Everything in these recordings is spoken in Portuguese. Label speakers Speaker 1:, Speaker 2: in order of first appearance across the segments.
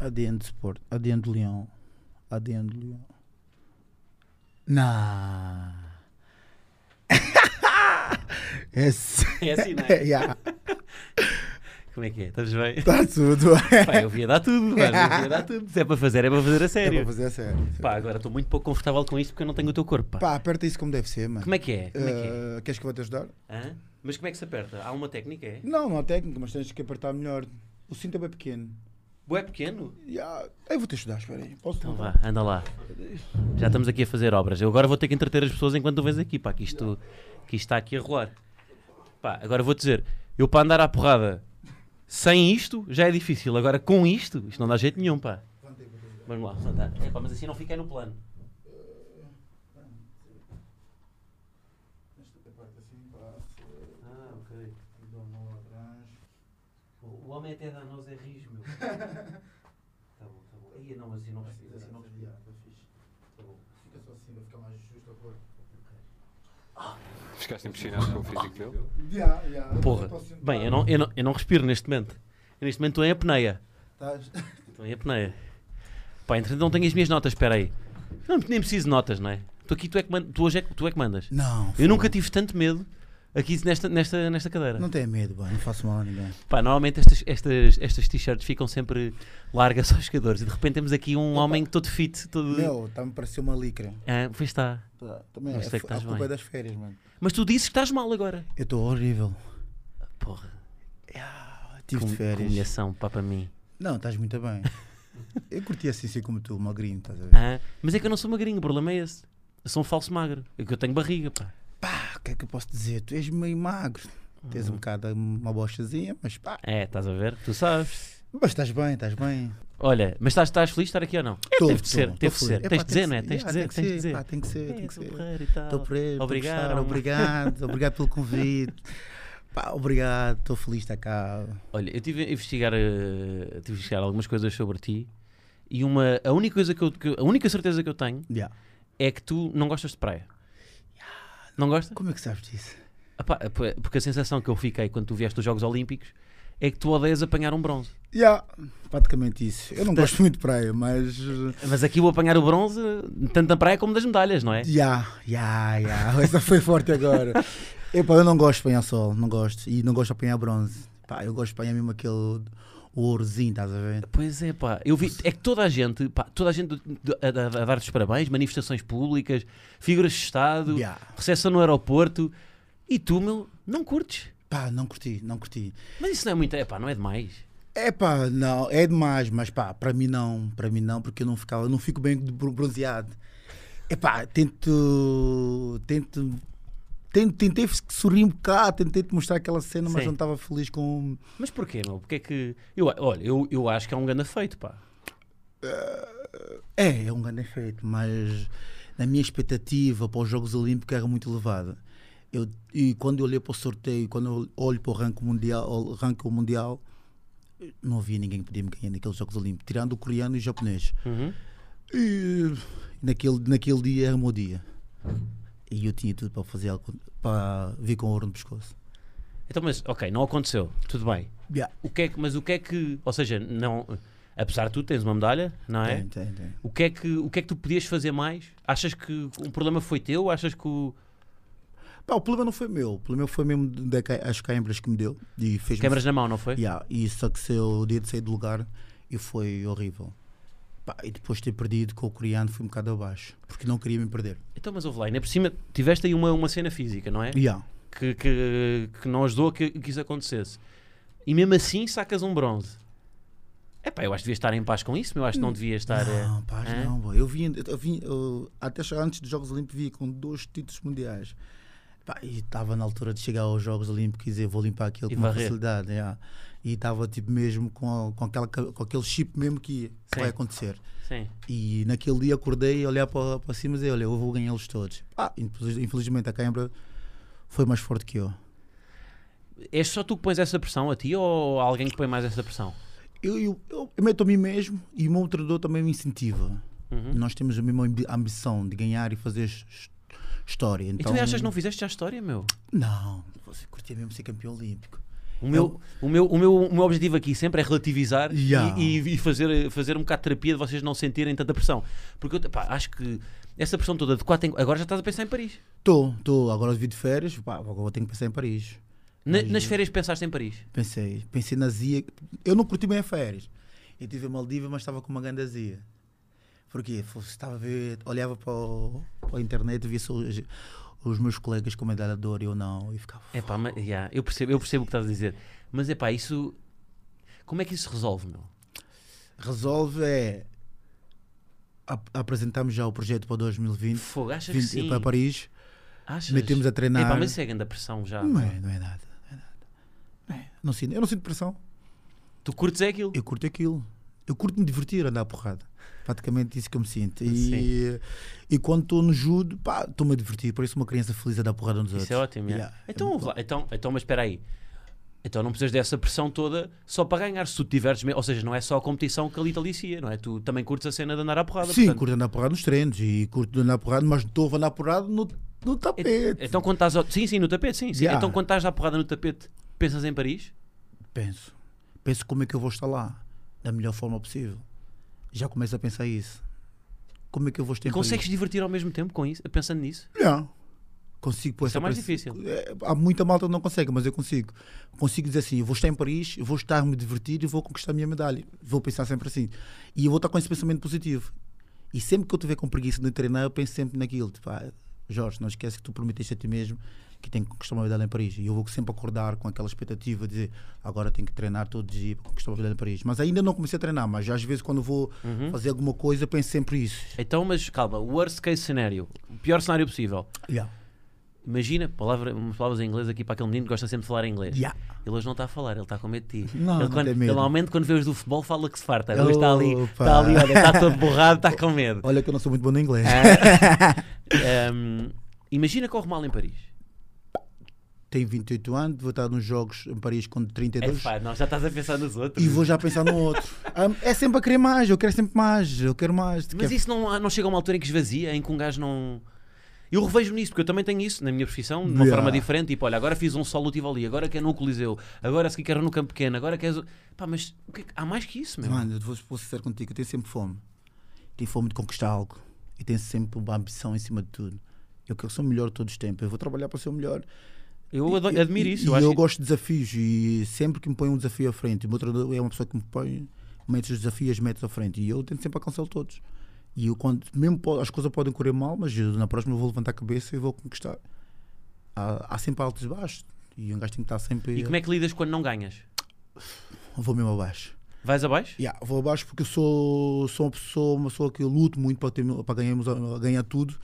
Speaker 1: ADN de Sport, ADN de Leão, ADN de Leão. Não. é assim.
Speaker 2: É assim, não é?
Speaker 1: Yeah.
Speaker 2: Como é que é? Estás bem?
Speaker 1: Está tudo.
Speaker 2: Pá, eu via dar tudo, mano. Eu via dar tudo. Se é para fazer, é para fazer a
Speaker 1: É
Speaker 2: sério.
Speaker 1: para fazer a sério.
Speaker 2: Pá, agora estou muito pouco confortável com isto porque eu não tenho o teu corpo, pá.
Speaker 1: Pá, aperta isso como deve ser, mano.
Speaker 2: Como é que é? Como é que é?
Speaker 1: Ah, queres que eu vá te ajudar?
Speaker 2: Hã? Mas como é que se aperta? Há uma técnica, é?
Speaker 1: Não, não há técnica, mas tens que apertar melhor. O cinto é bem pequeno.
Speaker 2: Boé pequeno?
Speaker 1: Yeah. Eu vou te ajudar, espera aí. Posso
Speaker 2: Então
Speaker 1: voltar?
Speaker 2: vá, anda lá. Já estamos aqui a fazer obras. Eu agora vou ter que entreter as pessoas enquanto tu vens aqui, pá, que isto, que isto está aqui a rolar. Pá, agora vou dizer, eu para andar à porrada sem isto já é difícil. Agora com isto, isto não dá jeito nenhum, pá. Vamos lá, levantar. É, pá, mas assim não fiquei no plano.
Speaker 1: assim,
Speaker 2: Ah, ok.
Speaker 1: um
Speaker 2: O o homem até dá nós é rijo, meu. Tá bom, tá bom. Aí não, mas assim não respira, assim não respira. Tá bom.
Speaker 3: Ficaste impressionado com o físico dele?
Speaker 1: Yeah, yeah.
Speaker 2: Porra. Bem, eu não, eu, não, eu não respiro neste momento. Eu neste momento estou em apneia.
Speaker 1: Estás-
Speaker 2: Estou em apneia. Pá, entretanto não tenho as minhas notas, espera aí. Não, nem preciso de notas, não é? Tu aqui, tu é que, man- tu hoje é, que- tu é que mandas.
Speaker 1: Não.
Speaker 2: Eu nunca tive tanto medo aqui nesta, nesta, nesta cadeira.
Speaker 1: Não tenha medo, bem, não faço mal a ninguém.
Speaker 2: Pá, normalmente estas, estas, estas t-shirts ficam sempre largas aos jogadores e de repente temos aqui um homem todo fit, todo...
Speaker 1: Meu, está-me parecer uma licra.
Speaker 2: Ah, pois está.
Speaker 1: Tá, Também é,
Speaker 2: Mas sei
Speaker 1: a
Speaker 2: que
Speaker 1: culpa
Speaker 2: estás bem.
Speaker 1: é das férias, mano.
Speaker 2: Mas tu dizes que estás mal agora.
Speaker 1: Eu estou horrível.
Speaker 2: Porra,
Speaker 1: Tive
Speaker 2: com,
Speaker 1: de
Speaker 2: com
Speaker 1: férias.
Speaker 2: humilhação, pá, para mim.
Speaker 1: Não, estás muito bem. eu curti assim ser como tu, magrinho, estás a ver?
Speaker 2: Ah, mas é que eu não sou magrinho, o problema é esse. Eu sou um falso magro. É que eu tenho barriga, pá. Ah,
Speaker 1: Pá, o que é que eu posso dizer? Tu és meio magro. Tens um bocado uma bochazinha, mas pá.
Speaker 2: É, estás a ver? Tu sabes.
Speaker 1: Mas estás bem, estás bem.
Speaker 2: Olha, mas estás, estás feliz de estar aqui ou não?
Speaker 1: Tô,
Speaker 2: teve É, de
Speaker 1: tô,
Speaker 2: ser,
Speaker 1: tô
Speaker 2: teve
Speaker 1: feliz.
Speaker 2: de ser.
Speaker 1: Epá,
Speaker 2: tens de dizer,
Speaker 1: tem
Speaker 2: não é?
Speaker 1: que
Speaker 2: Tens de
Speaker 1: ser, yeah,
Speaker 2: dizer, tens de dizer.
Speaker 1: Pá, tem que ser,
Speaker 2: É,
Speaker 1: tem que
Speaker 2: sou
Speaker 1: ser.
Speaker 2: porreiro e tal.
Speaker 1: Estou por aí, tô a
Speaker 2: Obrigado.
Speaker 1: gostar. Obrigado, obrigado pelo convite. Pá, obrigado, estou feliz de estar cá.
Speaker 2: Olha, eu tive a investigar, eh, tive a investigar algumas coisas sobre ti e uma, a única coisa que eu, que eu- a única certeza que eu tenho
Speaker 1: Yeah.
Speaker 2: é que tu não gostas de praia. Não gostas?
Speaker 1: Como é que sabes disso?
Speaker 2: Ah pá, p- porque a sensação que eu fiquei quando tu vieste dos Jogos Olímpicos é que tu odeias apanhar um bronze.
Speaker 1: Yeah, praticamente isso. Eu não gosto muito de praia, mas. uh,
Speaker 2: Mas aqui o apanhar o bronze, tanto da praia como das medalhas, não é?
Speaker 1: Ya, ya, ya. Essa foi forte agora. Epá, eu não gosto de apanhar sol, não gosto. E não gosto de apanhar bronze. Pá, eu gosto de apanhar mesmo aquele o ourozinho, estás a ver?
Speaker 2: Pois é, pá. Eu vi, é que toda a gente, pá, toda a gente do- a, a- a dar-te os parabéns, manifestações públicas, figuras de Estado,
Speaker 1: Ya.
Speaker 2: recepção no aeroporto. E tu, meu, não curtes.
Speaker 1: Pá, não curti, não curti.
Speaker 2: Mas isso não é muito, é pá, não é demais.
Speaker 1: É pá, não, é demais, mas pá, para mim não, para mim não, porque eu não ficava, eu não fico bem de bro- bronzeado. É pá, tento, tento, tento, tentei sorrir um bocado, tentei te mostrar aquela cena, mas
Speaker 2: Sim.
Speaker 1: não estava feliz com.
Speaker 2: Mas porquê, meu? Porque é que. Eu, olha, eu, eu acho que é um grande feito, pá.
Speaker 1: É, é um grande efeito, mas na minha expectativa para os Jogos Olímpicos era muito elevada. Eu, e quando eu olhei para o sorteio, quando eu olho para o ranking mundial, o ranking mundial não havia ninguém que podia me ganhar naqueles Jogos Olímpicos, tirando o coreano e o japonês. E naquele, naquele dia era o meu dia. E eu tinha tudo para fazer algo, para vir com ouro no pescoço.
Speaker 2: Então, mas, ok, não aconteceu. Tudo bem.
Speaker 1: Yeah.
Speaker 2: O que é que, mas o que é que. Ou seja, não. Apesar de tu tens uma medalha, não é?
Speaker 1: Tem, tem, tem.
Speaker 2: O que é que, o que é que tu podias fazer mais? Achas que o problema foi teu? Achas que o.
Speaker 1: Pá, o problema não foi meu, o problema foi mesmo da, ca- as câimbras que me deu e fez
Speaker 2: Câmaras na mão, não foi?
Speaker 1: Yeah, e só que se eu dia de sair do lugar e foi horrível. Pá, e depois de ter perdido com o coreano fui um bocado abaixo, porque não queria me perder.
Speaker 2: Então, mas houve lá, ainda por cima, tiveste aí uma, uma cena física, não é?
Speaker 1: Yeah.
Speaker 2: Que, que, que não ajudou a que, que isso acontecesse. E mesmo assim sacas um bronze. É pá, eu acho que devias estar em paz com isso, mas eu acho que não devias estar. eh,
Speaker 1: Não, Ah, pá,
Speaker 2: hã?
Speaker 1: não, boy. eu vim, eu vim eu- até chegar antes dos Jogos Olímpicos vim com dois títulos mundiais. Pá, e estava na altura de chegar aos Jogos Olímpicos e dizer vou limpar aquilo
Speaker 2: E
Speaker 1: com uma
Speaker 2: varrer.
Speaker 1: facilidade. yeah. E estava tipo mesmo com, com, aquela, ca- com aquele chip mesmo que
Speaker 2: Sim.
Speaker 1: vai acontecer.
Speaker 2: Sim.
Speaker 1: E naquele dia acordei e olhar para, para cima e dizer, olha, eu vou ganhá-los todos. Ah, infeliz- infelizmente a Câmara foi mais forte que eu.
Speaker 2: És só tu que pões essa pressão a ti ou há alguém que põe mais essa pressão?
Speaker 1: Eu, eu, eu, eu meto a mim mesmo e o meu treinador também me incentiva. Nós temos a mesma ambi- ambição de ganhar e fazer his- his- história.
Speaker 2: E
Speaker 1: Então,
Speaker 2: tu achas que não fizeste já a história, meu?
Speaker 1: Não, você curtia mesmo ser campeão olímpico.
Speaker 2: O meu, o, meu, o, meu, o meu objetivo aqui sempre é relativizar e-
Speaker 1: Yeah.
Speaker 2: e, e fazer, fazer um bocado de terapia de vocês não sentirem tanta pressão. Porque eu te- pá, acho que essa pressão toda de 4 em, agora já estás a pensar em Paris.
Speaker 1: Estou, estou. Agora eu vim de férias, pá, agora vou ter que pensar em Paris.
Speaker 2: Na- nas férias pensaste em Paris.
Speaker 1: Pensei, pensei na Zia. Eu não curti bem as férias. Eu tive a Maldivas, mas estava com uma grande Zia. Porquê? Fosse- Estava a ver, olhava para, o, para a internet, via só os, os meus colegas com medalha de ouro e eu não, e ficava.
Speaker 2: É pá, mas, yeah, eu, percebo, eu percebo o que estás a dizer. Mas é pá, isso. Como é que isso se resolve, meu?
Speaker 1: Resolve é. ap- Apresentamos já o projeto para 2020.
Speaker 2: Fogo, achas que
Speaker 1: 20
Speaker 2: sim?
Speaker 1: para Paris.
Speaker 2: Achas?
Speaker 1: metemos a treinar.
Speaker 2: É pá, mas isso é grande pressão já.
Speaker 1: Não é, não é nada. Não é nada. Não é. Não sinto, eu não sinto pressão.
Speaker 2: Tu curtes é aquilo?
Speaker 1: Eu curto aquilo. Eu curto me divertir, andar à porrada. Praticamente isso que eu me sinto.
Speaker 2: Sim.
Speaker 1: E, e quando estou no judo, pá, estou-me a divertir. Parece uma criança feliz a dar porrada nos outros.
Speaker 2: Isso é ótimo, yeah.
Speaker 1: Yeah, é
Speaker 2: então,
Speaker 1: muito
Speaker 2: ouve lá, então, então, mas espera aí. Então não precisas dessa pressão toda só para ganhar, se tu tiveres... me- Ou seja, não é só a competição que ali te alicia, não é? Tu também curtes a cena de andar à porrada,
Speaker 1: Sim,
Speaker 2: portanto.
Speaker 1: curto andar à porrada nos treinos e curto andar à porrada, mas estou a andar à porrada no, no tapete.
Speaker 2: E- Então quando estás... ao- Sim, sim, no tapete, sim. sim.
Speaker 1: Yeah.
Speaker 2: Então quando estás à porrada no tapete, pensas em Paris?
Speaker 1: Penso. Penso como é que eu vou estar lá, da melhor forma possível. Já começo a pensar isso. Como é que eu vou estar
Speaker 2: E
Speaker 1: em
Speaker 2: consegues divertir ao mesmo tempo com isso, pensando nisso?
Speaker 1: Paris? Não. Consigo pôr
Speaker 2: Isso é
Speaker 1: essa
Speaker 2: mais
Speaker 1: pressão.
Speaker 2: difícil.
Speaker 1: É, há muita malta que não consegue, mas eu consigo. Consigo dizer assim: eu vou estar em Paris, eu vou estar me divertir e vou conquistar a minha medalha. Vou pensar sempre assim. E eu vou estar com esse pensamento positivo. E sempre que eu tiver com preguiça de treinar, eu penso sempre naquilo. Tipo, ah, Jorge, não esquece que tu prometeste a ti mesmo que tem que conquistar uma medalha em Paris. E eu vou sempre acordar com aquela expectativa de dizer agora tenho que treinar todo dia para conquistar uma medalha em Paris. Mas ainda não comecei a treinar, mas às vezes quando vou
Speaker 2: Uhum.
Speaker 1: fazer alguma coisa, penso sempre isso.
Speaker 2: Então, mas calma, worst case scenario, o pior cenário possível.
Speaker 1: Yeah.
Speaker 2: Imagina, palavra, umas palavras em inglês aqui para aquele menino que gosta sempre de falar em inglês.
Speaker 1: Yeah.
Speaker 2: Ele hoje não está a falar, ele está com medo de ti.
Speaker 1: Não,
Speaker 2: ele,
Speaker 1: não
Speaker 2: quando,
Speaker 1: tem medo.
Speaker 2: ele normalmente quando vê os do futebol fala que se farta. Ele está ali, está
Speaker 1: Opa.
Speaker 2: ali, olha, está todo borrado, está com medo.
Speaker 1: Olha que eu não sou muito bom no inglês.
Speaker 2: Ahm, imagina que corre mal em Paris.
Speaker 1: tenho 28 anos, vou estar nos Jogos em Paris com
Speaker 2: É
Speaker 1: 32
Speaker 2: pá, não, já estás a pensar nos outros.
Speaker 1: e vou já pensar no outro. Hum, é sempre a querer mais, eu quero sempre mais, eu quero mais.
Speaker 2: Mas
Speaker 1: quero-
Speaker 2: isso não, não chega a uma altura em que esvazia, em que um gajo não. Eu revejo-me nisso, porque eu também tenho isso na minha profissão, de uma
Speaker 1: Yeah.
Speaker 2: forma diferente. Tipo, olha, agora fiz um solo Tivoli, agora quero no Coliseu, agora se quero no Campo Pequeno, agora quero. Pá, mas o que é que- há mais que isso, meu.
Speaker 1: Mano, eu vou vou ser sincero contigo, eu tenho sempre fome. Tenho fome de conquistar algo. E tenho sempre uma ambição em cima de tudo. Eu quero ser o melhor todos os tempos, eu vou trabalhar para ser o melhor.
Speaker 2: Eu ado-
Speaker 1: E-
Speaker 2: admiro isso.
Speaker 1: E,
Speaker 2: Eu
Speaker 1: eu,
Speaker 2: acho que-
Speaker 1: gosto de desafios e sempre que me põe um desafio à frente, o meu treinador é uma pessoa que me põe mete os desafios, as metas à frente e eu tento sempre alcançá-los todos. E eu quando mesmo po- as coisas podem correr mal, mas eu, na próxima eu vou levantar a cabeça e vou conquistar. Há, há sempre altos e baixos e um gajo tem que estar sempre um
Speaker 2: E como é que lidas quando não ganhas?
Speaker 1: vou mesmo abaixo.
Speaker 2: Vais abaixo?
Speaker 1: Yeah, vou abaixo porque eu sou, sou uma pessoa, uma pessoa que eu luto muito para, ter, para ganharmos, ganhar tudo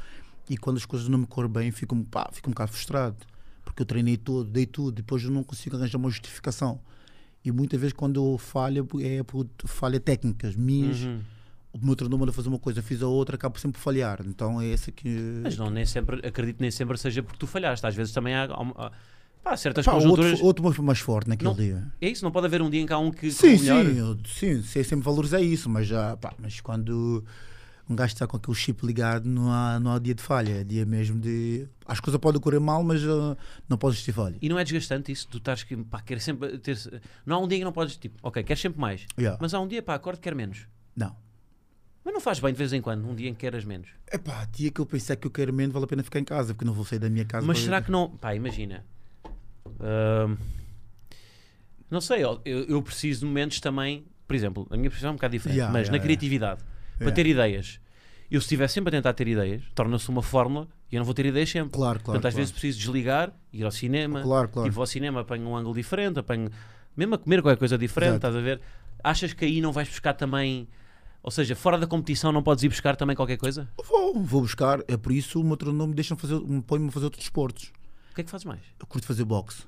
Speaker 1: e quando as coisas não me correm bem fico, pá, fico um bocado frustrado porque eu treinei tudo, dei tudo, depois eu não consigo arranjar uma justificação. E muitas vezes quando eu falho é por falha técnicas minhas, o meu treinador manda fazer uma coisa, eu fiz a outra, acabo sempre por falhar. Então é essa que.
Speaker 2: Mas não, nem sempre, acredito nem sempre seja porque tu falhaste. Às vezes também há, há- há- pá, certas
Speaker 1: Pá,
Speaker 2: conjunturas.
Speaker 1: outro, outro foi mais forte naquele
Speaker 2: Não-
Speaker 1: dia.
Speaker 2: É isso, não pode haver um dia em que há um que que
Speaker 1: Sim,
Speaker 2: o melhor.
Speaker 1: sim, eu, sim, sei sempre valorizar isso, mas já, pá, mas quando um gajo está com aquele chip ligado, não há, não há dia de falha, é dia mesmo de. As coisas podem correr mal, mas ah, não podes existir falha.
Speaker 2: E não é desgastante isso, tu estás que, pá, queres sempre ter. Não há um dia em que não podes, tipo, ok, queres sempre mais.
Speaker 1: Yeah.
Speaker 2: Mas há um dia, pá, acordo, quero menos.
Speaker 1: Não.
Speaker 2: Mas não faz bem de vez em quando, um dia em que queres menos.
Speaker 1: É pá, dia que eu pensar que eu quero menos, vale a pena ficar em casa, porque não vou sair da minha casa.
Speaker 2: Mas
Speaker 1: para-
Speaker 2: será que não. Pá, imagina. Ahm, não sei, eu, eu- eu preciso de momentos também. Por exemplo, a minha profissão é um bocado diferente,
Speaker 1: Yeah,
Speaker 2: mas
Speaker 1: yeah,
Speaker 2: na
Speaker 1: yeah.
Speaker 2: criatividade, para
Speaker 1: Yeah.
Speaker 2: ter ideias. Eu, se estiver sempre a tentar ter ideias, torna-se uma fórmula e eu não vou ter ideias sempre.
Speaker 1: Claro, claro,
Speaker 2: Portanto, às
Speaker 1: claro.
Speaker 2: vezes preciso desligar, ir ao cinema.
Speaker 1: Claro, claro.
Speaker 2: E vou ao cinema, apanho um ângulo diferente, apanho. Mesmo a comer qualquer coisa diferente,
Speaker 1: Exato.
Speaker 2: estás a ver? Achas que aí não vais buscar também. Ou seja, fora da competição não podes ir buscar também qualquer coisa?
Speaker 1: Vou, vou buscar, é por isso o meu treinador me deixa fazer, me põe-me a fazer outros esportes.
Speaker 2: O que é que fazes mais?
Speaker 1: eu curto fazer boxe.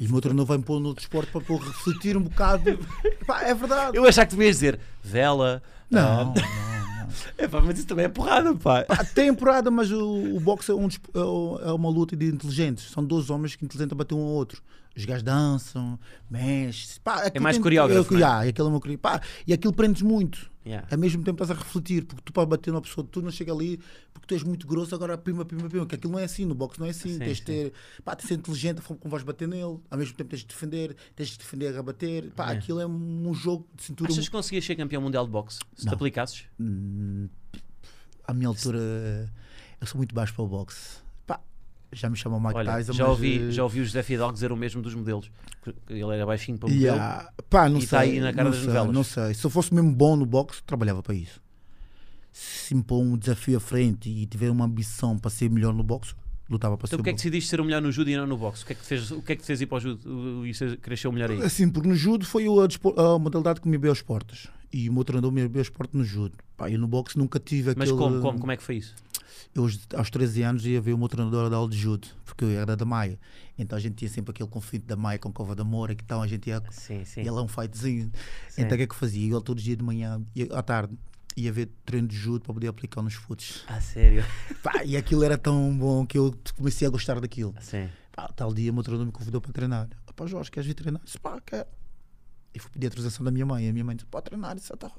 Speaker 1: E o meu treinador vai-me pôr no outro esporte para para eu refletir um bocado. Pá, é verdade.
Speaker 2: Eu achava que tu ias dizer vela. ah,
Speaker 1: Não,
Speaker 2: É pá, mas isso também é porrada, pá.
Speaker 1: Pá, Tem porrada, mas o, o boxe é, um, disp- é o- é uma luta de inteligentes. São dois homens que inteligentes a bater um ao outro. Os gajos dançam, mexem. Pá, aquilo
Speaker 2: mais coreógrafo,
Speaker 1: Eu,
Speaker 2: não é?
Speaker 1: yeah, aquilo é uma coreo- pá, e aquilo prendes muito.
Speaker 2: Yeah.
Speaker 1: Ao mesmo tempo estás a refletir, porque tu para bater numa pessoa, tu não chega ali porque tu és muito grosso, agora pima, pima, pima. Que aquilo não é assim, no boxe não é assim.
Speaker 2: Sim,
Speaker 1: tens de
Speaker 2: sim.
Speaker 1: ter, pá, tens de ser inteligente a forma como vais bater nele. Ao mesmo tempo tens de defender, tens de defender a bater. Pá, aquilo é um jogo de cintura.
Speaker 2: Achas que conseguias ser campeão mundial de boxe se te
Speaker 1: Não.
Speaker 2: aplicasses?
Speaker 1: à minha altura eu sou muito baixo para o boxe. Pá, já me chamam Mike
Speaker 2: Olha,
Speaker 1: Tyson,
Speaker 2: já
Speaker 1: mas,
Speaker 2: ouvi,
Speaker 1: eh,
Speaker 2: já ouvi o José Fidalgo dizer o mesmo dos modelos. que Ele era baixinho para o modelo.
Speaker 1: yeah. Pá, não
Speaker 2: E
Speaker 1: sei,
Speaker 2: tá aí na cara
Speaker 1: não
Speaker 2: das
Speaker 1: sei,
Speaker 2: novelas.
Speaker 1: Não sei, se eu fosse mesmo bom no boxe, eu trabalhava para isso. Se me pôr um desafio à frente e tiver uma ambição para ser melhor no boxe, lutava para
Speaker 2: Então
Speaker 1: ser
Speaker 2: porque é
Speaker 1: bom.
Speaker 2: que decidiste ser o melhor no judo e não no boxe? O que é que te fez, o que é que te fez ir para o judo o- e ser- querer ser o melhor aí?
Speaker 1: Assim, porque no judo foi a, dispo- a modalidade que me abriu as portas. E o meu treinador me abriu as portas no judo. Pá, eu no boxe nunca tive aquele...
Speaker 2: Mas como, como, como é que foi isso?
Speaker 1: Eu, aos- aos 13 anos ia ver o meu treinador da aula de judo, porque eu era da Maia. Então a gente tinha sempre aquele conflito da Maia com Cova da Moura, que então a gente ia.
Speaker 2: Sim, sim.
Speaker 1: Ele é um fightzinho. Então o que é que eu fazia? Eu todo dia de manhã, ia, à tarde, ia ver treino de judo para poder aplicar nos futs.
Speaker 2: Ah, sério?
Speaker 1: Pá, e aquilo era tão bom que eu comecei a gostar daquilo.
Speaker 2: Sim.
Speaker 1: Pá, tal dia o meu treinador me convidou para treinar. Pá, Jorge, queres vir treinar? Disse, pá, quero. E fui pedir a autorização da minha mãe. A minha mãe disse, pá, treinar, isso tá.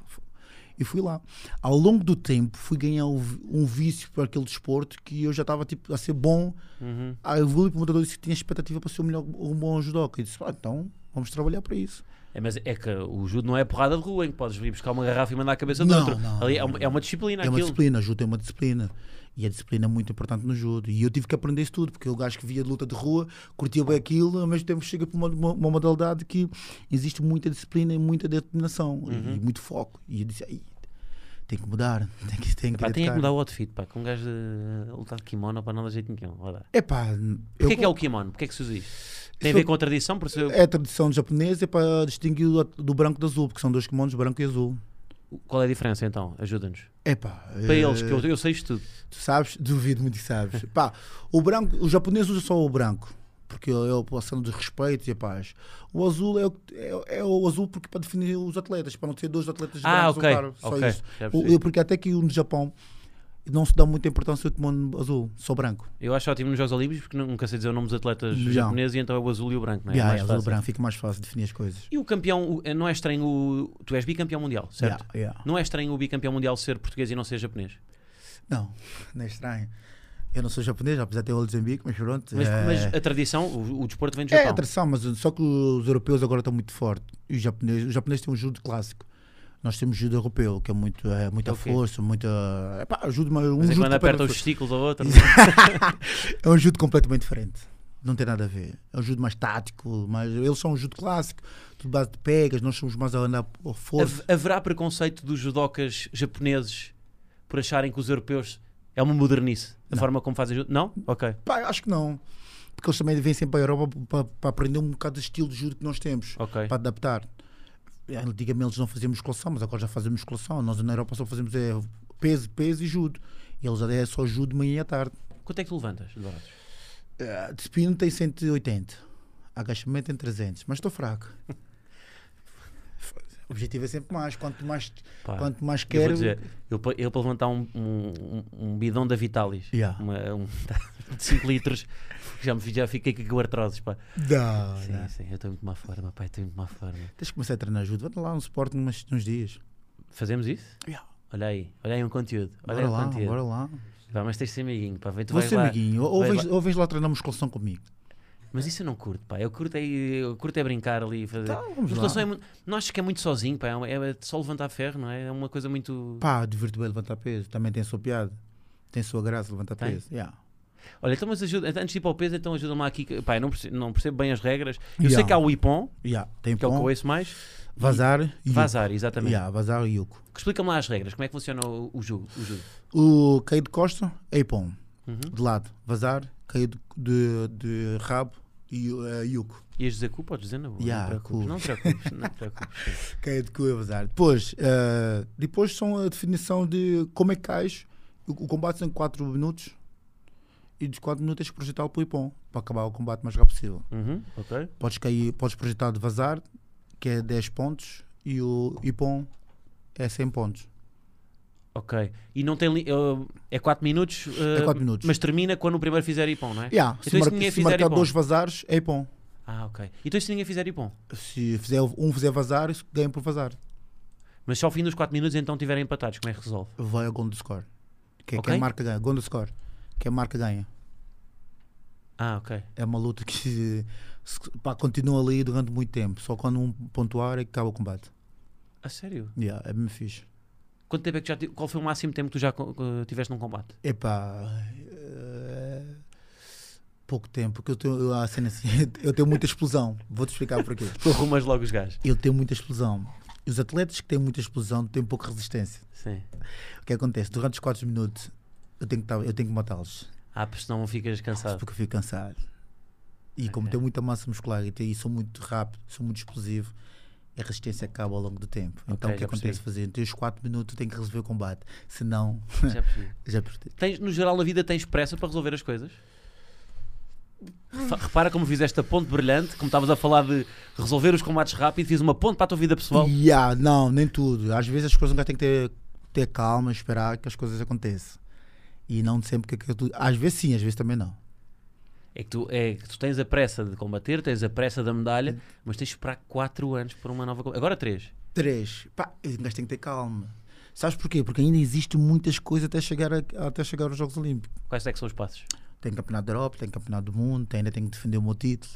Speaker 1: E fui lá. Ao longo do tempo, fui ganhar um vi- um vício para aquele desporto que eu já estava tipo, a ser bom.
Speaker 2: Uhum.
Speaker 1: Aí eu fui para o montador e disse que tinha expectativa para ser o melhor, um bom judoca. E disse, pá, então vamos trabalhar para isso.
Speaker 2: É, mas é que o judo não é porrada de rua em que podes vir buscar uma garrafa e mandar a cabeça do
Speaker 1: Não,
Speaker 2: outro.
Speaker 1: não,
Speaker 2: Ali é
Speaker 1: não,
Speaker 2: uma, é uma disciplina
Speaker 1: É uma
Speaker 2: aquilo.
Speaker 1: disciplina, judo é uma disciplina. E a disciplina é muito importante no judo. E eu tive que aprender isso tudo, porque o gajo que via de luta de rua, curtia bem aquilo, ao mesmo tempo chega para uma, uma, uma modalidade que existe muita disciplina e muita determinação
Speaker 2: Uhum.
Speaker 1: e muito foco. E eu disse, "Ai, tem que mudar, tem que, tem que
Speaker 2: Pá, tem é que
Speaker 1: adaptar."
Speaker 2: mudar o outfit, pá, com um gajo de lutar de kimono para não dar jeito nenhum. Vai dar.
Speaker 1: Epá, eu-
Speaker 2: Porquê é que é o kimono? Porquê é que se usa isto? Tem a
Speaker 1: Isso-
Speaker 2: ver com a tradição? Por ser...
Speaker 1: é a tradição japonesa é para distinguir do, do branco do azul, porque são dois kimonos, branco e azul.
Speaker 2: Qual é a diferença então? Ajuda-nos.
Speaker 1: Epá,
Speaker 2: Para
Speaker 1: eh,
Speaker 2: eles, que eu, eu sei isto tudo.
Speaker 1: Tu sabes? Duvido muito que sabes. Pá, o branco, os japoneses usam só o branco, porque é a população de respeito e a paz. O azul é o, que- é, é o azul porque para definir os atletas, para não ter dois atletas
Speaker 2: Ah,
Speaker 1: brancos
Speaker 2: ok,
Speaker 1: ou claro, só
Speaker 2: ok,
Speaker 1: isso.
Speaker 2: já
Speaker 1: O-
Speaker 2: percebi.
Speaker 1: eu- porque até que no Japão não se dá muita importância ao kimono azul, só branco.
Speaker 2: Eu acho ótimo nos Jogos Olímpicos porque nu- nunca sei dizer o nome dos atletas
Speaker 1: Não.
Speaker 2: japoneses e então é o azul e o branco, não é? É
Speaker 1: Yeah,
Speaker 2: mais
Speaker 1: é azul
Speaker 2: fácil.
Speaker 1: branco, fica mais fácil definir as coisas.
Speaker 2: E o campeão, o- não é estranho, o- tu és bicampeão mundial, certo?
Speaker 1: Yeah, yeah.
Speaker 2: Não é estranho o bicampeão mundial ser português e não ser japonês.
Speaker 1: Não, não é estranho. Eu não sou japonês, apesar de ter o Luxemburgo, mas pronto.
Speaker 2: Mas,
Speaker 1: é...
Speaker 2: mas a tradição, o, o desporto vem do
Speaker 1: É
Speaker 2: Japão.
Speaker 1: atração, mas só que os europeus agora estão muito fortes. E os japoneses, os japoneses têm um judo clássico. Nós temos judo europeu, que é muito, é muita
Speaker 2: Ok.
Speaker 1: força, muita. Epá, judo, mas um
Speaker 2: Mas é
Speaker 1: judo
Speaker 2: quando aperta
Speaker 1: completamente-
Speaker 2: os testículos ao outro.
Speaker 1: é um judo completamente diferente. Não tem nada a ver. É um judo mais tático, mas eles são um judo clássico, tudo base de pegas, nós somos mais a andar por força.
Speaker 2: Hav- haverá preconceito dos judocas japoneses por acharem que os europeus é uma modernice a forma como fazem judo? Não? Ok.
Speaker 1: Pá, eu acho que não. Porque eles também vêm sempre para a Europa para, para aprender um bocado do estilo de judo que nós temos.
Speaker 2: Ok.
Speaker 1: para adaptar. É, Antigamente eles não faziam musculação, mas agora já fazem musculação. Nós na Europa só fazemos é peso, peso e judo. E eles é só judo de manhã e à tarde.
Speaker 2: Quanto é que tu levantas, Dourados?
Speaker 1: Eh, De spin tem 180, agachamento tem 300, mas estou fraco. O objetivo é sempre mais. Quanto mais,
Speaker 2: Pá,
Speaker 1: quanto mais
Speaker 2: Eu vou
Speaker 1: quero.
Speaker 2: dizer, eu, pa- eu para levantar um, um- um bidão da Vitalis,
Speaker 1: Yeah.
Speaker 2: uma- um, de 5 litros, já, me, fi- já fiquei com artroses, pá.
Speaker 1: Dá,
Speaker 2: Sim,
Speaker 1: dá.
Speaker 2: sim, eu estou muito má forma, pai, estou muito má forma.
Speaker 1: Tens que começar a treinar judo. Vai lá no Sporting umas, uns dias.
Speaker 2: Fazemos isso?
Speaker 1: Yeah.
Speaker 2: Olha aí, olha aí um conteúdo. Olha
Speaker 1: Bora
Speaker 2: aí um
Speaker 1: lá,
Speaker 2: conteúdo.
Speaker 1: bora lá.
Speaker 2: Pá, mas tens de ser amiguinho, pá, vem, tu
Speaker 1: Vou
Speaker 2: vais
Speaker 1: ser
Speaker 2: lá.
Speaker 1: amiguinho. Ou,
Speaker 2: vai
Speaker 1: vens,
Speaker 2: lá.
Speaker 1: ou vens lá treinar musculação comigo.
Speaker 2: Mas isso eu não curto, pá. Eu curto é, eu curto é brincar ali e fazer.
Speaker 1: Tá, vamos lá.
Speaker 2: Musculação é muito- não acho que é muito sozinho, pá. É, uma- é só levantar ferro, não é? É uma coisa muito.
Speaker 1: Pá, divertido bem levantar peso. Também tem a sua piada. Tem a sua graça levantar
Speaker 2: Tem?
Speaker 1: peso. Yeah.
Speaker 2: Olha, então, mas ajuda, antes de ir para o peso, então ajuda-me lá aqui. que- Pá, eu não percebo, não percebo bem as regras. Eu sei
Speaker 1: Yeah.
Speaker 2: que há o Ipon,
Speaker 1: Yeah. Tem
Speaker 2: que é o que eu
Speaker 1: pão,
Speaker 2: ouço mais.
Speaker 1: vazar e
Speaker 2: Vazar, exatamente.
Speaker 1: Yeah, vazar e yuco.
Speaker 2: Explica-me lá as regras, como é que funciona o, o jogo. O jogo.
Speaker 1: O caído de costa é pão.
Speaker 2: Uhum.
Speaker 1: De lado, vazar, caído de, de rabo e eh, yuco.
Speaker 2: Ias dizer cu, podes dizer na boa.
Speaker 1: Yeah,
Speaker 2: não te preocupes, não te preocupes.
Speaker 1: Caído de cu é vazar. Depois, eh, depois são a definição de como é que cais. O, o combate são 4 minutos. E dos 4 minutos tens que projetar para o ipom. Para acabar o combate o mais rápido possível.
Speaker 2: Uhum, ok.
Speaker 1: Podes cair, podes projetar de vazar, que é 10 pontos, e o Ipon é 100 pontos.
Speaker 2: Ok. E não tem. li- eh, é 4 minutos. eh,
Speaker 1: quatro minutos.
Speaker 2: Mas termina quando o primeiro fizer Ipon, não é?
Speaker 1: Yeah,
Speaker 2: Então
Speaker 1: se,
Speaker 2: isso
Speaker 1: mar-
Speaker 2: ninguém
Speaker 1: se
Speaker 2: fizer
Speaker 1: marcar
Speaker 2: Ipon.
Speaker 1: dois vazares, é Ipon.
Speaker 2: Ah, ok. Então se ninguém fizer Ipon?
Speaker 1: Se fizer, um fizer vazar, isso ganha por vazar.
Speaker 2: Mas se ao fim dos 4 minutos então tiverem empatados, como é que resolve?
Speaker 1: Vai ao gol do score. Que,
Speaker 2: Ok.
Speaker 1: que a marca ganha. Gol do score. Que a marca ganha.
Speaker 2: Ah, ok.
Speaker 1: É uma luta que se- se- pá, continua ali durante muito tempo. Só quando um pontuar é que acaba o combate.
Speaker 2: A sério?
Speaker 1: Yeah, é mesmo fixe.
Speaker 2: Quanto tempo é que já ti- Qual foi o máximo tempo que tu já co- co- tiveste num combate?
Speaker 1: Epá. eh, pouco tempo. Porque eu tenho, eu, a cena assim, eu tenho muita explosão. Vou-te explicar porquê.
Speaker 2: Tu arrumas logo os gajos.
Speaker 1: Eu tenho muita explosão. Os atletas que têm muita explosão têm pouca resistência.
Speaker 2: Sim.
Speaker 1: O que acontece? Durante os 4 minutos eu tenho que, tá- eu tenho que matá-los.
Speaker 2: Ah, porque senão ficas cansado.
Speaker 1: Porque eu fico cansado. E como
Speaker 2: Tá. Ok.
Speaker 1: tenho muita massa muscular e, tenho, e sou muito rápido, sou muito explosivo, a resistência acaba ao longo do tempo. então o que
Speaker 2: já
Speaker 1: acontece
Speaker 2: percebi.
Speaker 1: fazer? Entre os 4 minutos eu tenho que resolver o combate. Senão,
Speaker 2: Já percebi.
Speaker 1: já perdi.
Speaker 2: Ah, Tens, no geral, na vida tens pressa para resolver as coisas? Refa- Repara como fizeste a ponte brilhante, como estavas a falar de resolver os combates rápido, fiz uma ponte para a tua vida pessoal.
Speaker 1: Yeah, não, nem tudo. Às vezes as coisas nunca tem que ter, ter calma, esperar que as coisas aconteçam. E não sempre que aquilo tudo. Às vezes sim, às vezes também não.
Speaker 2: É que, tu, é que tu tens a pressa de combater, tens a pressa da medalha, mas tens de esperar 4 anos por uma nova. co- Agora 3.
Speaker 1: Três, pá, um gajo tem que ter calma. Sabes porquê? Porque ainda existe muitas coisas até chegar, a- até chegar aos Jogos Olímpicos.
Speaker 2: Quais é que são os passos?
Speaker 1: Tem campeonato da Europa, tem campeonato do mundo, tem- ainda tenho que defender o meu título.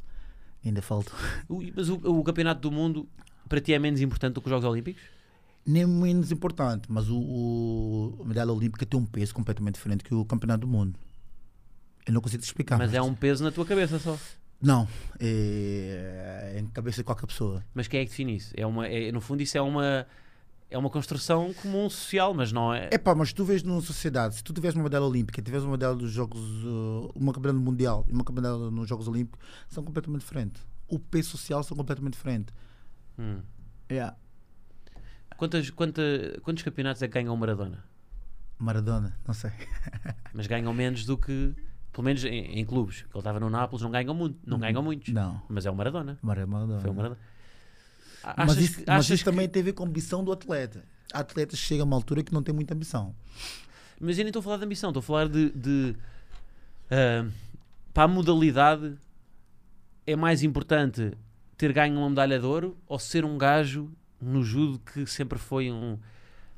Speaker 1: Ainda falta.
Speaker 2: Ui, Mas o, o campeonato do mundo para ti é menos importante do que os Jogos Olímpicos?
Speaker 1: Nem menos importante, mas o, o- a medalha olímpica tem um peso completamente diferente que o campeonato do mundo. Eu não consigo te explicar.
Speaker 2: Mas é um peso na tua cabeça só.
Speaker 1: Não, é, é em cabeça de qualquer pessoa.
Speaker 2: Mas quem é que define isso? É uma, é- no fundo, isso é uma, é uma construção comum social, mas não é.
Speaker 1: É pá, mas tu vês numa sociedade, se tu tiveres uma medalha olímpica, tiveres uma medalha dos Jogos, uh, uma campeonato mundial e uma campeonato nos Jogos Olímpicos, são completamente diferentes. O peso social são completamente diferentes.
Speaker 2: Hum.
Speaker 1: Yeah.
Speaker 2: Quantas, quanta- quantos campeonatos é que ganha o Maradona?
Speaker 1: Maradona, não sei.
Speaker 2: Mas ganham menos do que. Pelo menos em, em clubes. Ele estava no Nápoles, não ganham muito. Não ganham muitos.
Speaker 1: Não,
Speaker 2: Mas é o Maradona.
Speaker 1: Mara- Maradona.
Speaker 2: Foi o Maradona. A-
Speaker 1: Mas
Speaker 2: achas
Speaker 1: isso,
Speaker 2: que-
Speaker 1: mas
Speaker 2: achas
Speaker 1: isso também tem a ver com a ambição do atleta. Há atletas que chegam a uma altura que não têm muita ambição.
Speaker 2: Mas eu nem estou a falar de ambição, estou a falar de. de ah, para a modalidade, é mais importante ter ganho uma medalha de ouro ou ser um gajo no judo que sempre foi um.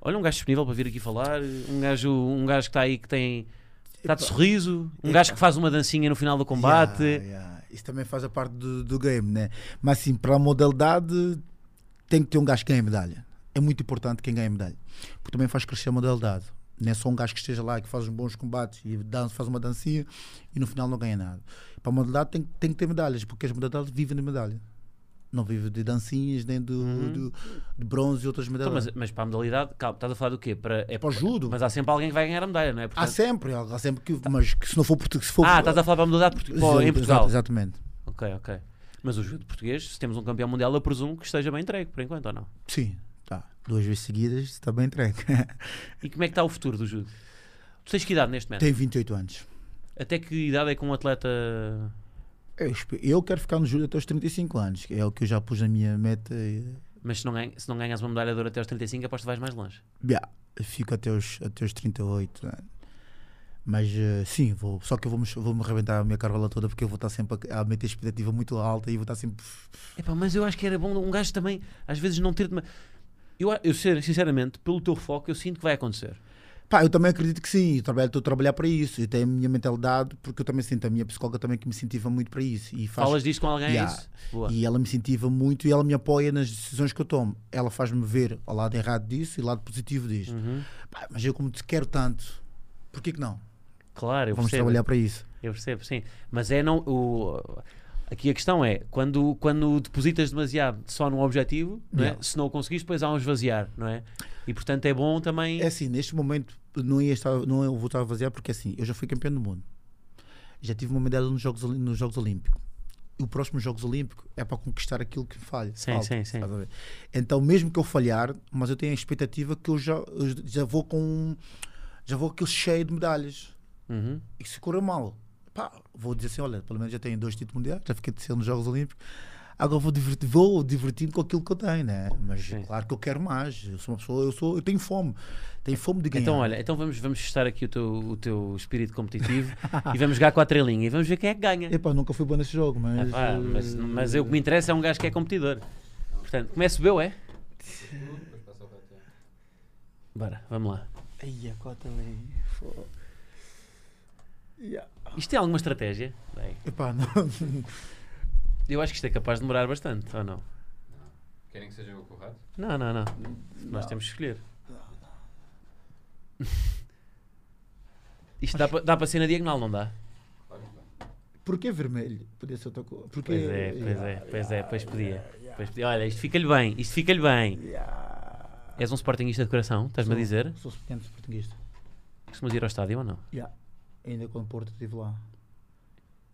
Speaker 2: Olha, um gajo disponível para vir aqui falar, um gajo, um gajo que está aí que tem. Está de sorriso, um gajo que faz uma dancinha no final do combate.
Speaker 1: Yeah, yeah. Isso também faz a parte do, do game, né? Mas assim, para a modalidade, tem que ter um gajo que ganha medalha. É muito importante quem ganha medalha. Porque também faz crescer a modalidade. Não é só um gajo que esteja lá e que faz uns bons combates e dan- faz uma dancinha e no final não ganha nada. Para a modalidade tem, tem que ter medalhas, porque as modalidades vivem de medalha. Não vivem de dancinhas, nem do, do- de bronze e outras
Speaker 2: Uhum. Então,
Speaker 1: medalhas.
Speaker 2: mas, mas para a modalidade, calma, estás a falar do quê? Para, é,
Speaker 1: é para o judo.
Speaker 2: mas há sempre alguém que vai ganhar a medalha, não é?
Speaker 1: Há
Speaker 2: Portanto-
Speaker 1: sempre, há sempre que. Mas que se não for português, se for.
Speaker 2: ah, estás a falar para a modalidade portu- pô, em
Speaker 1: Exato,
Speaker 2: Portugal.
Speaker 1: Exatamente.
Speaker 2: Ok, ok. Mas o judo português, se temos um campeão mundial, eu presumo que esteja bem entregue, por enquanto, ou não?
Speaker 1: Sim, tá. Duas vezes seguidas está bem entregue.
Speaker 2: E como é que está o futuro do judo? Tu tens que idade neste momento?
Speaker 1: Tem 28 anos.
Speaker 2: Até que idade é que um atleta...
Speaker 1: Eu, espe- eu quero ficar no judo até os 35 anos, que é o que eu já pus na minha meta. e-
Speaker 2: Mas se não, ganha, se não ganhas uma medalha de ouro até aos 35, aposto que vais mais longe.
Speaker 1: Yeah, eu fico até os, até os 38 anos. né. Mas eh, sim, vou, só que eu vou-me vou -me arrebentar a minha carola toda porque eu vou estar sempre a, a meter a expectativa muito alta e vou estar sempre.
Speaker 2: Epá, mas eu acho que era bom um gajo também, às vezes, não ter... de ma- Eu, a- eu ser, sinceramente, pelo teu foco, eu sinto que vai acontecer.
Speaker 1: Pá, eu também acredito que sim, eu trabalho, estou a trabalhar para isso. Eu tenho a minha mentalidade porque eu também sinto, a minha psicóloga também que me incentiva muito para isso. E faz
Speaker 2: Falas disto com alguém,
Speaker 1: Yeah.
Speaker 2: é isso? Boa.
Speaker 1: E ela me incentiva muito e ela me apoia nas decisões que eu tomo. Ela faz-me ver o lado errado disso e o lado positivo disto.
Speaker 2: Uhum.
Speaker 1: Pá, mas eu como te quero tanto, por que que não?
Speaker 2: Claro, eu
Speaker 1: Vamos
Speaker 2: percebo.
Speaker 1: trabalhar para isso.
Speaker 2: Eu percebo, sim. Mas é não. O, aqui a questão é: quando, quando depositas demasiado só num objetivo, não é?
Speaker 1: Yeah.
Speaker 2: se não o conseguires, depois há um esvaziar, não é? E portanto é bom também.
Speaker 1: É assim, neste momento não ia estar, não eu vou estar a fazer porque assim, eu já fui campeão do mundo. Já tive uma medalha nos Jogos, Olí- nos jogos Olímpicos. E o próximo Jogos Olímpicos é para conquistar aquilo que falha.
Speaker 2: Sim,
Speaker 1: falta,
Speaker 2: sim, sim.
Speaker 1: estás a ver? Então, mesmo que eu falhar, mas eu tenho a expectativa que eu já, eu já vou com. um, Já vou aquilo cheio de medalhas.
Speaker 2: Uhum.
Speaker 1: e que se correu mal. Pá, vou dizer assim: olha, pelo menos já tenho dois títulos mundiais, já fiquei terceiro nos Jogos Olímpicos. Agora vou divertir, vou divertir-me com aquilo que eu tenho, né? Mas
Speaker 2: Sim.
Speaker 1: claro que eu quero mais. Eu sou uma pessoa, eu sou, eu tenho fome. Tenho fome de ganhar.
Speaker 2: Então, olha, então vamos, vamos testar aqui o teu, o teu espírito competitivo e vamos jogar com a trelinha e vamos ver quem é que ganha.
Speaker 1: Epá, nunca fui bom nesse jogo,
Speaker 2: Ah,
Speaker 1: mas.
Speaker 2: pá,
Speaker 1: eh,
Speaker 2: mas, mas eu, o que me interessa é um gajo que é competidor. Portanto, começo eu, é? Bora, vamos lá.
Speaker 3: Ai, a cota ali. Fogo. Ya.
Speaker 2: Isto tem alguma estratégia? Bem,
Speaker 1: Epá, não.
Speaker 2: eu acho que isto é capaz de demorar bastante, ou não?
Speaker 4: Querem que seja eu com o rato?
Speaker 2: Não, não, não. Nós temos que escolher. Isto dá para dá para ser na diagonal, não dá?
Speaker 4: Claro que não.
Speaker 1: Porquê vermelho? Podia ser outra cor. Porque,
Speaker 2: Pois é, pois é, pois é, pois podia. Pois podia. Olha, isto fica-lhe bem, isto fica-lhe bem. És um Sportingista de coração, estás-me a dizer?
Speaker 1: Sou suplente português.
Speaker 2: Costumas ir ao estádio ou não?
Speaker 1: Yeah. Ainda quando Porto estive lá.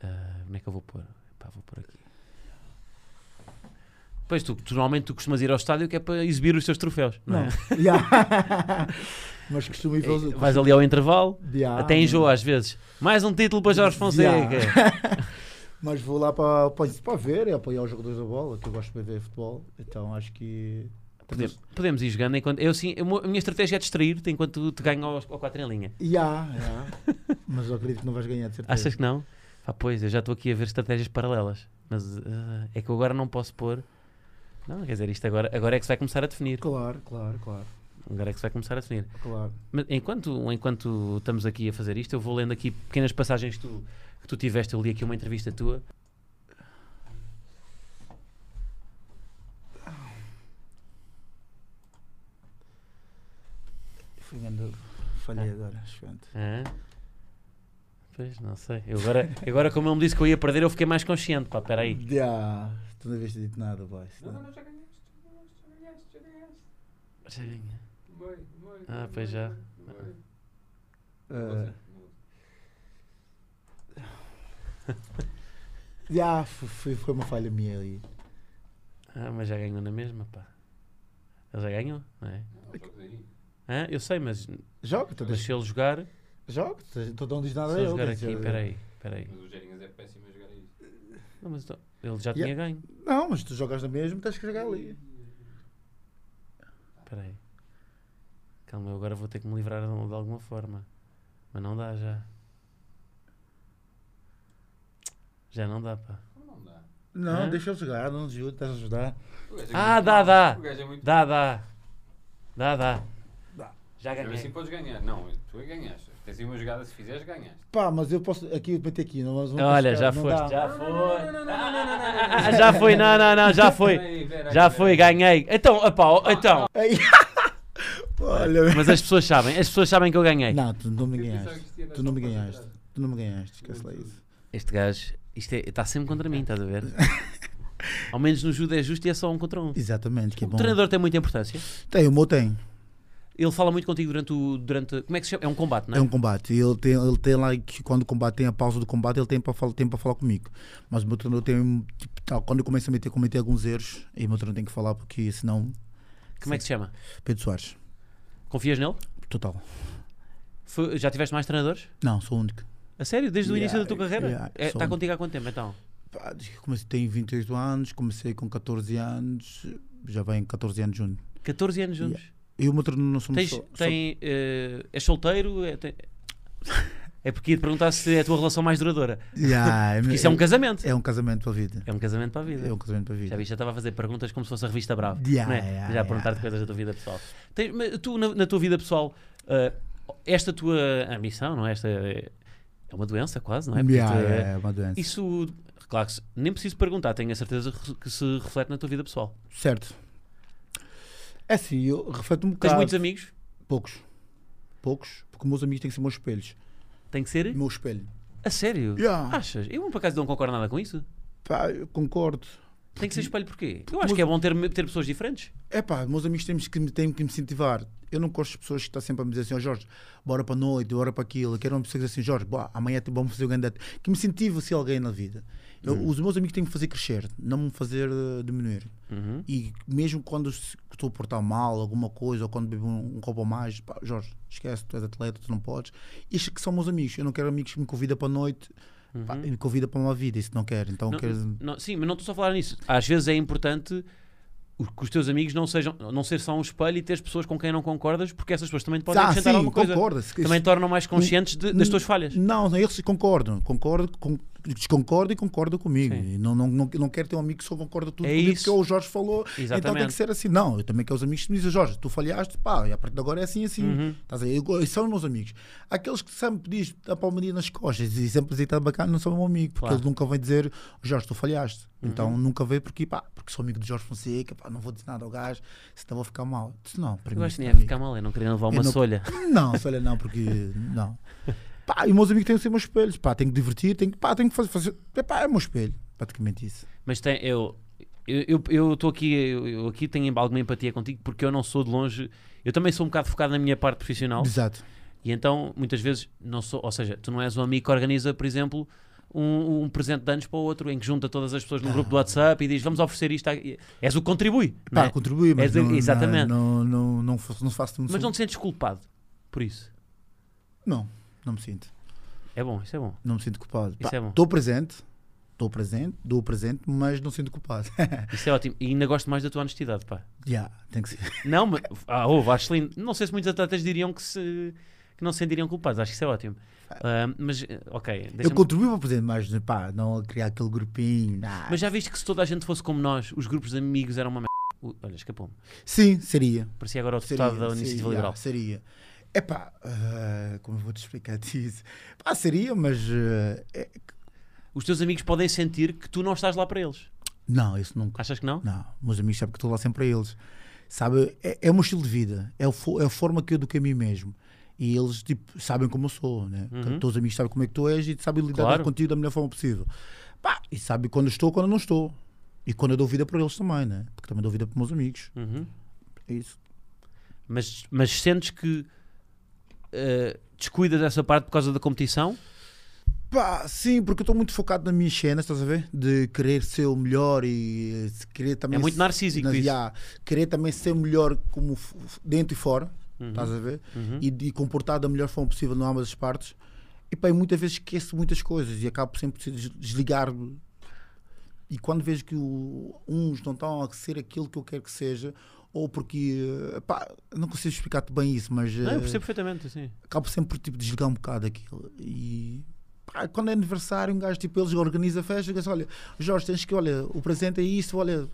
Speaker 2: Ah, onde é que eu vou pôr? Epá, vou pôr aqui. Pois tu, tu normalmente tu costumas ir ao estádio que é para exibir os teus troféus, não,
Speaker 1: Não.
Speaker 2: é?
Speaker 1: Yeah. mas costumo ir ver os-
Speaker 2: É, Vais ali ao intervalo,
Speaker 1: Yeah.
Speaker 2: até enjoa às vezes. Mais um título para Jorge
Speaker 1: Yeah.
Speaker 2: Fonseca.
Speaker 1: Mas vou lá para, para, para ver e apoiar os jogadores da bola, que eu gosto de ver futebol. Então acho que.
Speaker 2: Podemos, podemos ir jogando enquanto. Eu sim, eu- a minha estratégia é distrair-te enquanto te ganho ao, ao 4 em linha.
Speaker 1: Yeah, yeah. mas eu acredito que não vais ganhar, de certeza.
Speaker 2: Achas que não? Ah, pois, eu já estou aqui a ver estratégias paralelas. Mas ah, é que eu agora não posso pôr. Não, quer dizer, isto agora, agora é que se vai começar a definir.
Speaker 1: Claro, claro, claro.
Speaker 2: Agora é que se vai começar a definir.
Speaker 1: claro.
Speaker 2: Mas enquanto, enquanto estamos aqui a fazer isto, eu vou lendo aqui pequenas passagens que tu, que tu tiveste. Eu li aqui uma entrevista tua.
Speaker 1: Fui ganhando. Falhei agora, chegando.
Speaker 2: Hã? Pois, não sei. Eu agora, agora, como ele me disse que eu ia perder, eu fiquei mais consciente. Pá, peraí.
Speaker 1: Yeah. Tu não devias ter dito nada, boy.
Speaker 4: Não, não, não, já ganhaste, já ganhaste, já ganhaste, já ganhaste. Demorei, demorei,
Speaker 2: Ah,
Speaker 4: demorei,
Speaker 2: pois já.
Speaker 4: demorei. Não vou
Speaker 1: Uh,
Speaker 4: dizer, não vou dizer.
Speaker 1: yeah, foi, foi uma falha minha ali.
Speaker 2: Ah, mas já ganhou na mesma, pá. Ele já ganhou, não é?
Speaker 4: Não, não estou aí.
Speaker 2: Hã? Eu sei, mas,
Speaker 1: Joga, tu
Speaker 2: mas
Speaker 1: deixa.
Speaker 2: se ele jogar, se
Speaker 1: Joga, tu tu não diz nada a
Speaker 2: ele
Speaker 1: Ah, eu.
Speaker 2: jogar
Speaker 1: quer
Speaker 2: aqui,
Speaker 1: dizer-
Speaker 2: peraí, peraí.
Speaker 4: Mas o Gerinhas é péssimo a jogar a isto.
Speaker 2: Não, mas então, ele já
Speaker 1: Yeah.
Speaker 2: tinha ganho.
Speaker 1: Não, mas tu jogas na mesma, tens que jogar ali.
Speaker 2: Peraí. Calma, eu agora vou ter que me livrar de, de alguma forma. Mas não dá já. Já não dá, pá.
Speaker 4: Como Então não dá?
Speaker 1: Não,
Speaker 2: Hã?
Speaker 1: deixa eu jogar, não ajuda, estás a ajudar.
Speaker 4: O gajo é
Speaker 2: Ah,
Speaker 4: muito
Speaker 2: dá,
Speaker 4: mau.
Speaker 2: dá.
Speaker 4: O gajo é muito
Speaker 2: Dá, dá. Dá, dá.
Speaker 1: Dá.
Speaker 2: Já
Speaker 4: Mas Assim
Speaker 2: ganhei.
Speaker 4: podes ganhar. Não, tu é que ganhaste. Tens aí uma jogada, se fizeres, ganhaste.
Speaker 1: Pá, mas eu posso. Aqui, eu meter aqui, não, mas não
Speaker 2: Olha,
Speaker 1: posso
Speaker 2: já
Speaker 1: jogar, não
Speaker 2: foste,
Speaker 1: dá.
Speaker 2: já foi.
Speaker 4: não, não, não, não, não, não,
Speaker 2: Ah, já foi, não, não, não, já foi.
Speaker 4: Peraí, peraí,
Speaker 2: Já
Speaker 4: peraí.
Speaker 2: foi, ganhei. Então, opá, ó, então.
Speaker 1: Ai, Olha,
Speaker 2: Mas as pessoas sabem, as pessoas sabem que eu ganhei.
Speaker 1: Não, tu não me
Speaker 4: Eu pensava
Speaker 1: ganhaste.
Speaker 4: que isto ia dar
Speaker 1: Tu não
Speaker 4: só
Speaker 1: me
Speaker 4: para
Speaker 1: ganhaste.
Speaker 4: trás.
Speaker 1: Tu não me ganhaste, esquece lá isso.
Speaker 2: Este gajo, isto é- está sempre contra mim, estás a ver? Ao menos no judo é justo e é só um contra um.
Speaker 1: Exatamente, que é
Speaker 2: O
Speaker 1: bom.
Speaker 2: treinador tem muita importância.
Speaker 1: Tem, o meu tem.
Speaker 2: Ele fala muito contigo durante o. Durante, como é que se chama? É um combate, não é?
Speaker 1: É um combate. Ele tem, ele tem lá que quando combate, tem a pausa do combate, ele tem para falar, tem para falar comigo. Mas o meu treinador tem tipo, tal, quando eu começo a meter, cometer alguns erros, e o meu treinador tem que falar porque senão
Speaker 2: Como é que se chama?
Speaker 1: Pedro Soares,
Speaker 2: Confias nele?
Speaker 1: total.
Speaker 2: Foi- já tiveste mais treinadores?
Speaker 1: Não, sou o único.
Speaker 2: A sério? Desde o
Speaker 1: Yeah,
Speaker 2: início da tua carreira?
Speaker 1: yeah,
Speaker 2: É,
Speaker 1: sou
Speaker 2: está
Speaker 1: um-
Speaker 2: contigo há quanto tempo então?
Speaker 1: Pá, diz que comecei, tenho 28 anos, comecei com 14 anos, já vem 14 anos junto.
Speaker 2: 14 anos juntos.
Speaker 1: E o meu treinador não somos
Speaker 2: Tens,
Speaker 1: só- só-
Speaker 2: tem, eh, és solteiro? É, tem- é porque ia te perguntar se é a tua relação mais duradoura.
Speaker 1: Yeah,
Speaker 2: Porque isso é um casamento.
Speaker 1: é um casamento para a vida.
Speaker 2: É um casamento para a vida.
Speaker 1: É um casamento para a
Speaker 2: Já
Speaker 1: vida.
Speaker 2: viste, já estava a fazer perguntas como se fosse a revista Bravo.
Speaker 1: Yeah,
Speaker 2: não é?
Speaker 1: yeah,
Speaker 2: já a
Speaker 1: yeah.
Speaker 2: perguntar-te coisas da tua vida pessoal. Tens- mas tu, na, na tua vida pessoal, ah, esta tua ambição, não é? Esta é é uma doença quase, não é? Porque
Speaker 1: Yeah,
Speaker 2: tu-
Speaker 1: yeah, é uma doença.
Speaker 2: Isso, claro que se- nem preciso perguntar, tenho a certeza que se reflete na tua vida pessoal.
Speaker 1: Certo. É assim, eu refleto um
Speaker 2: Tens
Speaker 1: bocado.
Speaker 2: muitos amigos,
Speaker 1: Poucos. Poucos, porque meus amigos têm que ser meus espelhos.
Speaker 2: tem que ser.
Speaker 1: Meu espelho.
Speaker 2: A sério?
Speaker 1: Yeah.
Speaker 2: Achas? Eu por acaso não concordo nada com isso.
Speaker 1: Pá, eu concordo.
Speaker 2: Tem que ser espelho porquê? Eu acho que é bom ter, ter pessoas diferentes.
Speaker 1: É pá, meus amigos têm que, me- têm que me incentivar. Eu não gosto de pessoas que estão sempre a me dizer assim, ó Jorge, bora para a noite, bora para aquilo. Eu quero uma pessoa que diz assim, Jorge, boa, amanhã te- vamos fazer o grande. Que me incentive a ser alguém na vida. Eu-
Speaker 2: Uhum.
Speaker 1: Os meus amigos têm que me fazer crescer, não me fazer eh, diminuir.
Speaker 2: Uhum.
Speaker 1: E mesmo quando se- que estou a portar mal, alguma coisa, ou quando bebo um, um copo a mais, pá, Jorge, esquece, tu és atleta, tu não podes. Isto que são meus amigos. Eu não quero amigos que me convidam para a noite. Pá,
Speaker 2: Uhum.
Speaker 1: e me convida para uma vida, isso não quero. Então
Speaker 2: Não-
Speaker 1: quero.
Speaker 2: Não, sim, mas não estou só a falar nisso. Às vezes é importante o- que os teus amigos não sejam, não ser só um espelho e teres pessoas com quem não concordas, porque essas pessoas também te podem
Speaker 1: ah,
Speaker 2: acrescentar
Speaker 1: sim,
Speaker 2: alguma coisa.
Speaker 1: concordo.
Speaker 2: Também te tornam mais conscientes de- das tuas falhas.
Speaker 1: Não, não, eles concordam. Concordo, com- desconcordo e concordo comigo.
Speaker 2: Sim.
Speaker 1: E Não, não, não, não quero ter um amigo que só concorda tudo
Speaker 2: É
Speaker 1: comigo
Speaker 2: isso.
Speaker 1: porque o Jorge falou. Então tem
Speaker 2: Exatamente.
Speaker 1: que ser assim. Não, eu também quero os amigos que me dizem, Jorge, tu falhaste, pá, e a partir de agora é assim, assim.
Speaker 2: Uhum.
Speaker 1: Estás a ver? Eu go- Esses são os meus amigos. Aqueles que sempre diz a palmadinha nas costas e sempre dizem está bacana, não são meu amigo, porque
Speaker 2: Claro. Uhum.
Speaker 1: eles nunca vêm dizer Jorge, tu falhaste. Então nunca veio porque, pá, porque sou amigo de Jorge Fonseca, pá, não vou dizer nada ao gajo, senão vou ficar mal. Eu Disse, não, para
Speaker 2: Eu
Speaker 1: mim.
Speaker 2: acho que
Speaker 1: isto
Speaker 2: nem
Speaker 1: não
Speaker 2: ia
Speaker 1: é
Speaker 2: ficar mal, eu não queria levar
Speaker 1: Eu
Speaker 2: uma
Speaker 1: não-
Speaker 2: solha.
Speaker 1: não, se olha, não, porque não. Pá, e os meus amigos têm que ser meus espelhos, pá, tenho que divertir, tenho que, pá, tenho que fazer, fazer é, pá, é o meu espelho, praticamente isso.
Speaker 2: Mas tem, eu eu eu estou aqui, eu, eu aqui tenho alguma empatia contigo porque eu não sou de longe, eu também sou um bocado focado na minha parte profissional
Speaker 1: Exato.
Speaker 2: e então muitas vezes não sou, ou seja, tu não és um amigo que organiza, por exemplo, um, um presente de anos para o outro em que junta todas as pessoas num grupo do WhatsApp e diz vamos oferecer isto, a... és o que contribui, não
Speaker 1: Ah. Pá,
Speaker 2: é?
Speaker 1: contribuí, mas
Speaker 2: É,
Speaker 1: não,
Speaker 2: exatamente.
Speaker 1: Não, não, não, não, faço- não faço
Speaker 2: mas não te sentes culpado por isso.
Speaker 1: não, não me sinto.
Speaker 2: É bom, isso é bom.
Speaker 1: Não me sinto culpado.
Speaker 2: Isso é bom.
Speaker 1: Estou presente, estou presente, dou o presente, mas não sinto culpado.
Speaker 2: Isso é ótimo. E ainda gosto mais da tua honestidade, pá.
Speaker 1: Já, tem que ser.
Speaker 2: Não, mas. Ah, houve, acho lindo. Não sei se muitos atletas diriam que se. que não se sentiriam culpados. Acho que isso é ótimo. Ah, mas, eh, ok.
Speaker 1: Eu
Speaker 2: deixa-me-
Speaker 1: contribuí para o presente, mas pá, não a criar aquele grupinho. nah.
Speaker 2: Mas já viste que se toda a gente fosse como nós, os grupos de amigos eram uma merda. Ui, Olha, escapou-me.
Speaker 1: Sim, seria.
Speaker 2: Parecia agora o
Speaker 1: Seria,
Speaker 2: deputado da Iniciativa
Speaker 1: seria,
Speaker 2: Liberal.
Speaker 1: Seria. É pá, como eu vou te explicar isso? Pá, seria, mas. ah, é-
Speaker 2: Os teus amigos podem sentir que tu não estás lá para eles.
Speaker 1: não, isso nunca.
Speaker 2: Achas que não?
Speaker 1: Não, meus amigos sabem que estou lá sempre para eles. Sabe, é, é o meu estilo de vida, é, o fo- é a forma que eu eduquei a mim mesmo. E eles tipo, sabem como eu sou, né?
Speaker 2: Uhum.
Speaker 1: Todos os amigos sabem como é que tu és e sabem lidar
Speaker 2: Claro.
Speaker 1: contigo da melhor forma possível. Pá, e sabem quando estou, quando não estou. E quando eu dou vida para eles também, né? Porque também dou vida para os meus amigos.
Speaker 2: Uhum.
Speaker 1: É isso.
Speaker 2: Mas, mas sentes que. eh, descuidas dessa parte por causa da competição?
Speaker 1: Pá, sim, porque eu estou muito focado nas minhas cenas, estás a ver? De querer ser o melhor e eh, se querer também.
Speaker 2: É muito
Speaker 1: se-
Speaker 2: narcísico
Speaker 1: nas-
Speaker 2: isso.
Speaker 1: já, querer também ser o melhor como f- f- dentro e fora,
Speaker 2: Uhum.
Speaker 1: estás a ver? E de comportar da melhor forma possível em ambas as partes. E pá, e muitas vezes esqueço muitas coisas e acabo sempre por des- desligar-me. E quando vejo que o- uns não estão a ser aquilo que eu quero que seja, ou porque. eh, Pá, não consigo explicar-te bem isso, mas.
Speaker 2: Não,
Speaker 1: eh,
Speaker 2: eu percebo perfeitamente, assim.
Speaker 1: acabo sempre por tipo, desligar um bocado aquilo. E pá, quando é aniversário, um gajo tipo, eles organizam a festa e diz: Olha, Jorge, tens que, olha, o presente é isso, olha,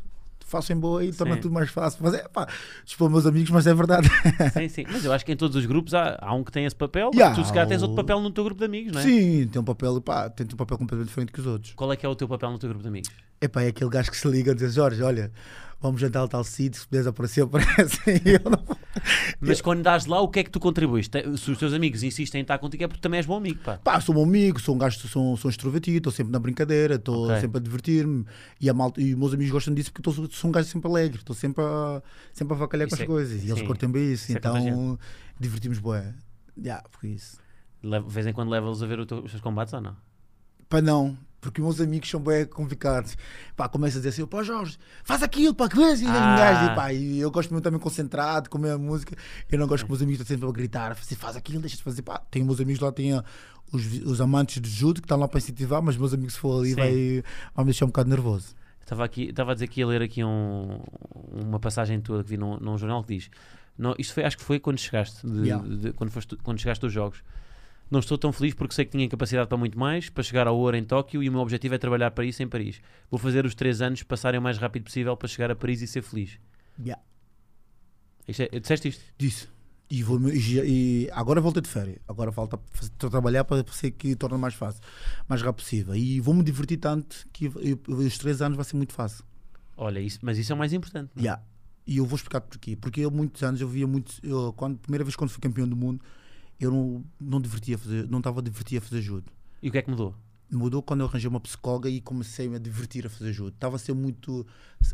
Speaker 1: faço em boa e torna
Speaker 2: Sim.
Speaker 1: tudo mais fácil. Mas é pá, expor meus amigos, mas é verdade.
Speaker 2: Sim, sim. Mas eu acho que em todos os grupos há, há um que tem esse papel. mas
Speaker 1: Yeah,
Speaker 2: tu, se calhar, tens
Speaker 1: o-
Speaker 2: outro papel no teu grupo de amigos, não é?
Speaker 1: Sim, tem um papel, pá, tem um papel completamente diferente que os outros.
Speaker 2: Qual é que é o teu papel no teu grupo de amigos?
Speaker 1: É pá, é aquele gajo que se liga e diz: Jorge, olha, vamos jantar ao tal sítio, se puderes aparecer, aparece. E eu não.
Speaker 2: Mas quando estás lá, o que é que tu contribuís? Te- Se os teus amigos insistem em estar contigo é porque também és bom amigo, pá.
Speaker 1: Pá, sou um amigo, sou um gajo, sou, sou extrovertido, estou sempre na brincadeira, estou
Speaker 2: Ok.
Speaker 1: sempre a divertir-me. E, a malta- e os meus amigos gostam disso porque eu tô- sou um gajo sempre alegre, estou sempre a, sempre a vacalhar com
Speaker 2: Isso
Speaker 1: as
Speaker 2: é-
Speaker 1: coisas. E eles
Speaker 2: sim,
Speaker 1: curtem bem isso,
Speaker 2: isso é
Speaker 1: então divertimos bué. Yeah, foi isso.
Speaker 2: Leva- De vez em quando leva-los a ver o teu- os teus combates ou não?
Speaker 1: Pá, não, porque os meus amigos são bem complicados. Pá, começa a dizer assim, pá, Jorge, faz aquilo, pá, que vês? E,
Speaker 2: Ah.
Speaker 1: um gajo, e, pá, e eu gosto muito também concentrado, com a minha música. Eu não gosto que os meus amigos estão sempre a gritar, assim, faz aquilo, deixa de fazer. Pá, tem meus amigos lá, tem ah, os, vi- os amantes de judo que estão lá para incentivar, mas meus amigos se for ali
Speaker 2: Sim.
Speaker 1: vai, vai me deixar um bocado nervoso.
Speaker 2: Estava aqui, estava a dizer que ia ler aqui um- uma passagem tua que vi num, num jornal que diz. Não, isto foi, acho que foi quando chegaste, de-
Speaker 1: Yeah.
Speaker 2: de- quando, foste, quando chegaste dos jogos. Não estou tão feliz porque sei que tinha capacidade para muito mais, para chegar ao ouro em Tóquio e o meu objetivo é trabalhar para isso em Paris. Vou fazer os três anos passarem o mais rápido possível para chegar a Paris e ser feliz.
Speaker 1: Yeah.
Speaker 2: Isto é, disseste isto?
Speaker 1: Disse. E, vou, e, já- e agora voltei de férias. Agora falta fa- tra- trabalhar para ser que torna mais fácil, mais rápido possível. E vou-me divertir tanto que eu- eu- os três anos vai ser muito fácil.
Speaker 2: Olha, isso, mas isso é o mais importante. não é?
Speaker 1: Yeah. E eu vou explicar porquê. Porque eu, muitos anos, eu via muito. Eu, quando, primeira vez quando fui campeão do mundo, eu não, não divertia a fazer, não estava a divertir a fazer judo.
Speaker 2: E o que é que mudou?
Speaker 1: Mudou quando eu arranjei uma psicóloga e comecei a divertir a fazer judo. Estava a ser muito c-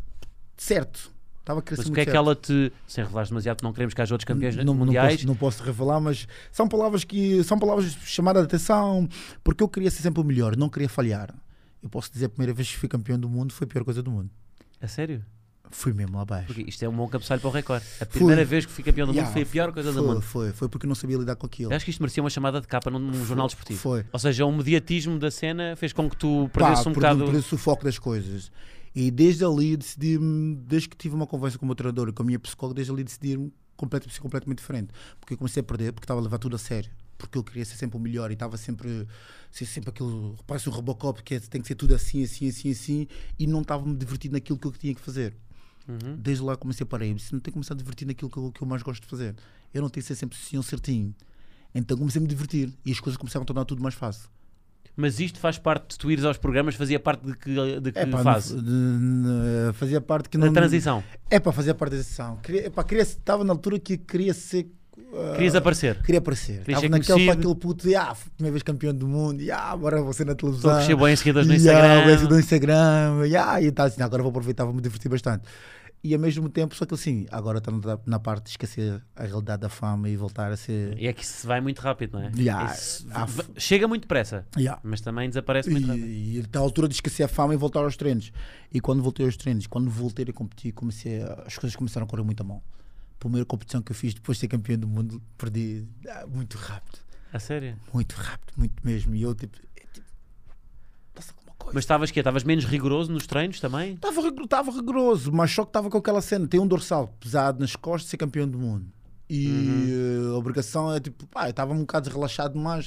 Speaker 1: certo. Estava a crescer
Speaker 2: Mas o
Speaker 1: muito
Speaker 2: que é que
Speaker 1: certo.
Speaker 2: ela te. Sem revelar demasiado, não queremos que haja outros campeões
Speaker 1: N- não, não
Speaker 2: mundiais.
Speaker 1: posso, não posso revelar, mas são palavras que são palavras de chamada de atenção, porque eu queria ser sempre o melhor, não queria falhar. Eu posso dizer a primeira vez que fui campeão do mundo foi a pior coisa do mundo.
Speaker 2: A sério?
Speaker 1: Fui mesmo lá abaixo.
Speaker 2: Porque isto é um bom cabeçalho para o recorde. A primeira vez que fui campeão do
Speaker 1: Yeah,
Speaker 2: mundo foi a pior coisa do
Speaker 1: Foi,
Speaker 2: mundo.
Speaker 1: foi, foi porque não sabia lidar com aquilo.
Speaker 2: Eu acho que isto merecia uma chamada de capa num, num jornal desportivo.
Speaker 1: Então. Foi.
Speaker 2: Ou seja, o mediatismo da cena fez com que tu
Speaker 1: Pá,
Speaker 2: perdesse um
Speaker 1: perdi-
Speaker 2: bocado.
Speaker 1: perdi-se o foco das coisas. E desde ali decidi-me, desde que tive uma conversa com o meu treinador e com a minha psicóloga, desde ali decidi-me completamente, ser completamente diferente. Porque eu comecei a perder, porque estava a levar tudo a sério. Porque eu queria ser sempre o melhor e estava sempre, ser sempre aquilo, parece um Robocop que é- tem que ser tudo assim, assim, assim, assim, e não estava-me divertido naquilo que eu tinha que fazer.
Speaker 2: Uhum.
Speaker 1: Desde lá comecei a parar e disse, não tenho que começar a divertir naquilo que eu, que eu mais gosto de fazer. Eu não tenho que ser sempre senhor certinho. Então comecei a me divertir e as coisas começaram a tornar tudo mais fácil.
Speaker 2: Mas isto faz parte de tu ires aos programas, fazia parte de que, de que
Speaker 1: É pá,
Speaker 2: fase?
Speaker 1: não- de- de- fazia parte que
Speaker 2: Da
Speaker 1: não.
Speaker 2: transição.
Speaker 1: É para fazer parte da transição. Queria, é pá, queria, estava na altura que queria ser. ah,
Speaker 2: Querias aparecer.
Speaker 1: Queria aparecer.
Speaker 2: Queria ser
Speaker 1: Estava naquele
Speaker 2: conhecido.
Speaker 1: para aquele puto de ah, fui primeira vez campeão do mundo, e ah, agora vou ser na
Speaker 2: Estou
Speaker 1: televisão.
Speaker 2: a crescer bem em seguidores no
Speaker 1: E, ah, o resto do
Speaker 2: Instagram.
Speaker 1: Instagram, e, ah, e tá assim, agora vou aproveitar, vou me divertir bastante. E ao mesmo tempo, só que assim, agora está na, na parte de esquecer a realidade da fama e voltar a ser.
Speaker 2: E é que isso vai muito rápido, não é?
Speaker 1: Yeah,
Speaker 2: Isso
Speaker 1: há
Speaker 2: v-
Speaker 1: f-
Speaker 2: Chega muito depressa,
Speaker 1: Yeah.
Speaker 2: mas também desaparece muito rápido.
Speaker 1: E, e está à altura de esquecer a fama e voltar aos treinos. E quando voltei aos treinos, quando voltei a competir, comecei a- as coisas começaram a correr muito a mão. Primeira competição que eu fiz depois de ser campeão do mundo, perdi ah, muito rápido,
Speaker 2: A sério?
Speaker 1: muito rápido, muito mesmo. E eu tipo, é, tipo passa alguma coisa.
Speaker 2: Mas estavas que Estavas menos rigoroso nos treinos também?
Speaker 1: Estava rigor- estava rigoroso, mas só que estava com aquela cena. Tem um dorsal pesado nas costas de ser campeão do mundo. E eh, a obrigação é tipo, pá, eu estava um bocado relaxado demais.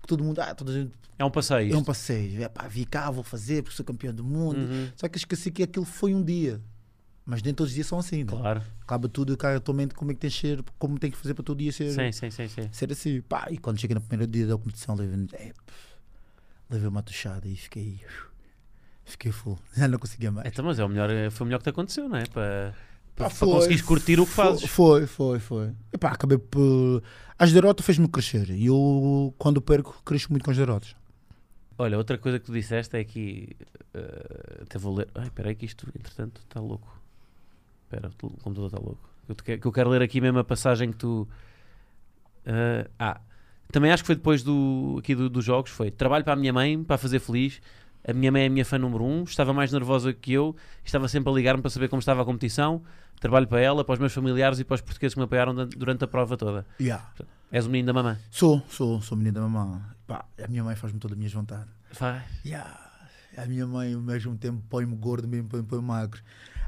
Speaker 1: Porque todo mundo, ah, toda a gente
Speaker 2: É um passeio.
Speaker 1: é um
Speaker 2: isto.
Speaker 1: passeio. É pá, vi cá, vou fazer porque sou campeão do mundo.
Speaker 2: Uhum.
Speaker 1: Só que esqueci que aquilo foi um dia. Mas nem todos os dias são assim, né?
Speaker 2: Claro.
Speaker 1: Acaba tudo, cara, tua mente, como é que tens de ser, como tem que fazer para todo dia ser,
Speaker 2: Sim, sim, sim, sim.
Speaker 1: ser assim. Pá, e quando cheguei no primeiro dia da competição, levei, é, pff, levei uma tochada e fiquei. Fiquei full. Já não conseguia mais.
Speaker 2: Então, mas é o melhor, foi o melhor que te aconteceu, não é? Para, para,
Speaker 1: Pá,
Speaker 2: para conseguires curtir o que
Speaker 1: Ah, foi,
Speaker 2: fazes.
Speaker 1: Foi, foi, foi. E pá, acabei por. As derrotas fez-me crescer. E eu, quando perco, cresço muito com as derrotas.
Speaker 2: Olha, outra coisa que tu disseste é que. eh, até vou ler. Ai, peraí, que isto, entretanto, está louco. Espera, o tel- o computador está louco. Eu, te que- que eu quero ler aqui mesmo a passagem que tu. eh, ah, também acho que foi depois do, aqui do- dos jogos. Foi trabalho para a minha mãe, para a fazer feliz. A minha mãe é a minha fã número um. Estava mais nervosa que eu. Estava sempre a ligar-me para saber como estava a competição. Trabalho para ela, para os meus familiares e para os portugueses que me apoiaram da- durante a prova toda.
Speaker 1: Yeah.
Speaker 2: És o menino da mamã.
Speaker 1: Sou, sou, sou menino da mamãe. Pá, a minha mãe faz-me toda a minha vontade.
Speaker 2: Vai.
Speaker 1: Yeah. A minha mãe, ao mesmo tempo, põe-me gordo, mesmo põe-me põe-me magro.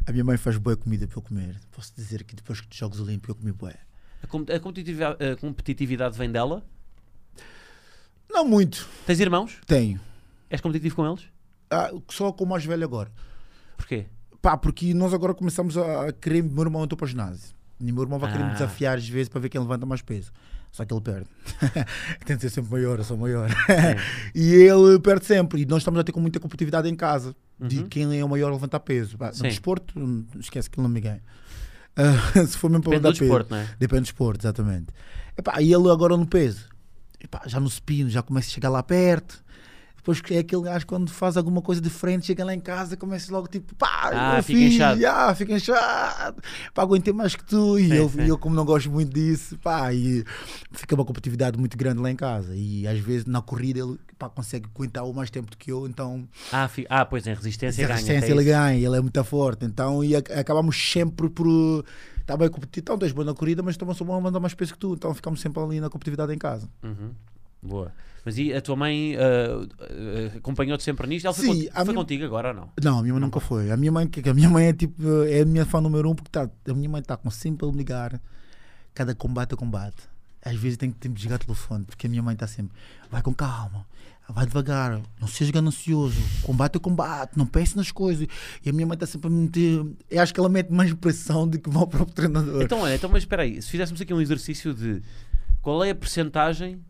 Speaker 1: A minha mãe faz boa comida para eu comer. Posso dizer que depois que dos Jogos Olímpicos eu comi boé.
Speaker 2: A, com- a competitividade, a competitividade vem dela.
Speaker 1: Não muito.
Speaker 2: Tens irmãos?
Speaker 1: Tenho.
Speaker 2: És competitivo com eles?
Speaker 1: Ah, só com o mais velho agora.
Speaker 2: Porquê?
Speaker 1: Pá, porque nós agora começamos a querer. Meu irmão entrou para o ginásio. E meu irmão vai querer me
Speaker 2: Ah.
Speaker 1: desafiar às vezes para ver quem levanta mais peso. Só que ele perde. Tem de ser sempre maior, eu sou maior.
Speaker 2: É.
Speaker 1: e ele perde sempre. E nós estamos a ter com muita competitividade em casa. De
Speaker 2: Uhum.
Speaker 1: quem é o maior a levantar peso. Pá, No
Speaker 2: Sim.
Speaker 1: desporto, hum, esquece que ele não me ganha. Ah, se for mesmo para
Speaker 2: Depende do
Speaker 1: levantar peso.
Speaker 2: desporto, não é?
Speaker 1: Depende do esporte, exatamente. Epá, e ele agora no peso. Epá, já no supino, já começa a chegar lá perto. Depois que é aquele gajo quando faz alguma coisa diferente, chega lá em casa, começa logo tipo, pá,
Speaker 2: Ah,
Speaker 1: eu
Speaker 2: fica
Speaker 1: fiz,
Speaker 2: inchado.
Speaker 1: ah, fica inchado, pá, aguentei mais que tu. E
Speaker 2: Sim,
Speaker 1: eu,
Speaker 2: sim.
Speaker 1: e eu, como não gosto muito disso, pá, e fica uma competitividade muito grande lá em casa. E às vezes na corrida ele pá, consegue aguentar o mais tempo do que eu, então
Speaker 2: Ah, fi- ah, pois em resistência
Speaker 1: a
Speaker 2: ganha.
Speaker 1: resistência
Speaker 2: até
Speaker 1: ele
Speaker 2: isso.
Speaker 1: ganha, ele é muito forte. Então e ac- acabamos sempre por. Está bem competir, então tu és bom na corrida, mas também sou bom a mandar mais peso que tu. Então ficamos sempre ali na competitividade em casa.
Speaker 2: Uhum. Boa. Mas e a tua mãe ah, ah, acompanhou-te sempre nisto? Ela foi,
Speaker 1: Sim,
Speaker 2: conti-
Speaker 1: a
Speaker 2: foi
Speaker 1: minha-
Speaker 2: contigo agora ou não?
Speaker 1: Não, a minha mãe nunca foi. A minha mãe, que- que a minha mãe é tipo, é a minha fã número um, porque tá, a minha mãe está com sempre a me ligar, cada combate a combate. Às vezes tenho que tempo de desligar o telefone, porque a minha mãe está sempre, vai com calma, vai devagar, não seja ganancioso, combate a combate, não pense nas coisas. E a minha mãe está sempre a me meter, eu acho que ela mete mais pressão do que o meu próprio treinador.
Speaker 2: Então, olha, então, mas espera aí. Se fizéssemos aqui um exercício de qual é a percentagem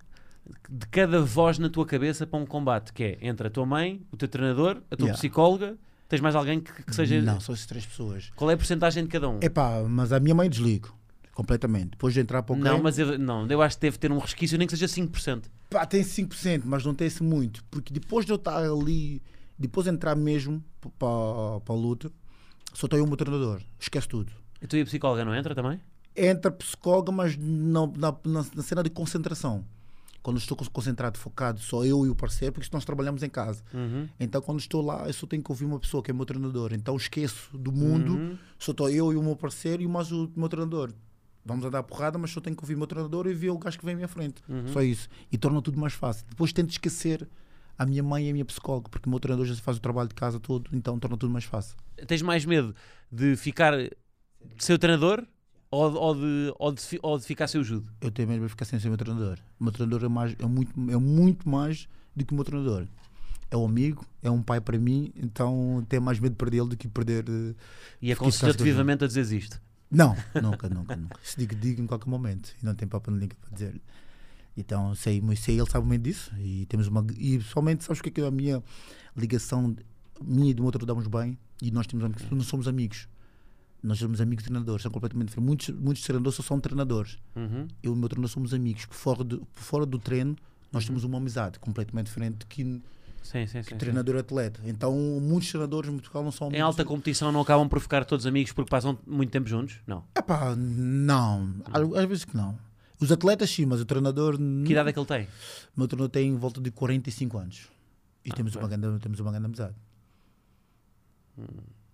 Speaker 2: de cada voz na tua cabeça para um combate? Que é entre a tua mãe, o teu treinador, a tua
Speaker 1: Yeah.
Speaker 2: psicóloga, tens mais alguém que, que seja...
Speaker 1: Não, são essas três pessoas.
Speaker 2: Qual é a percentagem de cada um?
Speaker 1: Epá, mas a minha mãe desligo. Completamente. Depois de entrar para o
Speaker 2: Não,
Speaker 1: campo-
Speaker 2: mas eu, não, eu acho que deve ter um resquício, nem que seja 5%.
Speaker 1: Pá, tem 5%, mas não tem-se muito. Porque depois de eu estar ali, depois de entrar mesmo p- para para a luta, só tenho um treinador. Esquece tudo.
Speaker 2: E tu e a psicóloga não entra também?
Speaker 1: Entra psicóloga, mas não, na, na, na cena de concentração. Quando estou co- concentrado, focado, só eu e o parceiro, porque nós trabalhamos em casa.
Speaker 2: Uhum.
Speaker 1: Então, quando estou lá, eu só tenho que ouvir uma pessoa que é meu treinador. Então, esqueço do mundo,
Speaker 2: Uhum.
Speaker 1: só estou eu e o meu parceiro e mais o meu treinador. Vamos andar a porrada, mas só tenho que ouvir o meu treinador e ver o gajo que vem à minha frente.
Speaker 2: Uhum.
Speaker 1: Só isso. E torna tudo mais fácil. Depois tento esquecer a minha mãe e a minha psicóloga, porque o meu treinador já faz o trabalho de casa todo, então torna tudo mais fácil.
Speaker 2: Tens mais medo de ficar sem o treinador ou, ou de, ou, de, fi- ou de ficar sem o judo?
Speaker 1: Eu tenho mesmo a ficar sem ser meu treinador. O meu treinador é, mais, é, muito, é muito mais do que o meu treinador. É um amigo, é um pai para mim, então tenho mais medo de perdê-lo do que perder. eh,
Speaker 2: E
Speaker 1: sem
Speaker 2: aconselho-te
Speaker 1: o judo.
Speaker 2: vivamente a dizer isto.
Speaker 1: Não, nunca, nunca, nunca. Se digo, digo em qualquer momento. E não tem papo na língua para dizer. Então, sei, mas sei, ele sabe muito disso. E temos uma. E pessoalmente, sabes o que é que é a minha ligação, de- minha e do outro, damos bem. E nós temos amigos, não somos amigos. Nós somos amigos treinadores, são completamente diferentes. Muitos, muitos treinadores só são treinadores.
Speaker 2: Uhum.
Speaker 1: Eu e o meu treinador somos amigos. Por fora do, por fora do treino, nós temos uma amizade completamente diferente do que
Speaker 2: Uhum. Sim, sim, sim. sim.
Speaker 1: treinador-atleta. Então, muitos treinadores em Portugal não são
Speaker 2: Em
Speaker 1: amigos.
Speaker 2: alta competição não acabam por ficar todos amigos porque passam muito tempo juntos? Não.
Speaker 1: Epá, não. Às às vezes que não. Os atletas sim, mas o treinador.
Speaker 2: Uhum. Que idade é que ele tem?
Speaker 1: O meu treinador tem em volta de 45 anos. E
Speaker 2: Ah,
Speaker 1: temos,
Speaker 2: ok.
Speaker 1: uma grande, temos uma grande amizade.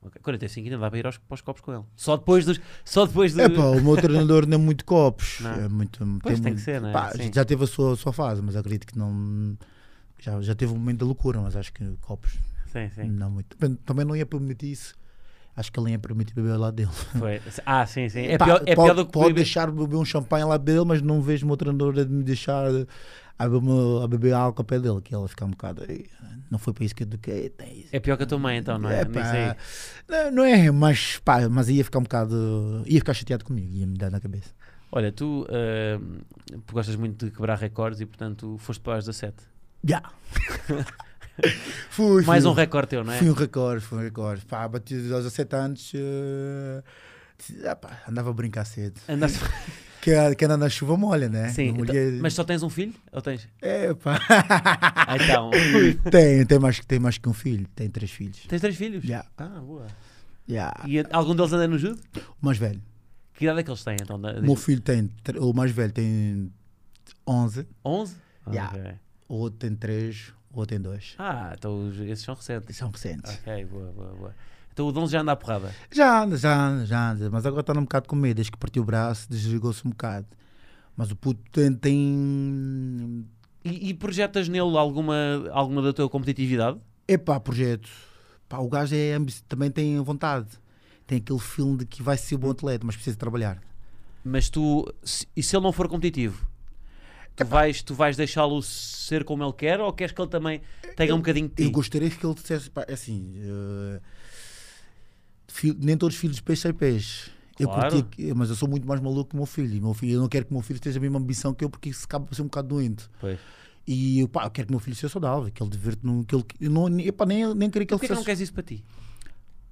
Speaker 2: Ok, 45 ainda dá para ir aos, para os copos com ele. Só depois dos. Só depois do.
Speaker 1: Epá, o meu treinador não é muito copos.
Speaker 2: Não.
Speaker 1: É muito,
Speaker 2: Pois, tem
Speaker 1: muito-
Speaker 2: que ser, não é?
Speaker 1: pá,
Speaker 2: Sim.
Speaker 1: já teve a sua, a sua fase, mas acredito que não. Já, já teve um momento da loucura, mas acho que copos
Speaker 2: Sim, sim.
Speaker 1: não muito. Também- Também não ia permitir isso. Acho que ele ia permitir beber lá dele.
Speaker 2: Foi. Ah, sim, sim. É,
Speaker 1: Pá,
Speaker 2: pior, é
Speaker 1: pode,
Speaker 2: pior do que
Speaker 1: pode
Speaker 2: beber-
Speaker 1: deixar beber um champanhe lá dele, mas não vejo o meu treinador a me deixar a, beber- a beber álcool ao pé dele, que ela fica um bocado. "Ei, Não foi para isso que eu eduquei. tem isso."
Speaker 2: É pior que a tua mãe, então, não é?
Speaker 1: É,
Speaker 2: Nem
Speaker 1: pá,
Speaker 2: sei.
Speaker 1: não, não é, mas, pá, mas ia ficar um bocado. ia ficar chateado comigo, ia me dar na cabeça.
Speaker 2: Olha, tu eh, gostas muito de quebrar recordes e, portanto, foste para os 17.
Speaker 1: Já! fui,
Speaker 2: Mais
Speaker 1: fui,
Speaker 2: um recorde teu, não é?
Speaker 1: Fui um recorde, foi um recorde. Pá, bati aos 17 anos. eh, ah, pá, andava a brincar cedo.
Speaker 2: Andaste-
Speaker 1: Que, que anda na chuva molha, né?
Speaker 2: Sim,
Speaker 1: Não
Speaker 2: então-
Speaker 1: molhei-
Speaker 2: mas só tens um filho? Ou tens?
Speaker 1: É, pá.
Speaker 2: Ah, então.
Speaker 1: Tem, tem mais, que- tem mais que um filho, tem três filhos.
Speaker 2: tens três filhos?
Speaker 1: Já.
Speaker 2: Ah, boa.
Speaker 1: já.
Speaker 2: E a- algum deles anda no judo?
Speaker 1: O mais velho.
Speaker 2: Que idade é que eles têm, então? Da-
Speaker 1: O meu filho tem, tre- o mais velho tem 11,
Speaker 2: 11? Ah,
Speaker 1: Já.
Speaker 2: ok.
Speaker 1: o outro tem 3, o outro tem é 2.
Speaker 2: Ah, então os- esses são recentes.
Speaker 1: São recentes.
Speaker 2: Ok, boa, boa, boa. Então o 11 já anda à porrada.
Speaker 1: Já anda, já anda, já anda. Mas agora está um bocado com medo, desde que partiu o braço, desligou-se um bocado. Mas o puto tem. tem...
Speaker 2: E, e projetas nele alguma, alguma da tua competitividade?
Speaker 1: Epá, projeto. Pá, o gajo é ambi- também tem vontade. Tem aquele filme de que vai ser bom atleta, mas precisa de trabalhar.
Speaker 2: Mas tu, se- e se ele não for competitivo? Tu vais, tu vais deixá-lo ser como ele quer ou queres que ele também tenha um bocadinho de
Speaker 1: Eu
Speaker 2: ti?
Speaker 1: gostaria que ele dissesse, pá, é assim, eh, fi- nem todos os filhos de peixe é peixe. Eu
Speaker 2: Claro.
Speaker 1: curti que- mas eu sou muito mais maluco que o meu filho. E meu filho. Eu não quero que o meu filho tenha a mesma ambição que eu, porque isso acaba por ser um bocado doente.
Speaker 2: Pois.
Speaker 1: E pá, eu quero que o meu filho seja saudável, que ele diverte no. Que ele, eu não, epá, nem, nem queria que ele
Speaker 2: Porquê que não
Speaker 1: fosse.
Speaker 2: queres isso para ti?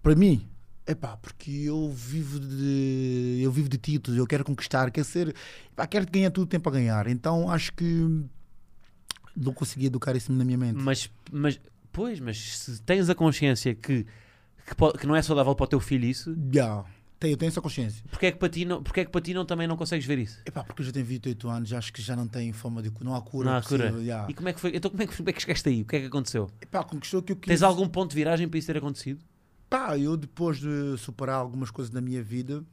Speaker 1: Para mim, é pá, porque eu vivo de. Eu vivo de títulos, eu quero conquistar, quero ser. Pá, quero ganhar tudo o tempo a ganhar. Então acho que não consegui educar isso na minha mente.
Speaker 2: Mas, mas, pois, mas se tens a consciência que, que, po- que não é saudável para o teu filho isso,
Speaker 1: Já, tenho, eu tenho essa consciência.
Speaker 2: porquê é que para ti, não, porquê é que para ti não, também não consegues ver isso?
Speaker 1: Epá, porque eu já tenho 28 anos, acho que já não tenho forma de. cu- Não há cura.
Speaker 2: Não há cura.
Speaker 1: possível, já.
Speaker 2: E como é que foi? Então como é que, como é que chegaste aí? O que é que aconteceu?
Speaker 1: Epá, conquistou o que eu queria.
Speaker 2: Tens algum ponto de viragem para isso ter acontecido?
Speaker 1: Pá, eu depois de superar algumas coisas na minha vida,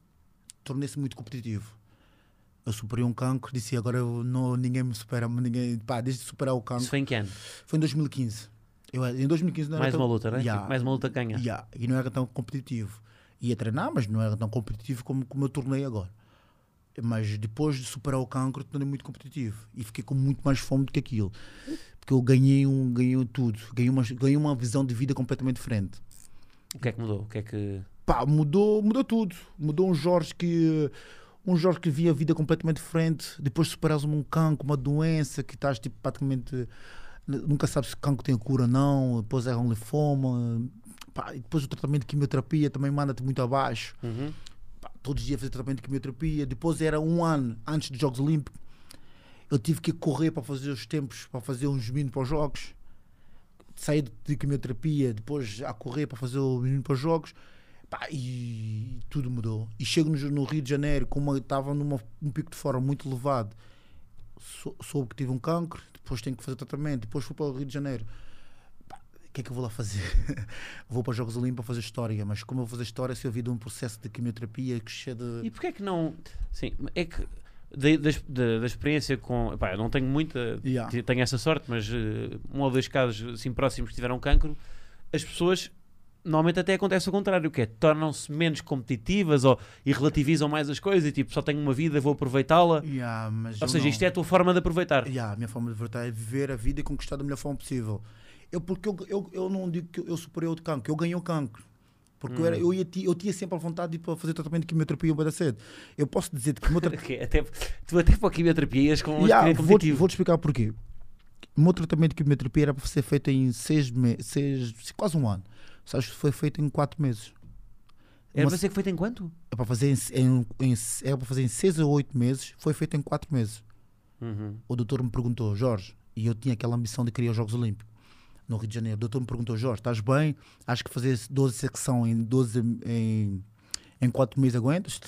Speaker 1: tornei-se muito competitivo. Eu superei um cancro, disse agora eu não, ninguém me supera, ninguém, pá, desde superar o
Speaker 2: Isso
Speaker 1: cancro,
Speaker 2: foi em que ano?
Speaker 1: foi em 2015. Eu, em 2015 não era
Speaker 2: Mais
Speaker 1: tão,
Speaker 2: uma luta, né?
Speaker 1: Yeah,
Speaker 2: Mais uma luta que ganha.
Speaker 1: yeah, e não era tão competitivo. Ia treinar, mas não era tão competitivo como, como eu tornei agora. Mas depois de superar o cancro, tornei muito competitivo. E fiquei com muito mais fome do que aquilo. Porque eu ganhei, um, ganhei tudo. Ganhei uma, ganhei uma visão de vida completamente diferente
Speaker 2: O que é que mudou? O que é que.
Speaker 1: pá, mudou, mudou tudo. Mudou um Jorge que um Jorge que via a vida completamente diferente, depois superas um cancro, uma doença que estás tipo praticamente nunca sabes se o cancro tem cura ou não, depois é um linfoma, pá, e depois o tratamento de quimioterapia também manda-te muito abaixo.
Speaker 2: Uhum.
Speaker 1: Pá, todos os dias fazer tratamento de quimioterapia, depois era um ano antes dos Jogos Olímpicos. Eu tive que correr para fazer os tempos, para fazer uns minutos para os Jogos. Saí de, de quimioterapia, depois a correr para fazer o menino para os Jogos. Pá, e tudo mudou. E chego no, no Rio de Janeiro, como estava num pico de forma muito elevado, sou- soube que tive um cancro, depois tenho que fazer tratamento, depois fui para o Rio de Janeiro. Pá, O que é que eu vou lá fazer? vou para os Jogos Olímpicos fazer história, mas como eu vou fazer história se eu vi de um processo de quimioterapia que cheio de.
Speaker 2: E porquê é que não. Sim, é que. Da, da, da- da experiência com. Pá, eu não tenho muita.
Speaker 1: Yeah.
Speaker 2: te- Tenho essa sorte, mas eh, um ou dois casos assim próximos que tiveram cancro, as pessoas. Normalmente até acontece o contrário, que é tornam-se menos competitivas ou, e relativizam mais as coisas e tipo, só tenho uma vida, vou aproveitá-la.
Speaker 1: Yeah, mas
Speaker 2: Ou
Speaker 1: eu
Speaker 2: seja,
Speaker 1: não.
Speaker 2: isto é a tua forma de aproveitar.
Speaker 1: Yeah, a minha forma de verdade é viver a vida e conquistar da melhor forma possível. Eu, porque eu, eu, eu não digo que eu, eu superei o cancro, eu ganhei o cancro. Porque eu,
Speaker 2: Hum.
Speaker 1: era, eu, ia, ti- eu tinha sempre a vontade de ir para fazer tratamento de quimioterapia bué da cedo. Eu posso dizer que quimioterapia.
Speaker 2: Ok, é Até, tu até para a quimioterapia ias com um
Speaker 1: yeah,
Speaker 2: espírito
Speaker 1: vou,
Speaker 2: competitivo.
Speaker 1: vou te explicar porquê. O meu tratamento de quimioterapia era para ser feito em seis meses, quase um ano. Sabes que foi feito em quatro meses.
Speaker 2: Era
Speaker 1: Uma-
Speaker 2: para ser que feito em quanto?
Speaker 1: é para fazer em, em- em- era para fazer em seis ou oito meses, foi feito em quatro meses.
Speaker 2: Uhum.
Speaker 1: o doutor me perguntou, Jorge, e eu tinha aquela ambição de querer ir aos Jogos Olímpicos no Rio de Janeiro. O doutor me perguntou, Jorge, estás bem? Acho que fazer 12 secção em 12 em, em 4 meses aguentas?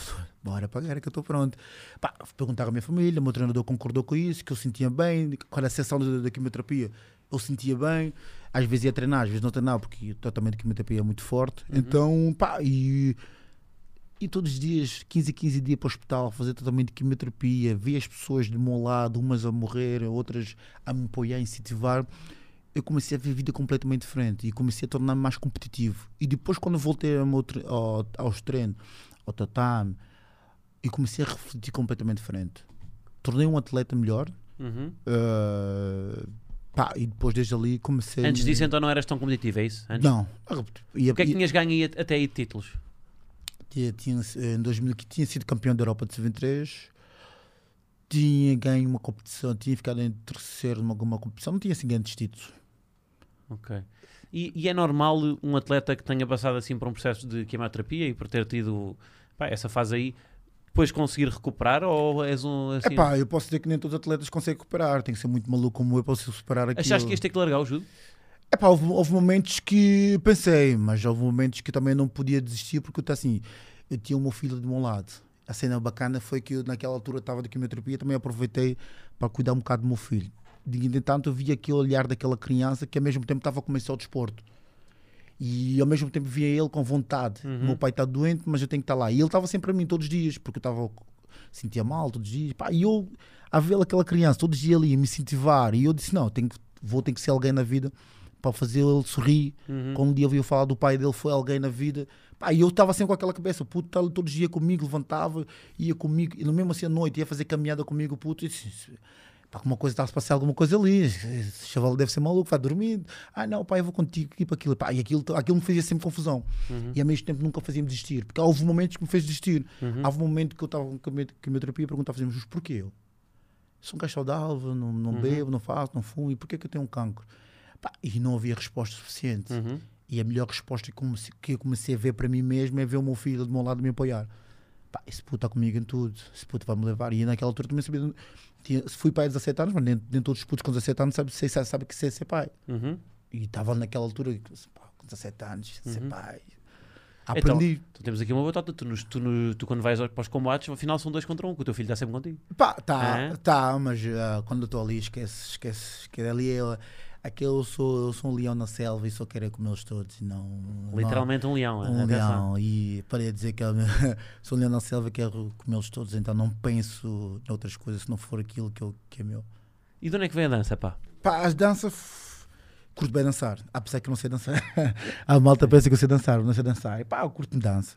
Speaker 1: Bora para a guerra que eu estou pronto. Pá, perguntaram à minha família, o meu treinador concordou com isso, que eu sentia bem, quando a sessão da, da quimioterapia eu sentia bem, às vezes ia treinar, às vezes não treinava, porque o tratamento de quimioterapia é muito forte. Então, pá, e e todos os dias, 15 a 15 dias para o hospital, fazer tratamento de quimioterapia, ver as pessoas do meu lado, umas a morrer, outras a me apoiar, incentivar, eu comecei a ver a vida completamente diferente e comecei a tornar-me mais competitivo. E depois, quando voltei ao meu tre- ao- aos treinos, ao tatame, eu comecei a refletir completamente diferente. Tornei um atleta melhor
Speaker 2: Uhum.
Speaker 1: eh, pá, e depois, desde ali, comecei.
Speaker 2: Antes disso, então não eras tão competitivo, é isso? Antes?
Speaker 1: Não, ia,
Speaker 2: O que é que tinhas ganho aí at- até aí de títulos?
Speaker 1: Tinha, tinha, em 2015 tinha sido campeão da Europa de 73, tinha ganho uma competição, tinha ficado em terceiro numa alguma competição, não tinha assim grandes títulos.
Speaker 2: Ok. E, e é normal um atleta que tenha passado assim por um processo de quimioterapia e por ter tido pá, essa fase aí, depois conseguir recuperar ou és um assim...
Speaker 1: Epá, eu posso dizer que nem todos os atletas conseguem recuperar, tem que ser muito maluco como eu para se superar aquilo.
Speaker 2: Achaste que ias ter que largar o judo?
Speaker 1: Epá, houve, houve momentos que pensei, mas houve momentos que também não podia desistir porque eu tá assim, eu tinha o meu filho do meu lado. A cena bacana foi que eu naquela altura estava de quimioterapia, também aproveitei para cuidar um bocado do meu filho. De Entretanto, eu vi aquele olhar daquela criança que ao mesmo tempo estava a começar o desporto. E ao mesmo tempo via ele com vontade. O meu pai está doente, mas eu tenho que estar lá. E ele estava sempre a mim todos os dias, porque eu estava sentia mal todos os dias. Pá, e eu a ver aquela criança todos os dias ali a me incentivar. E eu disse: Não, tenho que, vou ter que ser alguém na vida para fazer ele sorrir. Quando um dia ouviu falar do pai dele, foi alguém na vida. Pá, e eu estava sempre com aquela cabeça: o puto estava todos os dias comigo, levantava, ia comigo. E no mesmo assim à noite ia fazer caminhada comigo, o puto. E disse, Pá, alguma coisa está-se a passar alguma coisa ali. Esse chaval deve ser maluco, vai dormir. Ah, não, pá, eu vou contigo aqui para aquilo. Pá, e aquilo, aquilo me fazia sempre confusão. E ao mesmo tempo nunca fazia-me desistir. Porque houve momentos que me fez desistir. Houve um momento que eu estava com quimio- quimioterapia e perguntava mas porquê eu? Sou um gajo saudável, não, não bebo, não faço, não fumo. E porquê que eu tenho um cancro? Pá, e não havia resposta suficiente. E a melhor resposta que, comece- que eu comecei a ver para mim mesmo é ver o meu filho do meu lado me apoiar. Pá, esse puto está comigo em tudo, esse puto vai me levar. E naquela altura também sabia. Tinha, fui pai aos 17 anos, mas nem, nem todos os putos com 17 anos sabem sabe, sabe que ser, ser pai.
Speaker 2: Uhum.
Speaker 1: E estava naquela altura, e disse, pá, com 17 anos, ser pai.
Speaker 2: Uhum. Então,
Speaker 1: Aprendi.
Speaker 2: Então temos aqui uma batota. Tu, nos- tu no- tu quando vais aos- para os combates, afinal são dois contra um, que o teu filho está sempre contigo.
Speaker 1: Pá, tá,
Speaker 2: É?
Speaker 1: tá, mas ah, quando eu estou ali, esquece, esquece, esquece. Ali eu, aqui eu sou, eu sou um leão na selva e só quero é comê-los todos. e Não, não-
Speaker 2: Literalmente um leão.
Speaker 1: Um
Speaker 2: atenção.
Speaker 1: leão, e parei a dizer que eu sou um leão na selva, quero comê-los todos, então não penso em outras coisas se não for aquilo que, eu, que é meu.
Speaker 2: E de onde é que vem a dança, pá?
Speaker 1: Pá, as danças. f- Curto bem dançar, apesar que eu não sei dançar. A malta pensa que eu sei dançar, eu não sei dançar. E pá, eu curto dança.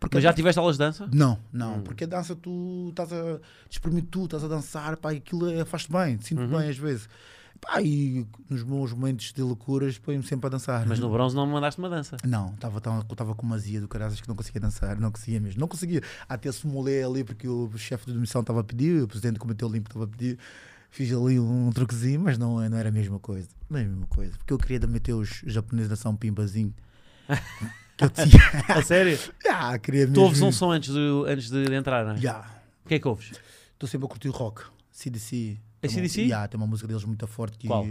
Speaker 1: Porque
Speaker 2: Mas já Hum. tiveste aulas de dança?
Speaker 1: Não, não, porque a dança tu estás a exprimir tu, estás a dançar, pá, e aquilo é- faz-te bem, te sinto
Speaker 2: Uhum.
Speaker 1: bem às vezes. Pá, e nos meus momentos de loucuras põe-me sempre a dançar.
Speaker 2: Mas no bronze não me mandaste uma dança.
Speaker 1: Não, estava tava com uma azia do caraças que não conseguia dançar, não conseguia mesmo, não conseguia. Até simulei ali porque o chefe de missão estava a pedir, o presidente do Comitê Olímpico estava a pedir, fiz ali um truquezinho, mas não, não era a mesma coisa. Não é a mesma coisa, porque eu queria meter os japoneses a dançar um pimbazinho. que eu tinha.
Speaker 2: A sério?
Speaker 1: ah, queria
Speaker 2: tu
Speaker 1: mesmo.
Speaker 2: ouves um som antes de, antes de entrar, não é?
Speaker 1: Yeah.
Speaker 2: O que é que ouves?
Speaker 1: Estou sempre a curtir rock. CDC.
Speaker 2: É
Speaker 1: Tem uma-
Speaker 2: CDC?
Speaker 1: Yeah, tem uma música deles muito forte que.
Speaker 2: Qual?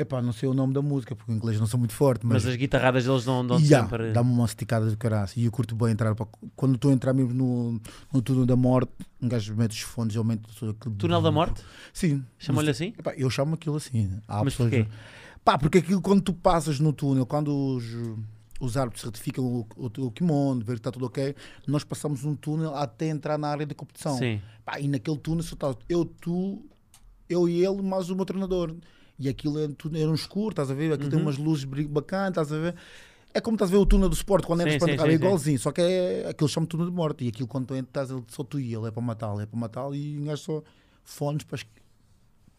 Speaker 1: Epá, não sei o nome da música, porque o inglês não sou muito forte, mas.
Speaker 2: Mas as guitarradas deles não dão
Speaker 1: Yeah,
Speaker 2: sempre.
Speaker 1: ah, Dá-me uma esticada de caraças. E eu curto bem entrar. Para... Quando estou a entrar mesmo no, no túnel da morte, um gajo mete os fones e aumenta todo aquele.
Speaker 2: Túnel da Morte?
Speaker 1: Sim.
Speaker 2: Chamam-lhe assim?
Speaker 1: Epá, eu chamo aquilo assim. Há
Speaker 2: Mas
Speaker 1: pessoas-
Speaker 2: porquê?
Speaker 1: Pá, porque aquilo quando tu passas no túnel, quando os, os árbitros certificam o, o teu kimono, ver que está tudo ok, nós passamos um túnel até entrar na área de competição.
Speaker 2: Sim.
Speaker 1: Pá, e naquele túnel só está eu, tu, eu e ele, mais o meu treinador. E aquilo é, tudo, era um escuro, estás a ver? Aquilo
Speaker 2: Uhum.
Speaker 1: tem umas luzes bri- bacanas, estás a ver? É como estás a ver o túnel do suporte quando
Speaker 2: Sim,
Speaker 1: entras para
Speaker 2: sim,
Speaker 1: entrar,
Speaker 2: sim,
Speaker 1: é
Speaker 2: sim.
Speaker 1: igualzinho, só que é aquilo chama túnel de morte. E aquilo quando tu entras, ele, só tu e ele, é para matá-lo, é para matá-lo e um gajo só fones para, esque-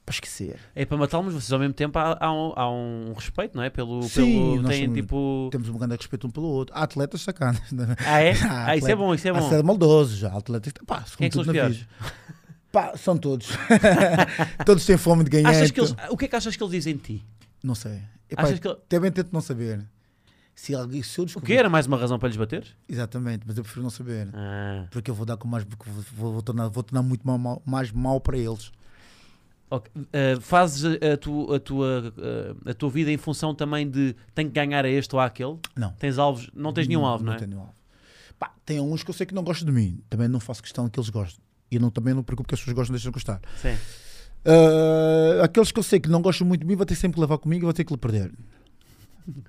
Speaker 1: para esquecer.
Speaker 2: É para matá-lo, mas vocês ao mesmo tempo há, há um, há um respeito, não é? Pelo.
Speaker 1: Sim,
Speaker 2: pelo
Speaker 1: nós
Speaker 2: têm
Speaker 1: somos-
Speaker 2: tipo.
Speaker 1: Temos um grande respeito um pelo outro. Há atletas sacanas, não é?
Speaker 2: Ah,
Speaker 1: Há
Speaker 2: é? Ah, isso é
Speaker 1: atleta-
Speaker 2: bom, isso é
Speaker 1: Há
Speaker 2: bom.
Speaker 1: ser maldoso já. Atletas, pá,
Speaker 2: Quem é que
Speaker 1: como
Speaker 2: são os
Speaker 1: tudo na
Speaker 2: piores?
Speaker 1: vida. Pá, são todos. todos têm fome de ganhar.
Speaker 2: Achas que eles,
Speaker 1: então-
Speaker 2: o que é que achas que eles dizem de ti?
Speaker 1: Não sei. Epá,
Speaker 2: Achas que ele-
Speaker 1: Também tento não saber. Se, alguém, se eu
Speaker 2: O
Speaker 1: descobrir.
Speaker 2: que era mais uma razão para lhes bater?
Speaker 1: Exatamente, mas eu prefiro não saber.
Speaker 2: Ah,
Speaker 1: Porque eu vou dar com mais. Porque vou, vou, vou tornar, vou tornar muito mal- mal- mais mal para eles.
Speaker 2: ok. Ah, fazes a, a tu- a tua, ah, a tua vida em função também de tenho que ganhar a este ou àquele?
Speaker 1: Não.
Speaker 2: Tens alvos? Não tens nenhum alvo, não, é?
Speaker 1: tenho nenhum alvo. Pá, tem uns que eu sei que não gostam de mim. Também não faço questão que eles gostem. E eu não, também não me preocupo que as pessoas gostam deixam de gostar.
Speaker 2: Sim.
Speaker 1: Ah, aqueles que eu sei que não gostam muito de mim, vou ter sempre que levar comigo e vou ter que lhe perder.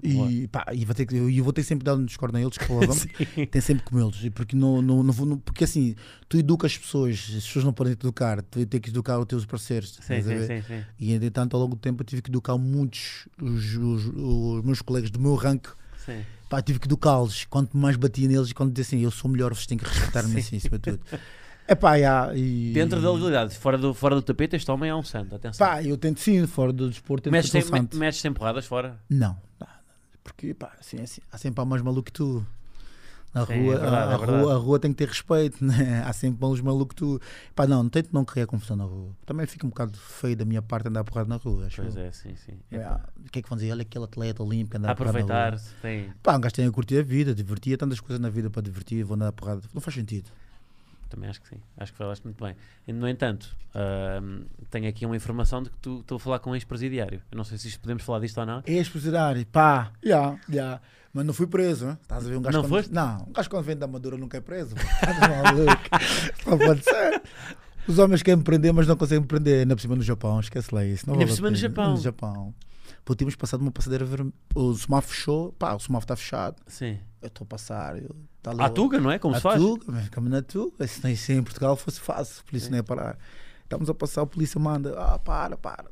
Speaker 1: E, pá, e vou ter que, eu vou ter sempre dado um discordo a eles que vamos, tem sempre com eles. E Porque, não, não, não vou, não- porque assim, tu educas as pessoas, as pessoas não podem te educar, tu tens que educar os teus parceiros.
Speaker 2: Sim,
Speaker 1: estás a
Speaker 2: sim,
Speaker 1: ver?
Speaker 2: sim, sim.
Speaker 1: E entretanto, ao longo do tempo, eu tive que educar muitos os, os- os meus colegas do meu rank.
Speaker 2: sim.
Speaker 1: Pá, tive que educá-los. Quanto mais batia neles, quando dizia assim, eu sou melhor, vocês têm que respeitar-me assim, acima de tudo. É pá, já, e,
Speaker 2: Dentro da legalidade, fora do, fora do tapete, este homem é um santo. Atenção.
Speaker 1: Pá, eu tento sim, fora do desporto, eu
Speaker 2: Metes
Speaker 1: tento
Speaker 2: sem,
Speaker 1: ser um santo.
Speaker 2: me- metes sem porradas fora?
Speaker 1: Não, não, não. porque pá, assim, assim, há sempre há mais maluco que tu. Na
Speaker 2: Sim,
Speaker 1: rua,
Speaker 2: é verdade,
Speaker 1: a,
Speaker 2: é
Speaker 1: a
Speaker 2: verdade.
Speaker 1: rua, a rua tem que ter respeito, né? há sempre mais maluco que tu. Pá, não, tento não criar confusão na rua. Também fica um bocado feio da minha parte andar porrada na rua. Acho
Speaker 2: Pois
Speaker 1: eu.
Speaker 2: é, sim, sim.
Speaker 1: É, O que é que vão dizer? Olha aquele atleta olímpico andar
Speaker 2: A
Speaker 1: porrada na
Speaker 2: aproveitar,
Speaker 1: rua.
Speaker 2: tem.
Speaker 1: Pá, um gajo tem a curtir a vida, divertir, há tantas coisas na vida para divertir, vou andar porrada. Não faz sentido.
Speaker 2: Também acho que sim. Acho que falaste muito bem. E, no entanto, ahm, tenho aqui uma informação de que tu estou a falar com um ex-presidiário. Eu não sei se isto- podemos falar disto ou não.
Speaker 1: Ex-presidiário, pá, já, já. Mas não fui preso, hein? estás a ver um gajo
Speaker 2: Não
Speaker 1: quando...
Speaker 2: foste?
Speaker 1: Não, um gajo quando vem da Madura nunca é preso. pô. Estás maluco? Não pode ser. Os homens querem me prender, mas não conseguem me prender. Ainda por cima no Japão, esquece lá isso. Não
Speaker 2: Ainda por
Speaker 1: vale a
Speaker 2: cima no
Speaker 1: pena.
Speaker 2: Japão.
Speaker 1: No Japão. Pô, tínhamos passado uma passadeira vermelha. O semáforo fechou, pá, o semáforo está fechado.
Speaker 2: Sim.
Speaker 1: Eu estou a passar. Eu... Tá ali
Speaker 2: À
Speaker 1: o-
Speaker 2: Tuga, não é? Como
Speaker 1: a
Speaker 2: se faz?
Speaker 1: Tuga, mas caminho na Tuga. Se, nem- se em Portugal fosse fácil, a polícia não ia parar. Estamos a passar, a polícia manda. Ah, para, para.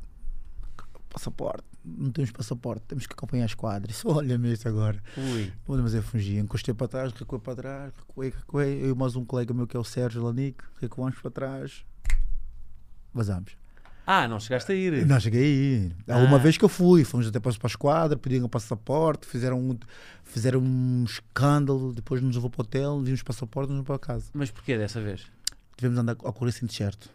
Speaker 1: Passaporte. Não temos passaporte, temos que acompanhar as quadras. Olha-me isto agora.
Speaker 2: Ui.
Speaker 1: Olha, mas eu fugi. Encostei para trás, recuei para trás, recuei, recuei. Eu e mais um colega meu que é o Sérgio Lanique, recuamos para trás. Vazamos.
Speaker 2: Ah, não chegaste a ir.
Speaker 1: Não, cheguei aí. Há uma
Speaker 2: Ah.
Speaker 1: vez que eu fui, fomos até para para a esquadra, pediram o passaporte, fizeram um, fizeram um escândalo, depois nos levou para o hotel, vimos passaporte, nos levou para casa.
Speaker 2: Mas porquê dessa vez?
Speaker 1: Tivemos de andar a correr sem t-shirt.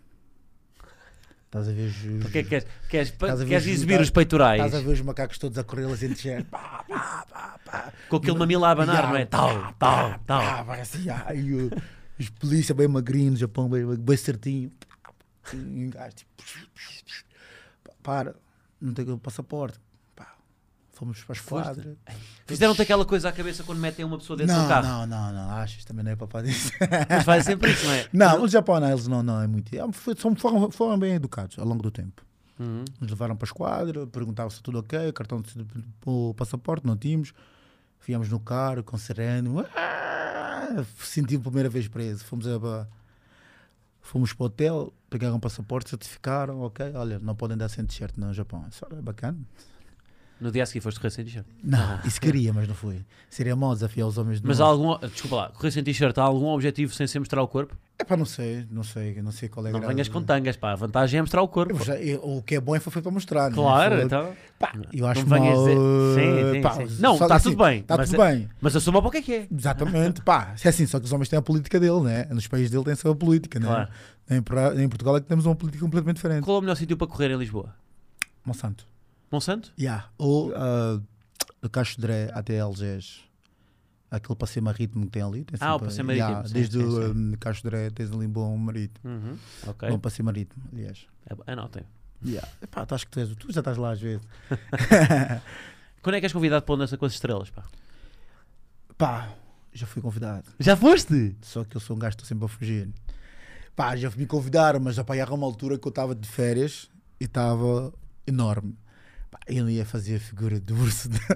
Speaker 1: Estás a ver os, os-
Speaker 2: Porquê que queres, queres, pa-
Speaker 1: Estás a ver
Speaker 2: queres
Speaker 1: os-
Speaker 2: exibir os
Speaker 1: estás a
Speaker 2: peitorais
Speaker 1: ver os macacos todos a correr lá sem t-shirt. Pá, pá, pá, pá.
Speaker 2: com aquele mamilo a abanar,
Speaker 1: Ya,
Speaker 2: não é?
Speaker 1: pá,
Speaker 2: Tal, tal, tal.
Speaker 1: Pá, parece, ai, o- os polícia bem magrinhos, no Japão bem, bem certinho. E um gajo, tipo, pá, para, não tenho passaporte. Pá, fomos para as quadras.
Speaker 2: Fizeram-te aquela coisa à cabeça quando metem uma pessoa dentro
Speaker 1: não,
Speaker 2: do carro.
Speaker 1: Não, não, não, achas, também não é papai disso.
Speaker 2: Mas fazem sempre isso, não é?
Speaker 1: não, no Japão não, eles não, não é muito. É, foi- São, foram, foram bem educados ao longo do tempo.
Speaker 2: Uhum.
Speaker 1: Nos levaram para a esquadra, perguntavam se tudo ok, cartão de o passaporte, não tínhamos. Viemos no carro, com sereno. Ah, senti a primeira vez preso. Fomos, a, a- fomos para o hotel, pegaram o passaporte, certificaram, ok. Olha, não podem dar sem t-shirt no Japão. Isso é bacana.
Speaker 2: No dia a seguir foste correr sem t-shirt.
Speaker 1: Não, isso queria, mas não foi. Seria mau desafiar os homens do
Speaker 2: Ah. Mas há
Speaker 1: mundo.
Speaker 2: algum. Desculpa lá, correr sem t-shirt, há algum objetivo sem ser mostrar o corpo?
Speaker 1: É pá, não sei, não sei, não sei qual é a
Speaker 2: Não
Speaker 1: grade.
Speaker 2: venhas com tangas, pá. A vantagem é mostrar o corpo.
Speaker 1: Eu já- eu- o que é bom é foi feito para mostrar. né?
Speaker 2: Claro,
Speaker 1: Foi-
Speaker 2: então.
Speaker 1: pá, eu acho
Speaker 2: não venhas
Speaker 1: mal,
Speaker 2: dizer- Sim, sim,
Speaker 1: pá,
Speaker 2: sim.
Speaker 1: só
Speaker 2: Não,
Speaker 1: que
Speaker 2: está
Speaker 1: assim,
Speaker 2: tudo bem.
Speaker 1: Está
Speaker 2: mas-
Speaker 1: tudo bem.
Speaker 2: Mas assuma para o que é que é.
Speaker 1: Exatamente, pá. É assim, só que os homens têm a política dele, né? Nos países dele tem a sua política, né?
Speaker 2: Claro.
Speaker 1: Em, Pra- em Portugal é que temos uma política completamente diferente.
Speaker 2: Qual é o melhor sítio para correr em Lisboa?
Speaker 1: Monsanto.
Speaker 2: Monsanto?
Speaker 1: Yeah. Ou ah, o Cacho Dré até Algés. Aquele passeio marítimo que tem ali. Tem
Speaker 2: Ah, o
Speaker 1: sempre-
Speaker 2: passeio marítimo, sim,
Speaker 1: desde
Speaker 2: sim,
Speaker 1: o um, Cacho Dré, tens ali um bom marítimo.
Speaker 2: Uhum. Ok.
Speaker 1: Bom passeio marítimo, aliás.
Speaker 2: É bo- Anotem.
Speaker 1: Yeah. Pá, acho que tu, és, o- tu já estás lá às vezes.
Speaker 2: Quando é que és convidado para o Dança com as Estrelas, pá?
Speaker 1: Pá, já fui convidado.
Speaker 2: Já foste?
Speaker 1: Só que eu sou um gajo que estou sempre a fugir. Pá, já me convidaram, mas já pá, era uma altura que eu estava de férias e estava enorme. Pá, eu não ia fazer a figura do urso. De...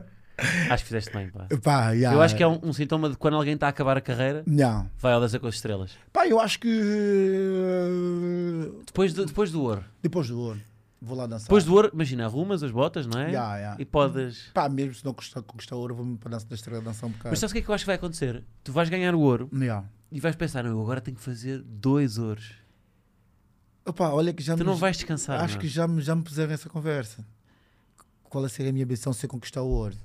Speaker 2: Acho que fizeste bem, pá.
Speaker 1: Pá, yeah.
Speaker 2: Eu acho que é um, um sintoma de quando alguém está a acabar a carreira,
Speaker 1: Não.
Speaker 2: vai ao Dança com as Estrelas.
Speaker 1: Pá, eu acho que. eh,
Speaker 2: Depois do, depois do ouro.
Speaker 1: Depois do ouro, vou lá dançar.
Speaker 2: Depois do ouro, imagina, arrumas as botas, não é?
Speaker 1: Yeah, yeah.
Speaker 2: E podes.
Speaker 1: Pá, mesmo se não conquistar, conquistar ouro, vou-me para a dança da estrela dançar um bocado.
Speaker 2: Mas sabes o que é que eu acho que vai acontecer? Tu vais ganhar o ouro
Speaker 1: Yeah.
Speaker 2: e vais pensar, não, eu agora tenho que fazer dois ouros.
Speaker 1: Opa, olha que já
Speaker 2: Tu
Speaker 1: me-
Speaker 2: não vais descansar.
Speaker 1: Acho
Speaker 2: não. é?
Speaker 1: que já me, já me puseram essa conversa. Qual é seria a minha ambição se eu conquistar o ouro?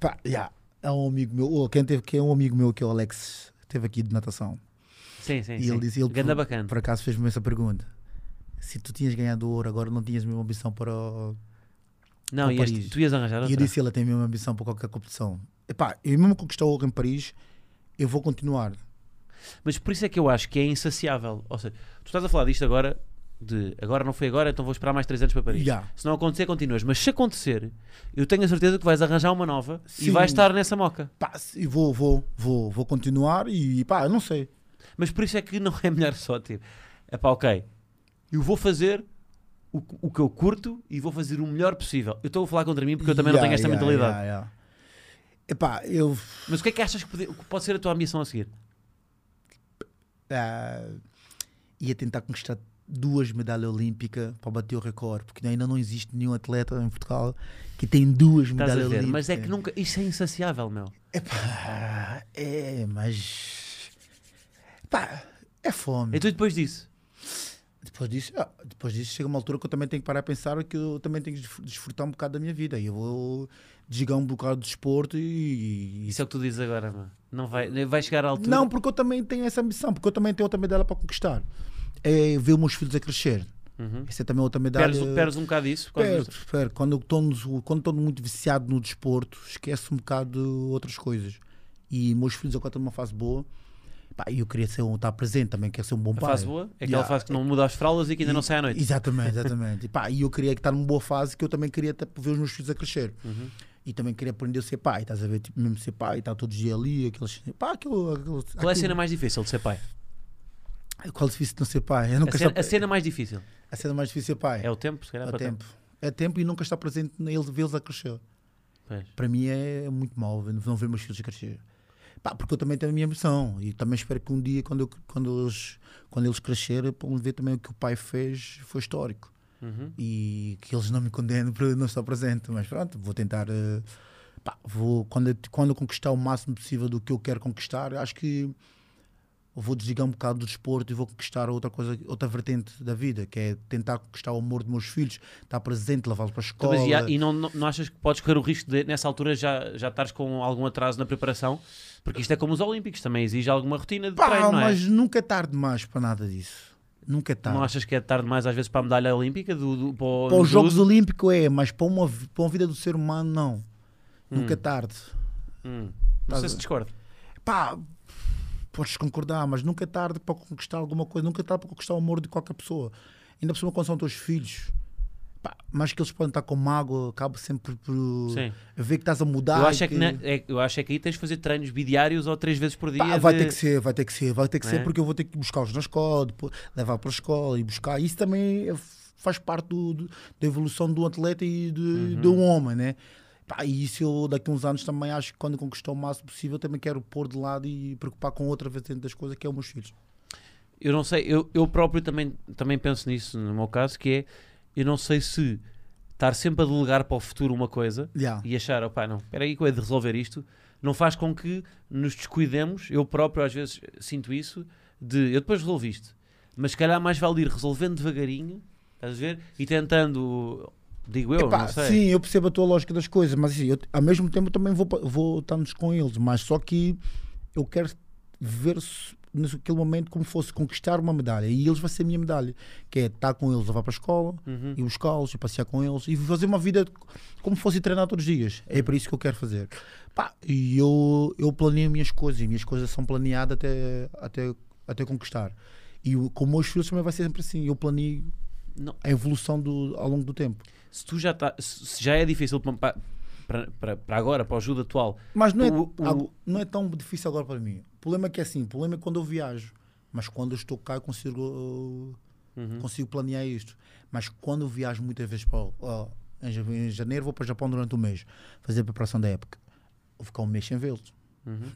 Speaker 1: Pá, já. Há um amigo meu, ou quem teve, que é um amigo meu que é o Alex, teve aqui de natação.
Speaker 2: Sim, sim.
Speaker 1: e
Speaker 2: sim.
Speaker 1: ele disse, ele
Speaker 2: Ganda
Speaker 1: por,
Speaker 2: bacana.
Speaker 1: por acaso fez-me essa pergunta. Se tu tinhas ganhado ouro, agora não tinhas mesmo ambição para. o-
Speaker 2: Não,
Speaker 1: para
Speaker 2: ias,
Speaker 1: Paris.
Speaker 2: tu ias arranjar
Speaker 1: E eu
Speaker 2: outra.
Speaker 1: disse, ele tem mesmo ambição para qualquer competição. Epá, eu mesmo conquistar o ouro em Paris, eu vou continuar.
Speaker 2: Mas por isso é que eu acho que é insaciável. Ou seja, tu estás a falar disto agora, de agora não foi agora, então vou esperar mais 3 anos para Paris.
Speaker 1: Já.
Speaker 2: Se não acontecer, continuas. Mas se acontecer, eu tenho a certeza que vais arranjar uma nova e
Speaker 1: Sim.
Speaker 2: vais estar nessa moca.
Speaker 1: Pá, se- vou, vou, vou, vou continuar e pá, eu não sei.
Speaker 2: Mas por isso é que não é melhor só, tipo, é pá, ok, eu vou fazer o, que- o que eu curto e vou fazer o melhor possível. Eu estou a falar contra mim porque eu também não
Speaker 1: Yeah,
Speaker 2: tenho esta
Speaker 1: yeah,
Speaker 2: mentalidade.
Speaker 1: yeah, yeah. Epá, eu.
Speaker 2: Mas o que é que achas que pode, que pode ser a tua ambição a seguir?
Speaker 1: ah, ia tentar conquistar duas medalhas olímpicas para bater o recorde, porque ainda não existe nenhum atleta em Portugal que tem duas
Speaker 2: Estás a
Speaker 1: medalhas
Speaker 2: ver?
Speaker 1: olímpicas.
Speaker 2: Mas é que nunca. Isto é insaciável, meu.
Speaker 1: Epá, é, mas. Pá, é fome.
Speaker 2: Então e depois disso?
Speaker 1: Depois disso, ah, depois disso chega uma altura que eu também tenho que parar a pensar que eu também tenho que desf- desfrutar um bocado da minha vida. E eu vou desligar um bocado do desporto e. e-
Speaker 2: Isso é o que tu dizes agora, meu. Não vai, vai chegar à altura.
Speaker 1: Não, porque eu também tenho essa ambição, porque eu também tenho outra medalha para conquistar. É ver os meus filhos a crescer.
Speaker 2: Uhum.
Speaker 1: Isso é também outra medalha.
Speaker 2: Perdes, perdes um bocado isso. por causa
Speaker 1: Perco,
Speaker 2: disto.
Speaker 1: perco. Quando eu estou no- quando estou muito viciado no desporto, esqueço um bocado de outras coisas. E meus filhos agora estão numa fase boa. Pá, e eu queria ser um, estar presente também, quero ser um bom
Speaker 2: A
Speaker 1: pai.
Speaker 2: fase boa é aquela
Speaker 1: Yeah. tá
Speaker 2: fase que não muda as fraldas e que ainda não sai à noite.
Speaker 1: Exatamente, exatamente. e, pá, e eu queria estar numa boa fase que eu também queria até ver os meus filhos a crescer.
Speaker 2: Uhum.
Speaker 1: E também queria aprender a ser pai, estás a ver? Tipo, mesmo ser pai, estar todos os dias ali, aqueles. Pá, aquilo, aquilo,
Speaker 2: Qual é a
Speaker 1: aquilo-
Speaker 2: cena mais difícil de ser pai?
Speaker 1: Qual é difícil de não ser pai? Eu
Speaker 2: A
Speaker 1: nunca
Speaker 2: cena,
Speaker 1: estar-
Speaker 2: a cena mais difícil
Speaker 1: a cena mais difícil é ser pai.
Speaker 2: é o tempo, se calhar,
Speaker 1: É
Speaker 2: para
Speaker 1: tempo. É tempo e nunca estar presente neles, vê-los a crescer.
Speaker 2: Pois.
Speaker 1: Para mim é muito mal ver- não ver meus filhos a crescer. Pá, porque eu também tenho a minha ambição e também espero que um dia, quando, eu- quando, eles, quando eles crescerem, possam ver também o que o pai fez foi histórico.
Speaker 2: Uhum.
Speaker 1: E que eles não me condenem por não estar presente. Mas pronto, vou tentar. eh, pá, vou, quando, eu- quando eu conquistar o máximo possível do que eu quero conquistar, acho que vou desligar um bocado do desporto e vou conquistar outra coisa, outra vertente da vida, que é tentar conquistar o amor dos meus filhos, estar presente, levá-los para a
Speaker 2: Então,
Speaker 1: escola.
Speaker 2: mas e há- e não, não, não achas que podes correr o risco de, nessa altura, já, já estares com algum atraso na preparação? Porque isto é como os Olímpicos, também exige alguma rotina de
Speaker 1: Pá,
Speaker 2: treino, não é?
Speaker 1: mas nunca é tarde demais para nada disso. Nunca é tarde.
Speaker 2: Não achas que é tarde mais às vezes para a medalha olímpica? Do, do- para o-
Speaker 1: para os
Speaker 2: do-
Speaker 1: Jogos Olímpicos é, mas para uma, vi- para uma vida do ser humano, não. Nunca é tarde.
Speaker 2: Hum. Não sei se discordo.
Speaker 1: Pá, podes concordar, mas nunca é tarde para conquistar alguma coisa, nunca é tarde para conquistar o amor de qualquer pessoa. Ainda por cima quando são teus filhos. Pá, mas que eles podem estar com mágoa, acabo sempre por
Speaker 2: Sim.
Speaker 1: ver que estás a mudar.
Speaker 2: eu,
Speaker 1: e
Speaker 2: acho é que na- é- eu acho é que aí tens de fazer treinos bidiários ou três vezes por dia.
Speaker 1: Pá, vai
Speaker 2: de-
Speaker 1: ter que ser, vai ter que ser, vai ter que
Speaker 2: Não é?
Speaker 1: ser, porque eu vou ter que buscá-los na escola, depois levar para a escola e buscar. Isso também é- faz parte do- do- da evolução do atleta e de, de
Speaker 2: Uhum.
Speaker 1: um homem, né? Pá, e isso eu daqui a uns anos também acho que quando conquistar o máximo possível também quero pôr de lado e preocupar com outra vertente das coisas que é os meus filhos.
Speaker 2: Eu não sei, eu, eu próprio também, também penso nisso no meu caso, que é, eu não sei se estar sempre a delegar para o futuro uma coisa
Speaker 1: Yeah.
Speaker 2: e achar, opá, não, espera aí que eu hei de resolver isto, não faz com que nos descuidemos, eu próprio às vezes sinto isso, de eu depois resolvi isto, mas se calhar mais vale ir resolvendo devagarinho, estás a ver, e tentando, digo eu,
Speaker 1: Epá,
Speaker 2: não sei.
Speaker 1: Sim, eu percebo a tua lógica das coisas, mas assim, eu, ao mesmo tempo eu também vou, pa- vou estar-nos com eles, mas só que eu quero ver se naquele momento como fosse conquistar uma medalha e eles vai ser a minha medalha, que é estar com eles, levar para a escola,
Speaker 2: Uhum.
Speaker 1: ir buscá-los, ir passear com eles e fazer uma vida como fosse treinar todos os dias. É para isso que eu quero fazer. Pá, e eu, eu planeio minhas coisas e minhas coisas são planeadas até, até, até conquistar. E o- com os meus filhos também vai ser sempre assim. Eu planeio
Speaker 2: Não.
Speaker 1: a evolução do, ao longo do tempo.
Speaker 2: Se tu já tá, se se já é difícil para para- para- para agora, para o judo atual,
Speaker 1: Mas não é,
Speaker 2: O- o-
Speaker 1: algo- não é tão difícil agora para mim. O problema é que é assim, o problema é quando eu viajo. Mas quando eu estou cá eu consigo, uh,
Speaker 2: Uhum.
Speaker 1: consigo planear isto. Mas quando eu viajo muitas vezes para o- ó, em ja- em janeiro vou para o Japão durante um mês fazer a preparação da época. Vou ficar um mês sem vê-los.
Speaker 2: Uhum.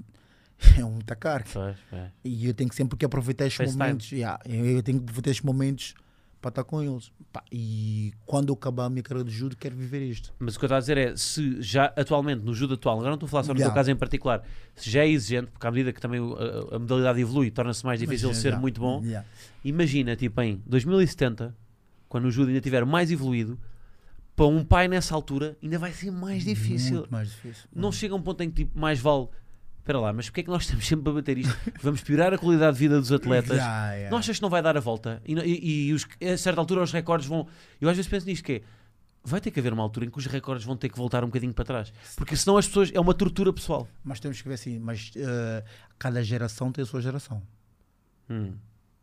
Speaker 1: É muita carga.
Speaker 2: Pois, pois.
Speaker 1: E eu tenho que sempre que aproveitar estes
Speaker 2: Face time.
Speaker 1: momentos. yeah, eu eu tenho que aproveitar estes momentos para estar com eles. Pá, e quando eu acabar a minha carreira de judo, quero viver isto.
Speaker 2: Mas o que eu estou a dizer é, se já atualmente, no judo atual, agora não estou a falar só no
Speaker 1: Yeah.
Speaker 2: teu caso em particular, se já é exigente, porque à medida que também o- a, a modalidade evolui, torna-se mais difícil
Speaker 1: Mas,
Speaker 2: ser
Speaker 1: yeah,
Speaker 2: muito bom,
Speaker 1: é, yeah.
Speaker 2: imagina, tipo, em 2070, quando o judo ainda tiver mais evoluído, para um pai nessa altura, ainda vai ser mais difícil.
Speaker 1: Muito mais difícil.
Speaker 2: Não chega a um ponto em que, tipo, mais vale... Espera lá, mas porque é que nós estamos sempre a bater isto? Vamos piorar a qualidade de vida dos atletas.
Speaker 1: Yeah, yeah.
Speaker 2: Não achas que não vai dar a volta? E, não- e- e os- a certa altura os recordes vão. Eu às vezes penso nisto que é. Vai ter que haver uma altura em que os recordes vão ter que voltar um bocadinho para trás. Porque senão as pessoas. É uma tortura pessoal.
Speaker 1: Mas temos que ver assim, mas eh, cada geração tem a sua geração.
Speaker 2: Hum.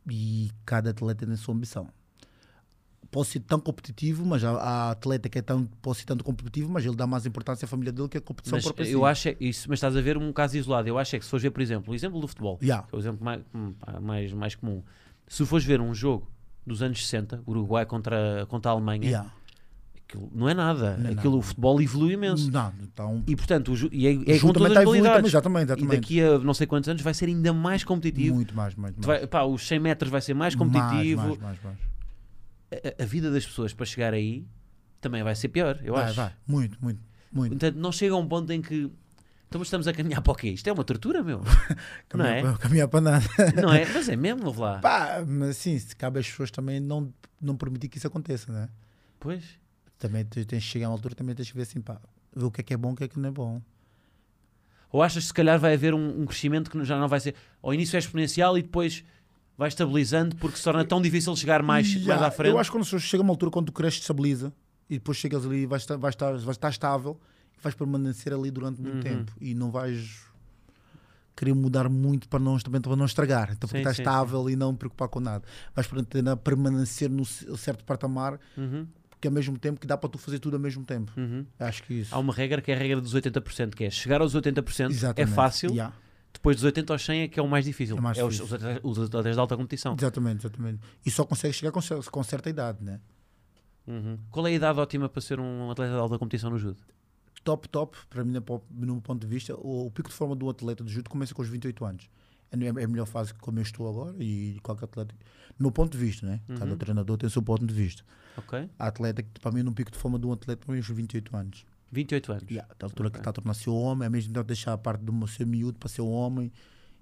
Speaker 1: E cada atleta tem a sua ambição. Posso ser tão competitivo, mas há, há atleta que é tão, posso ser tanto competitivo, mas ele dá mais importância à família dele que a competição
Speaker 2: Mas
Speaker 1: própria.
Speaker 2: eu
Speaker 1: si.
Speaker 2: acho é- isso, mas estás a ver um caso isolado. Eu acho é que se fores ver, por exemplo, o exemplo do futebol,
Speaker 1: Yeah.
Speaker 2: que é o exemplo mais, hum, pá, mais, mais comum. Se fores ver um jogo dos anos 60, Uruguai contra, contra a Alemanha,
Speaker 1: Yeah.
Speaker 2: aquilo não é nada.
Speaker 1: Não é
Speaker 2: aquilo,
Speaker 1: nada.
Speaker 2: o futebol evoluiu imenso.
Speaker 1: Não, então.
Speaker 2: E portanto, o ju- e é,
Speaker 1: o
Speaker 2: é
Speaker 1: jogo também
Speaker 2: com todas
Speaker 1: tá
Speaker 2: as
Speaker 1: a evoluir também,
Speaker 2: modalidades.
Speaker 1: exatamente,
Speaker 2: E
Speaker 1: exatamente.
Speaker 2: daqui a não sei quantos anos vai ser ainda mais competitivo.
Speaker 1: Muito mais, muito mais.
Speaker 2: Vai, pá, os 100 metros vai ser mais
Speaker 1: Mais,
Speaker 2: competitivo.
Speaker 1: mais, mais, mais.
Speaker 2: A- A, a vida das pessoas para chegar aí também vai ser pior, eu
Speaker 1: Vai,
Speaker 2: acho.
Speaker 1: vai. Muito, muito, muito.
Speaker 2: Portanto, não chega a um ponto em que então, mas estamos a caminhar para o quê? Isto é uma tortura, meu. não é?
Speaker 1: Caminhar, para, caminhar para nada.
Speaker 2: Não é? Mas é mesmo, ouve lá.
Speaker 1: Pá, mas sim, se cabe às pessoas também não, não permitir que isso aconteça, né?
Speaker 2: Pois.
Speaker 1: Também tu tens de chegar a uma altura, também tens de ver assim, pá, ver o que é que é bom e o que é que não é bom.
Speaker 2: Ou achas que se calhar vai haver um, um crescimento que já não vai ser. Ao início é exponencial e depois vai estabilizando porque se torna tão difícil chegar mais,
Speaker 1: Yeah,
Speaker 2: mais à frente.
Speaker 1: Eu acho que quando chega uma altura, quando tu cresces, estabiliza e depois chegas ali e vais estar, vais estar, vais estar estável e vais permanecer ali durante muito tempo e não vais querer mudar muito para não, também, para não estragar, então, porque
Speaker 2: Sim,
Speaker 1: estás
Speaker 2: sim,
Speaker 1: estável e não preocupar com nada. Vais pretender permanecer num c- certo patamar
Speaker 2: Uhum,
Speaker 1: porque ao mesmo tempo que dá para tu fazer tudo ao mesmo tempo.
Speaker 2: uhum.
Speaker 1: Acho que isso.
Speaker 2: Há uma regra que é a regra dos 80%, que é chegar aos 80%
Speaker 1: Exatamente.
Speaker 2: é fácil,
Speaker 1: Yeah.
Speaker 2: depois dos 80 aos 100 é que é o mais difícil.
Speaker 1: É mais
Speaker 2: é os,
Speaker 1: difícil.
Speaker 2: os atletas- os atletas de alta competição.
Speaker 1: Exatamente, exatamente. E só consegues chegar com, cer- com certa idade, né?
Speaker 2: Uhum. Qual é a idade ótima para ser um atleta de alta competição no judo?
Speaker 1: top, top, para mim, na po- no meu ponto de vista, o, o pico de forma de um atleta de judo começa com os 28 anos. É no- é a melhor fase que como eu estou agora e qualquer atleta, no meu ponto de vista, né?
Speaker 2: Uhum.
Speaker 1: Cada treinador tem o seu ponto de vista.
Speaker 2: Ok?
Speaker 1: Há atleta que, para mim, no pico de forma de um atleta, para mim, os 28 anos.
Speaker 2: 28 anos.
Speaker 1: Yeah, da altura que está a tornar-se homem, é mesmo tempo deixar a parte do meu ser miúdo para ser um homem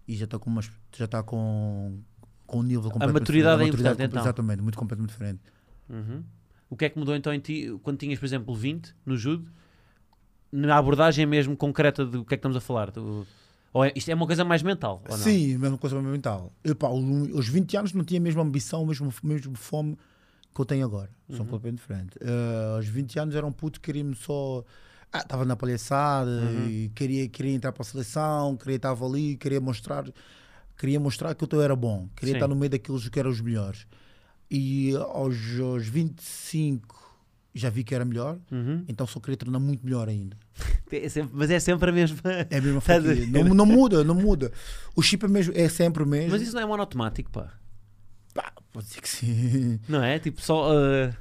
Speaker 1: e já está com umas, já está com com um nível completamente
Speaker 2: maturidade é
Speaker 1: diferente.
Speaker 2: importante,
Speaker 1: comple-
Speaker 2: então.
Speaker 1: Exatamente, muito completamente diferente.
Speaker 2: Uhum. O que é que mudou então em ti quando tinhas, por exemplo, 20 no judo? Na abordagem mesmo concreta do que é que estamos a falar? Do- Ou é, isto é uma coisa mais mental? Ou não?
Speaker 1: Sim, mesma coisa mental. Eu, pá, o- aos 20 anos não tinha a mesma ambição, a mesma, a mesma fome que eu tenho agora. um
Speaker 2: Uhum.
Speaker 1: São completamente diferentes. Eh, aos 20 anos era um puto que queria-me só. Ah, estava na palhaçada e
Speaker 2: Uhum.
Speaker 1: queria, queria entrar para a seleção, queria estava ali, queria mostrar, queria mostrar que eu era bom, queria
Speaker 2: Sim.
Speaker 1: estar no meio daqueles que eram os melhores. E aos, aos 25 já vi que era melhor,
Speaker 2: Uhum.
Speaker 1: então só queria tornar muito melhor ainda.
Speaker 2: É sempre- mas é sempre a mesma.
Speaker 1: É a mesma
Speaker 2: Estás Tá a
Speaker 1: fatia.
Speaker 2: ver?
Speaker 1: Não, não muda, não muda. O chip é, mesmo, é sempre o mesmo.
Speaker 2: Mas isso não é monotemático, pá.
Speaker 1: Pá, pode dizer que sim.
Speaker 2: Não é? Tipo, só. ah,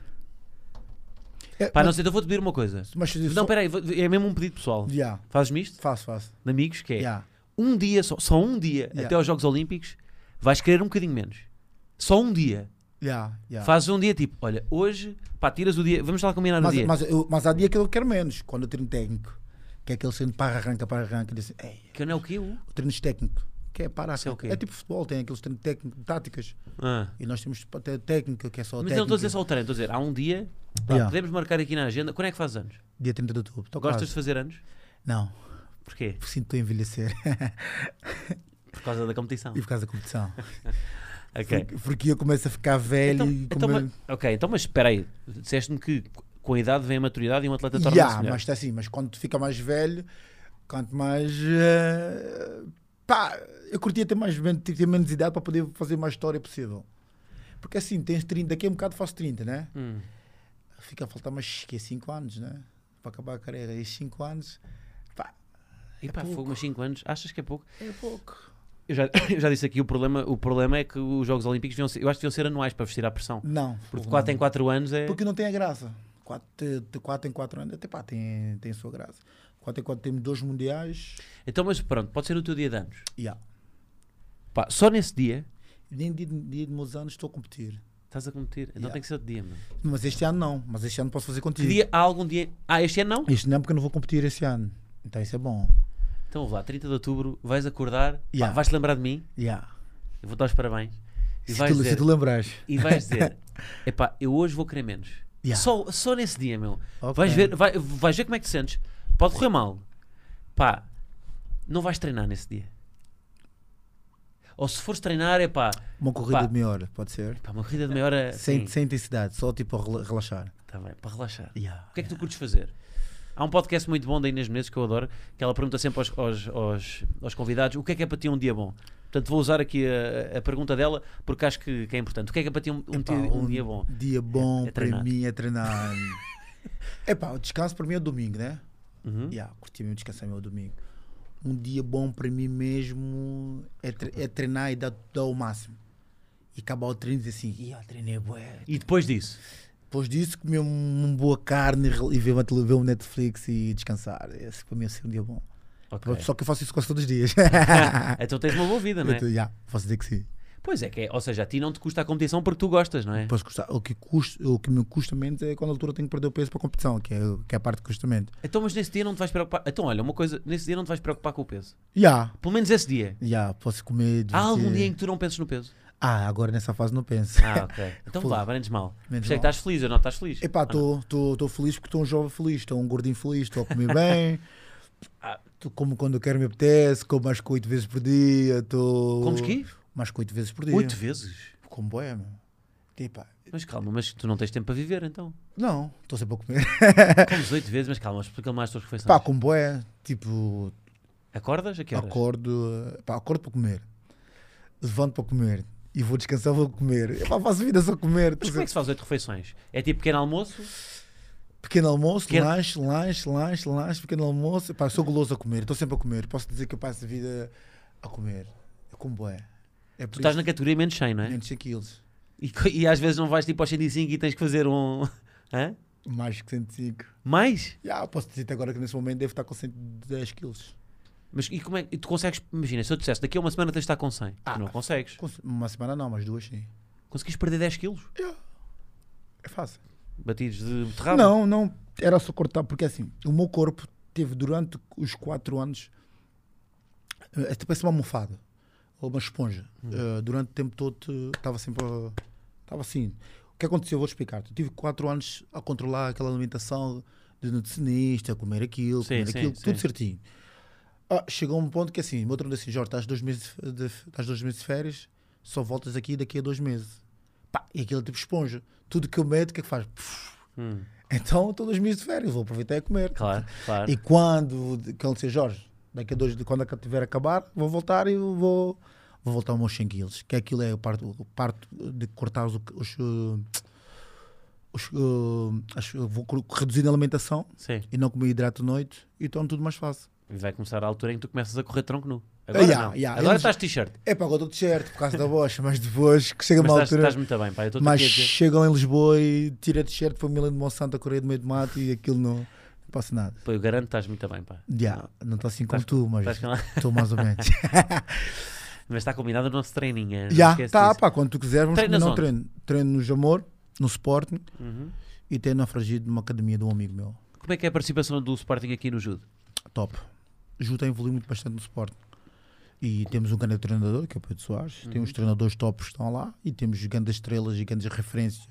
Speaker 1: É,
Speaker 2: Pá, não
Speaker 1: mas,
Speaker 2: sei, então vou-te pedir uma coisa.
Speaker 1: mas, mas
Speaker 2: Não, peraí, vou- é mesmo um pedido pessoal.
Speaker 1: Yeah,
Speaker 2: Fazes-me isto?
Speaker 1: faço, faço.
Speaker 2: De amigos, que é
Speaker 1: Yeah.
Speaker 2: um dia, só, só um dia,
Speaker 1: Yeah.
Speaker 2: até aos Jogos Olímpicos, vais querer um bocadinho menos. Só um dia.
Speaker 1: Yeah, yeah.
Speaker 2: Fazes um dia tipo, olha, hoje, pá, tiras o dia, vamos lá combinar no
Speaker 1: mas,
Speaker 2: dia.
Speaker 1: mas, eu, mas há dia que eu quero menos, quando eu treino técnico. Que é aquele sendo para arranca, para arranca. Disse, Ei,
Speaker 2: Que não é o quê? o?
Speaker 1: o treino técnico. Que é para
Speaker 2: Isso é o
Speaker 1: arranca.
Speaker 2: quê?
Speaker 1: É tipo futebol, tem aqueles treinos técnicos, táticas.
Speaker 2: Ah.
Speaker 1: E nós temos até técnica, que é só
Speaker 2: Mas eu não
Speaker 1: técnica.
Speaker 2: estou a dizer só o treino, estou a dizer, há um dia, pá,
Speaker 1: Yeah.
Speaker 2: podemos marcar aqui na agenda. Quando é que fazes anos?
Speaker 1: Dia 30 de outubro. Tô
Speaker 2: Gostas de
Speaker 1: quase.
Speaker 2: fazer anos?
Speaker 1: Não,
Speaker 2: Porquê?
Speaker 1: porque sinto a envelhecer.
Speaker 2: Por causa da competição.
Speaker 1: e por causa da competição.
Speaker 2: Ok.
Speaker 1: Porque, porque eu começo a ficar velho
Speaker 2: Então,
Speaker 1: e
Speaker 2: então,
Speaker 1: come-
Speaker 2: mas, ok, então, mas espera aí, disseste-me que com a idade vem a maturidade e um atleta torna-se
Speaker 1: Yeah,
Speaker 2: melhor.
Speaker 1: mas está assim, mas quando tu fica mais velho, quanto mais. eh, pá, eu curtia ter mais men- ter menos idade para poder fazer mais história possível. Porque assim, tens 30, daqui a um bocado faço 30, né?
Speaker 2: Hum.
Speaker 1: Fica a faltar mais 5 anos, né? Para acabar a carreira. E 5 anos, pá,
Speaker 2: E
Speaker 1: É
Speaker 2: pá,
Speaker 1: pouco.
Speaker 2: fogo, mas 5 anos, achas que é pouco?
Speaker 1: é pouco.
Speaker 2: Eu já, eu já disse aqui, o problema, o problema é que os Jogos Olímpicos, deviam ser, eu acho que deviam ser anuais para vestir a pressão.
Speaker 1: Não.
Speaker 2: Porque
Speaker 1: fogo,
Speaker 2: 4 em
Speaker 1: não.
Speaker 2: 4 anos é...
Speaker 1: Porque não tem a graça. 4 de 4 em 4 anos, até pá, tem, tem a sua graça. 4 em 4 temos dois mundiais.
Speaker 2: Então, mas pronto, pode ser o teu dia de anos.
Speaker 1: Yeah.
Speaker 2: Pá, só nesse dia
Speaker 1: Nem dia, dia de meus anos estou a competir.
Speaker 2: estás a competir. Então
Speaker 1: Yeah.
Speaker 2: tem que ser outro dia, mano.
Speaker 1: Mas este ano não. Mas este ano posso fazer
Speaker 2: Que
Speaker 1: contigo.
Speaker 2: dia, há algum dia... Ah, este ano não?
Speaker 1: Este não, porque eu não vou competir este ano. Então isso é bom.
Speaker 2: Então vou lá, 30 de outubro, vais acordar, pá,
Speaker 1: Yeah.
Speaker 2: vais-te lembrar de mim,
Speaker 1: Yeah.
Speaker 2: eu vou dar os parabéns. E
Speaker 1: Se
Speaker 2: vais
Speaker 1: tu, se
Speaker 2: dizer,
Speaker 1: tu lembrares.
Speaker 2: e vais dizer epá, eu hoje vou querer menos.
Speaker 1: Yeah.
Speaker 2: Só, só nesse dia, meu.
Speaker 1: Ok.
Speaker 2: Vais, ver, vai- vais ver como é que te sentes. Pode correr mal. Pá, não vais treinar nesse dia. Ou se fores treinar, é pá,
Speaker 1: Uma corrida
Speaker 2: Pá.
Speaker 1: de meia hora, pode ser?
Speaker 2: pá, uma corrida de meia hora.
Speaker 1: Sem,
Speaker 2: Sim,
Speaker 1: sem intensidade, só tipo a rela- relaxar.
Speaker 2: tá bem, para relaxar.
Speaker 1: Yeah.
Speaker 2: O que é que tu curtes fazer? Há um podcast muito bom da Inês Menezes que eu adoro, que ela pergunta sempre aos, aos, aos, aos convidados o que é que é para ti um dia bom. Portanto, vou usar aqui a, a pergunta dela porque acho que, que é importante. O que é que é para ti um, um
Speaker 1: Epá,
Speaker 2: ti- um dia bom?
Speaker 1: Dia bom
Speaker 2: É- é
Speaker 1: para
Speaker 2: treinar.
Speaker 1: mim é treinar. Epá, o descanso para mim é domingo, né?
Speaker 2: Uhum.
Speaker 1: Yeah, curti mesmo descansar meu domingo. Um dia bom para mim mesmo é, tre- é treinar e dar, dar o máximo. E acabar o treino e dizer assim, ia treinei bué.
Speaker 2: E depois disso?
Speaker 1: Depois disso comer um- uma boa carne e rel- e ver uma tele- ver um Netflix e descansar. Esse para mim é ser um dia bom.
Speaker 2: Ok.
Speaker 1: Só que eu faço isso quase todos os dias.
Speaker 2: então tens uma boa vida, não é?
Speaker 1: Então, yeah, posso dizer que sim.
Speaker 2: Pois é, que é, ou seja, a ti não te custa a competição porque tu gostas, não é?
Speaker 1: Posso custar. O que, custa, o que me custa menos é quando a altura tenho que perder o peso para a competição, que é, que é a parte que custa menos.
Speaker 2: Então, mas nesse dia não te vais preocupar. Então, olha, uma coisa, nesse dia não te vais preocupar com o peso.
Speaker 1: Já,
Speaker 2: Pelo menos esse dia.
Speaker 1: já, posso comer.
Speaker 2: Há algum dia em
Speaker 1: divertir.
Speaker 2: que tu não penses no peso?
Speaker 1: Ah, agora nessa fase não penso.
Speaker 2: Ah, ok. Então
Speaker 1: Pô,
Speaker 2: vá, menos mal.
Speaker 1: menos
Speaker 2: Sei que
Speaker 1: mal.
Speaker 2: estás feliz ou não estás feliz?
Speaker 1: Epá, estou feliz porque estou um jovem feliz, estou um gordinho feliz, estou a comer bem.
Speaker 2: Ah.
Speaker 1: Tô como quando eu quero me apetece, como mais que 8 vezes por dia. Tô...
Speaker 2: Comes quê?
Speaker 1: Mais que 8 vezes por dia.
Speaker 2: Oito vezes?
Speaker 1: Como boé, meu. Tipo,
Speaker 2: Mas calma, mas tu não tens tempo para viver, então.
Speaker 1: não, estou sempre a comer.
Speaker 2: Comes oito vezes, mas calma, explica-me mais as tuas refeições.
Speaker 1: É. Pá, como boé, tipo,
Speaker 2: Acordas a que horas?
Speaker 1: acordo, eh, pá, acordo para comer, levanto para comer e vou descansar, vou comer. Epá, faço vida só comer. Tô
Speaker 2: Mas como é
Speaker 1: sempre-
Speaker 2: que se faz oito refeições? É tipo pequeno almoço?
Speaker 1: Pequeno almoço,
Speaker 2: Pequeno-
Speaker 1: lanche, lanche, lanche, lanche, pequeno almoço. Pá, eu sou goloso a comer, estou sempre a comer. Posso dizer que eu passo a vida a comer. Eu como bué. É
Speaker 2: Tu estás na categoria menos 100, não é?
Speaker 1: menos 100 quilos.
Speaker 2: E, co- e às vezes não vais tipo aos 105 e tens que fazer um... Hã?
Speaker 1: Mais que 105.
Speaker 2: Mais?
Speaker 1: Já, posso dizer-te agora que nesse momento devo estar com 110 quilos.
Speaker 2: Mas e como é que tu consegues? Imagina, se eu te dissesse daqui a uma semana tens de estar com 100,
Speaker 1: Ah.
Speaker 2: tu não consegues.
Speaker 1: Com- Uma semana não, mas duas sim.
Speaker 2: Conseguiste perder 10 quilos
Speaker 1: É fácil.
Speaker 2: batidos de beterraba?
Speaker 1: Não, não. Era só cortar, porque assim, o meu corpo teve durante os 4 anos. eh, É parece uma almofada ou uma esponja.
Speaker 2: Hum.
Speaker 1: Eh, durante o tempo todo eh, estava sempre. a- Estava assim. O que aconteceu? Vou explicar. Eu tive 4 anos a controlar aquela alimentação de nutricionista, comer aquilo,
Speaker 2: Sim,
Speaker 1: comer
Speaker 2: sim,
Speaker 1: aquilo,
Speaker 2: sim.
Speaker 1: tudo certinho. Ah, chegou um ponto que assim, o meu treino disse: Jorge, estás dois, meses de, fe- de, fe- estás dois meses de férias, só voltas aqui daqui a dois meses. Pá, e aquilo é tipo esponja. Tudo que eu meto, o que é que faz? Puf,
Speaker 2: Hum,
Speaker 1: então estou dois meses de férias, vou aproveitar e comer.
Speaker 2: claro, claro.
Speaker 1: E quando, quando ser Jorge, daqui a dois, quando a- tiver a acabar, vou voltar e vou, vou voltar aos meus 100 quilos. Que aquilo é a parte, a parte de cortar os. os, eh, os, eh, as- eu vou cor- reduzir a alimentação
Speaker 2: Sim.
Speaker 1: e não comer hidrato à noite e torna tudo mais fácil.
Speaker 2: E vai começar a altura em que tu começas a correr tronco nu. Agora
Speaker 1: Yeah,
Speaker 2: não.
Speaker 1: yeah.
Speaker 2: Agora
Speaker 1: Eu-
Speaker 2: estás de t-shirt.
Speaker 1: É para agora estou de certo por causa da bocha, mas depois que chega
Speaker 2: Mas
Speaker 1: uma
Speaker 2: estás,
Speaker 1: altura.
Speaker 2: estás muito bem, pá. Eu estou-te
Speaker 1: Mas
Speaker 2: aqui a dizer.
Speaker 1: chegam em Lisboa e tira de certo para Milão de Monsanto a Coreia do Meio do Mato e aquilo não, não passa nada.
Speaker 2: Pô, eu garanto que estás muito bem, pá.
Speaker 1: Yeah, não estou assim como
Speaker 2: Estás-
Speaker 1: tu, mas
Speaker 2: Estás com-
Speaker 1: estou mais ou menos.
Speaker 2: Mas está combinado o nosso treininho. hein? Não
Speaker 1: Já,
Speaker 2: esquece
Speaker 1: tá,
Speaker 2: disso.
Speaker 1: pá, quando tu quiseres, vamos
Speaker 2: Treinas
Speaker 1: combinar um
Speaker 2: onde?
Speaker 1: treino. Treino no Jamor, no Sporting
Speaker 2: Uhum.
Speaker 1: e treino na Fragida, numa academia de um amigo meu.
Speaker 2: Como é que é a participação do Sporting aqui no Judo?
Speaker 1: Top. Ju tem evoluído muito bastante no Sporting. E temos um grande treinador, que é o Pedro Soares. Tem uns treinadores tops que estão lá e temos grandes estrelas e grandes referências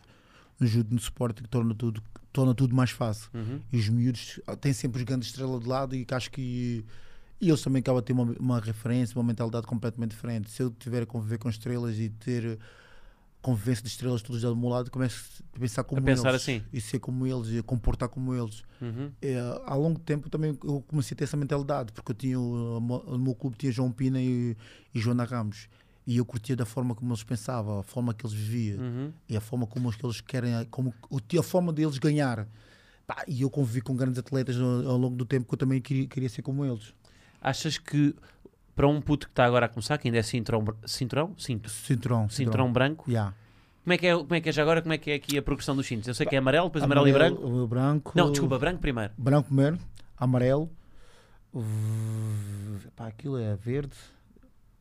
Speaker 1: no Judo no Sporting que torna tudo, torna tudo mais fácil.
Speaker 2: Uhum.
Speaker 1: E os miúdos ah, têm sempre os grandes estrelas de lado e que acho que. E eles também acabam a ter uma, uma referência, uma mentalidade completamente diferente. Se eu tiver a conviver com estrelas e ter convivência de estrelas todos do meu lado, começo a pensar como
Speaker 2: pensar
Speaker 1: eles.
Speaker 2: assim.
Speaker 1: E ser como eles, e a comportar como eles.
Speaker 2: Uhum.
Speaker 1: É, ao longo do tempo também eu comecei a ter essa mentalidade, porque eu tinha o, o meu clube tinha João Pina e, e Joana Ramos. E eu curtia da forma como eles pensavam, a forma que eles viviam
Speaker 2: Uhum.
Speaker 1: e a forma como os que eles querem, como o- a forma deles ganhar. Pá, e eu convivi com grandes atletas ao, ao longo do tempo que eu também queria, queria ser como eles.
Speaker 2: Achas que para um puto que está agora a começar, que ainda é cinturão, br- cinturão? Cinto.
Speaker 1: Cinturão.
Speaker 2: Cinturão branco,
Speaker 1: Yeah.
Speaker 2: como é, que é, como é que é já agora? Como é que é aqui a progressão dos cintos? Eu sei que é amarelo, depois amarelo, e branco.
Speaker 1: branco.
Speaker 2: Não, desculpa, branco primeiro.
Speaker 1: Branco primeiro, amarelo. v- Pá, aquilo é verde.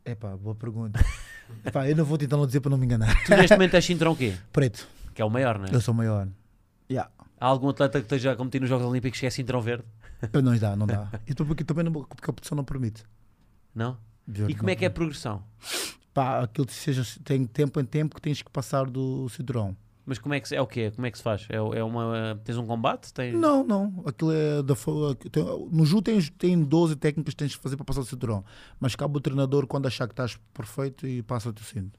Speaker 1: Epá, boa pergunta. Epá, eu não vou tentar não dizer para não me enganar.
Speaker 2: Tu neste momento és cinturão o quê?
Speaker 1: Preto,
Speaker 2: Que é o maior, não é?
Speaker 1: eu sou maior.
Speaker 2: Há algum atleta que esteja a competir nos Jogos Olímpicos que é cinturão verde?
Speaker 1: Eu não dá, não dá. E tu- porque também não, porque a produção não permite.
Speaker 2: Não? E como é que é a progressão?
Speaker 1: Pá, aquilo que seja, tem tempo em tempo que tens que passar do cinturão.
Speaker 2: Mas como é que se- é o quê? Como é que se faz? É, o- é uma tens um combate? Tens...
Speaker 1: Não, não. Aquilo é da fo- tem- No Ju tem, tem 12 técnicas que tens que fazer para passar o cinturão. Mas cabe o treinador quando achar que estás perfeito e passa-te o cinto.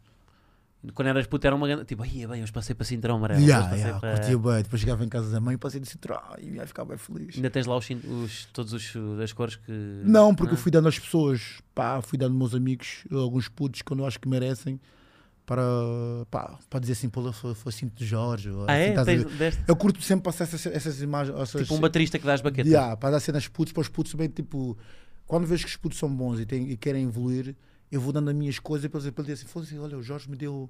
Speaker 2: Quando eras puto era uma grande, tipo, ai, é bem, hoje passei para cinturão amarelo.
Speaker 1: Ya,
Speaker 2: hoje passei
Speaker 1: ya,
Speaker 2: para-"
Speaker 1: curtia bem. Depois chegava em casa da mãe e passei do cinturão e ia ficar bem feliz.
Speaker 2: Ainda tens lá os, cin- os- todos os as cores que
Speaker 1: Não, porque eu fui dando às pessoas, pá, fui dando meus amigos, alguns putos quando eu acho que merecem, para, pá, para dizer assim, pô, foi, foi cinto de Jorge. ou assim,
Speaker 2: Ah, é?
Speaker 1: estás a
Speaker 2: Tens,
Speaker 1: ver?
Speaker 2: deste-
Speaker 1: Eu curto sempre passar essas, essas imagens. Essas,
Speaker 2: tipo um baterista que dás baqueta.
Speaker 1: Yeah, para dar cenas putos, para os putos também, tipo, quando vejo que os putos são bons e, têm- e querem evoluir, eu vou dando as minhas coisas para eles para eles dizerem assim, "Foda-se, olha, o Jorge me deu,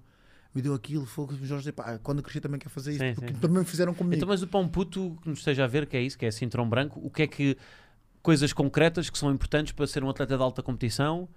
Speaker 1: me deu aquilo, foi o que o Jorge, pá, quando eu crescer também quer fazer isso,
Speaker 2: Sim,
Speaker 1: porque
Speaker 2: sim.
Speaker 1: também fizeram comigo.
Speaker 2: Então, mas o pão puto que nos esteja a ver, que é isso, que é cinturão branco, o que é que coisas concretas que são importantes para ser um atleta de alta competição?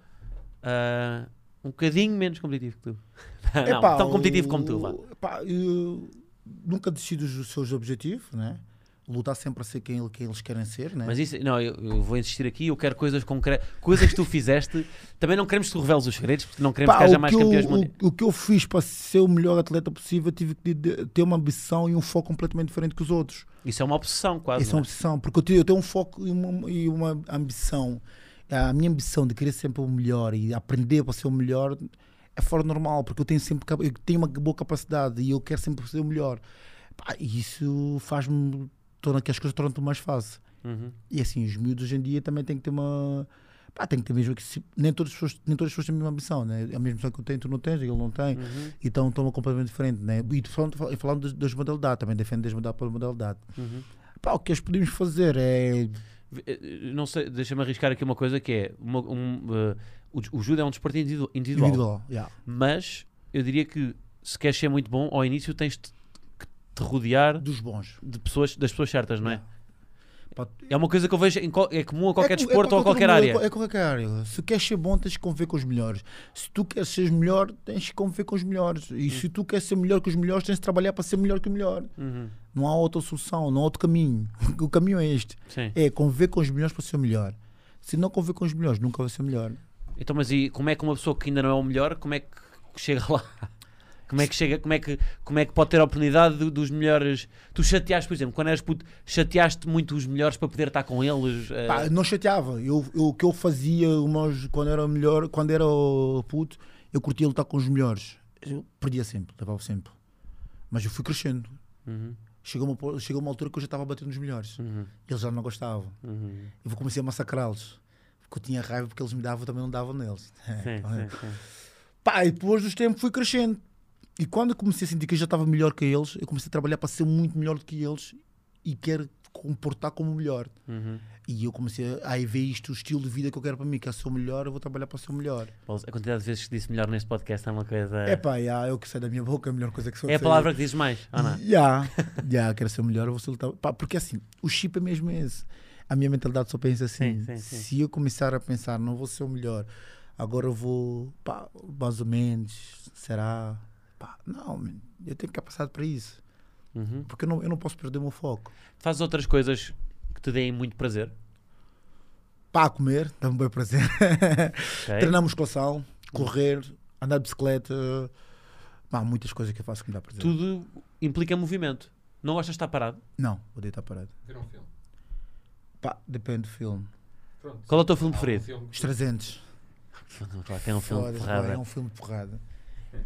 Speaker 2: ah, um bocadinho menos competitivo que tu. não,
Speaker 1: Epá,
Speaker 2: tão competitivo
Speaker 1: o-
Speaker 2: como tu, vá.
Speaker 1: epá, eu nunca desisti dos seus objetivos, né? Lutar sempre a ser quem, ele- quem eles querem ser, né?
Speaker 2: Mas isso, não, eu, eu vou insistir aqui, eu quero coisas concretas, coisas que tu fizeste. Também não queremos que tu reveles os segredos, porque não queremos
Speaker 1: Pá,
Speaker 2: que haja
Speaker 1: o
Speaker 2: mais
Speaker 1: que eu-
Speaker 2: campeões
Speaker 1: o-
Speaker 2: mundiais.
Speaker 1: o que eu fiz para ser o melhor atleta possível, tive que de- ter uma ambição e um foco completamente diferente que os outros.
Speaker 2: Isso é uma obsessão, quase.
Speaker 1: Isso é uma
Speaker 2: não é?
Speaker 1: obsessão, porque eu tenho, eu tenho um foco e uma, e uma ambição. A minha ambição de querer sempre o melhor e aprender para ser o melhor é fora do normal, porque eu tenho sempre cap- eu tenho uma boa capacidade e eu quero sempre ser o melhor. Pá, e isso faz-me, torna que as coisas tornam mais fácil.
Speaker 2: Uhum.
Speaker 1: E assim, os miúdos hoje em dia também têm que ter uma. Pá, tem que ter mesmo que. se- nem, todas as pessoas, nem todas as pessoas têm a mesma ambição, né? A mesma ambição que eu tenho, tu não tens, ele não tem.
Speaker 2: Uhum.
Speaker 1: Então toma completamente diferente, né? E tu falando, e falando das, das modalidades, também defendo desmodalidade para modalidade.
Speaker 2: Uhum.
Speaker 1: Pá, o que eles podemos fazer é.
Speaker 2: V- eh, Não sei, deixa-me arriscar aqui uma coisa que é uma- um, eh, o, ju- o judo é um desporto individu- individual,
Speaker 1: Individual. yeah.
Speaker 2: mas eu diria que se queres ser muito bom, ao início tens de que te rodear
Speaker 1: Dos bons.
Speaker 2: de pessoas, das pessoas certas, não é?
Speaker 1: Pá,
Speaker 2: É uma coisa que eu vejo em qual- é comum a qualquer
Speaker 1: é co- é
Speaker 2: desporto ou a qualquer
Speaker 1: outro-
Speaker 2: área.
Speaker 1: É qualquer área. Se queres ser bom, tens que conviver com os melhores. Se tu queres ser melhor, tens que conviver com os melhores. E se tu queres ser melhor que os melhores, tens de trabalhar para ser melhor que o melhor.
Speaker 2: Uhum.
Speaker 1: Não há outra solução, não há outro caminho. O caminho é este:
Speaker 2: Sim.
Speaker 1: é conviver com os melhores para ser o melhor. Se não conviver com os melhores, nunca vai ser o melhor.
Speaker 2: Então, mas e como é que uma pessoa que ainda não é o melhor, como é que chega lá? Como é que chega, como é que, como é que pode ter a oportunidade do- dos melhores? Tu chateaste, por exemplo, quando eras puto, chateaste muito os melhores para poder estar com eles? eh?
Speaker 1: Pá, não chateava. Eu, eu- o que eu fazia o meus- quando era melhor, quando era o puto, eu curtia lutar com os melhores. Eu perdia sempre, levava sempre. Mas eu fui crescendo.
Speaker 2: Uhum,
Speaker 1: Chegou uma, po- chegou uma altura que eu já estava batendo nos melhores.
Speaker 2: uhum,
Speaker 1: Eles já não gostavam.
Speaker 2: uhum.
Speaker 1: Eu comecei a massacrá-los. Porque eu tinha raiva porque eles me davam, eu também não davam neles.
Speaker 2: Sim, sim, sim.
Speaker 1: Pá, e depois dos tempos fui crescendo. E quando eu comecei a sentir que eu já estava melhor que eles, eu comecei a trabalhar para ser muito melhor do que eles e quero comportar como o melhor.
Speaker 2: Uhum.
Speaker 1: E eu comecei a aí ver isto, o estilo de vida que eu quero para mim, que é ser o melhor, eu vou trabalhar para ser o melhor.
Speaker 2: Paulo, A quantidade de vezes que disse melhor neste podcast é uma coisa.
Speaker 1: É pá, yeah, é o que sai da minha boca, é a melhor coisa que sou
Speaker 2: É a palavra que dizes mais, ou não? é?
Speaker 1: Já, já, quero ser o melhor, eu vou ser lutar. Pá, porque assim, o chip é mesmo esse. A minha mentalidade só pensa assim:
Speaker 2: Sim, sim, sim.
Speaker 1: se eu começar a pensar, não vou ser o melhor, agora eu vou, pá, mais ou menos, será? Pá, não, man, eu tenho que passar para isso.
Speaker 2: Uhum.
Speaker 1: Porque eu não, eu não posso perder o meu foco.
Speaker 2: Fazes outras coisas que te deem muito prazer.
Speaker 1: Pá, comer, dá-me bem prazer.
Speaker 2: ok?
Speaker 1: Treinar musculação, correr, andar de bicicleta. Pá, muitas coisas que eu faço que me dá prazer.
Speaker 2: Tudo implica movimento. Não gostas de estar parado?
Speaker 1: Não, odeio estar parado.
Speaker 4: Ver um filme.
Speaker 1: Pá, depende do filme.
Speaker 4: Pronto.
Speaker 2: Qual é o teu filme
Speaker 4: Há um
Speaker 2: preferido?
Speaker 4: filme
Speaker 1: Os 300.
Speaker 2: Claro que é um filme de
Speaker 1: Foda-se,
Speaker 2: porrada.
Speaker 1: pá, É um filme de porrada.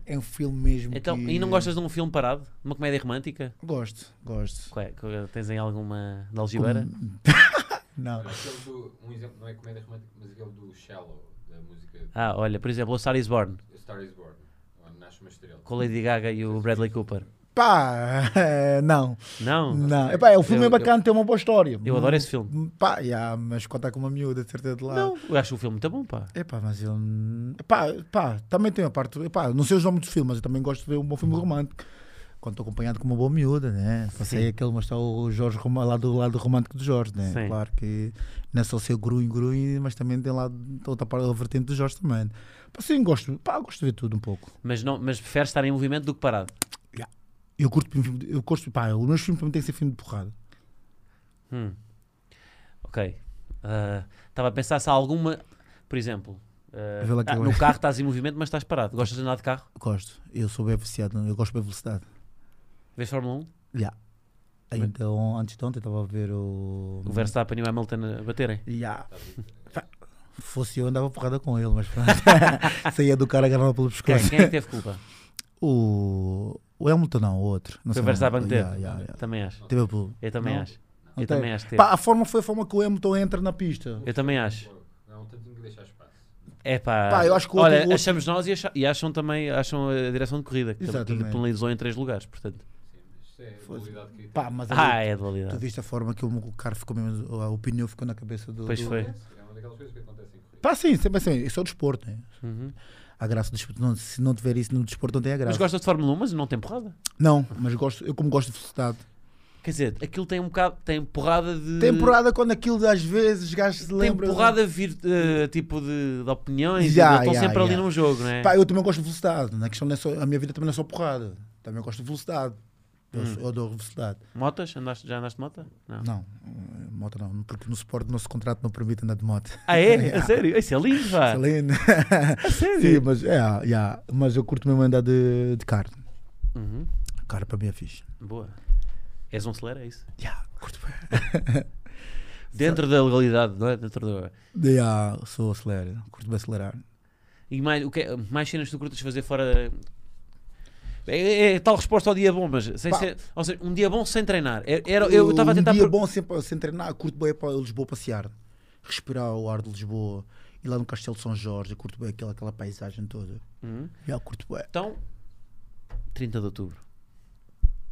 Speaker 1: É um filme mesmo
Speaker 2: Então,
Speaker 1: que...
Speaker 2: e não gostas de um filme parado? Uma comédia romântica?
Speaker 1: Gosto, gosto.
Speaker 2: Qual é? Qual- Tens aí alguma da Algibeira?
Speaker 1: Não.
Speaker 4: Aquele do, um exemplo, não é comédia romântica, mas aquele do Shallow,
Speaker 5: da música
Speaker 2: Ah, olha, por exemplo, o Star is Born,
Speaker 5: Star is Born, onde nasce uma estrela.
Speaker 2: com a Lady Gaga e o Bradley Cooper.
Speaker 1: Pá, não.
Speaker 2: Não?
Speaker 1: Não. Epá, é, o filme
Speaker 2: Eu-
Speaker 1: é bacana, tem uma boa história.
Speaker 2: Eu adoro esse filme.
Speaker 1: Pá, yeah, mas contar com uma miúda, de certeza de lá.
Speaker 2: Não, eu acho o filme muito bom, pá.
Speaker 1: Epá, mas eu. Epá, pá, também tem a parte. Epá, não sei os nomes dos filmes, mas eu também gosto de ver um bom filme romântico. Quando estou acompanhado com uma boa miúda, né? Não sei
Speaker 2: Sim.
Speaker 1: aquele, mas está o Jorge Roma- lá do lado romântico do Jorge, né?
Speaker 2: Sim.
Speaker 1: Claro que não é só ser grunho, grunho, mas também tem lá outra parte da vertente do Jorge também. Pá, sim, gosto, pá, gosto de ver tudo um pouco.
Speaker 2: Mas, não, mas prefere estar em movimento do que parado.
Speaker 1: Eu curto, eu curto, pá, os meus filmes também têm que ser filme de porrada.
Speaker 2: Hum. Ok. Ah, Estava a pensar se há alguma. Por exemplo, ah,
Speaker 1: A vê lá que
Speaker 2: ah,
Speaker 1: eu- é.
Speaker 2: no carro estás em movimento, mas estás parado. Gostas de andar de carro?
Speaker 1: Gosto, eu sou bem viciado, eu gosto bem de velocidade.
Speaker 2: Vês Fórmula 1?
Speaker 1: Ainda on- antes de ontem estava a ver o.
Speaker 2: O Verstappen e o Hamilton a baterem.
Speaker 1: Ya. Pá, Fosse eu andava porrada com ele, mas pronto. saía do cara agarrava pelo
Speaker 2: Quem,
Speaker 1: pescoço.
Speaker 2: quem é que teve culpa?
Speaker 1: O, o Hamilton não, o outro. Não sei
Speaker 2: Foi
Speaker 1: o
Speaker 2: o Verstappen que
Speaker 1: nome.
Speaker 2: teve.
Speaker 1: Ya, ya, ya.
Speaker 2: Também acho.
Speaker 1: Teve pelo-
Speaker 2: Eu também
Speaker 1: Não.
Speaker 2: acho.
Speaker 1: não
Speaker 2: Eu
Speaker 1: teve.
Speaker 2: também acho que teve.
Speaker 1: Pá, a forma foi a forma que o Hamilton entra na pista.
Speaker 2: Eu também acho.
Speaker 5: Não, temos que deixar espaço.
Speaker 2: É pá.
Speaker 1: Pá, eu acho que o
Speaker 2: Olha,
Speaker 1: outro- o outro-
Speaker 2: achamos nós e, acha- e acham também acham a direção de corrida. Que também- que
Speaker 1: Exatamente.
Speaker 2: penalizou em três lugares, portanto.
Speaker 5: Sim, mas isso é a
Speaker 1: Foda-se.
Speaker 5: qualidade que
Speaker 1: Pá, mas ali,
Speaker 2: Ah, é a
Speaker 1: tu
Speaker 2: dualidade.
Speaker 1: viste a forma que o, o cara ficou mesmo. A, o pneu ficou na cabeça do.
Speaker 2: Pois
Speaker 1: do-
Speaker 2: foi.
Speaker 5: é uma daquelas coisas que acontecem em corrida.
Speaker 1: Pá, sim, sempre assim. Isso é o desporto, né?
Speaker 2: Uhum.
Speaker 1: A graça do desporto. Não, se não tiver isso no desporto, não tem a
Speaker 2: Mas
Speaker 1: graça.
Speaker 2: gostas de Fórmula 1, mas não tem porrada.
Speaker 1: Não, mas gosto, eu como gosto de velocidade.
Speaker 2: Quer dizer, aquilo tem um bocado. Tem porrada de.
Speaker 1: Tem porrada quando aquilo às vezes os gajos se
Speaker 2: Tem
Speaker 1: lembram.
Speaker 2: porrada vir, eh, tipo de, de opiniões.
Speaker 1: Já,
Speaker 2: Estão
Speaker 1: já,
Speaker 2: sempre ali
Speaker 1: já.
Speaker 2: num jogo, não é?
Speaker 1: Pá, eu também gosto de velocidade. Na questão não é só, a minha vida também não é só porrada. Também gosto de velocidade.
Speaker 2: Hum.
Speaker 1: Eu, sou- eu adoro velocidade.
Speaker 2: Motas? Andaste, já andaste de mota? Não.
Speaker 1: Não, eh, moto não, porque no suporte o nosso contrato não permite andar de moto.
Speaker 2: Ah, é? A sério? Isso é lindo, pá.
Speaker 1: Excelente.
Speaker 2: A sério?
Speaker 1: Sim, mas, é, yeah, mas eu curto mesmo andar de, de carro.
Speaker 2: Uhum.
Speaker 1: Carro para mim é fixe.
Speaker 2: Boa. És um celeiro, é isso?
Speaker 1: Yeah, curto bem.
Speaker 2: Dentro da legalidade, não é? Dentro da...
Speaker 1: Yeah, sou acelerado. Curto bem acelerar.
Speaker 2: E mais, o que é- mais cenas tu curtas fazer fora. É, é- é tal resposta ao dia bom, mas sem
Speaker 1: Pá.
Speaker 2: ser- ou seja, um dia bom sem treinar. É- Era, eu estava a tentar.
Speaker 1: Um dia
Speaker 2: pro-
Speaker 1: bom sempre sem treinar, curto bem para Lisboa passear, respirar o ar de Lisboa, ir lá no Castelo de São Jorge, eu curto bem aquela, aquela paisagem toda.
Speaker 2: Uhum.
Speaker 1: Yeah, curto bem.
Speaker 2: Então, 30 de outubro,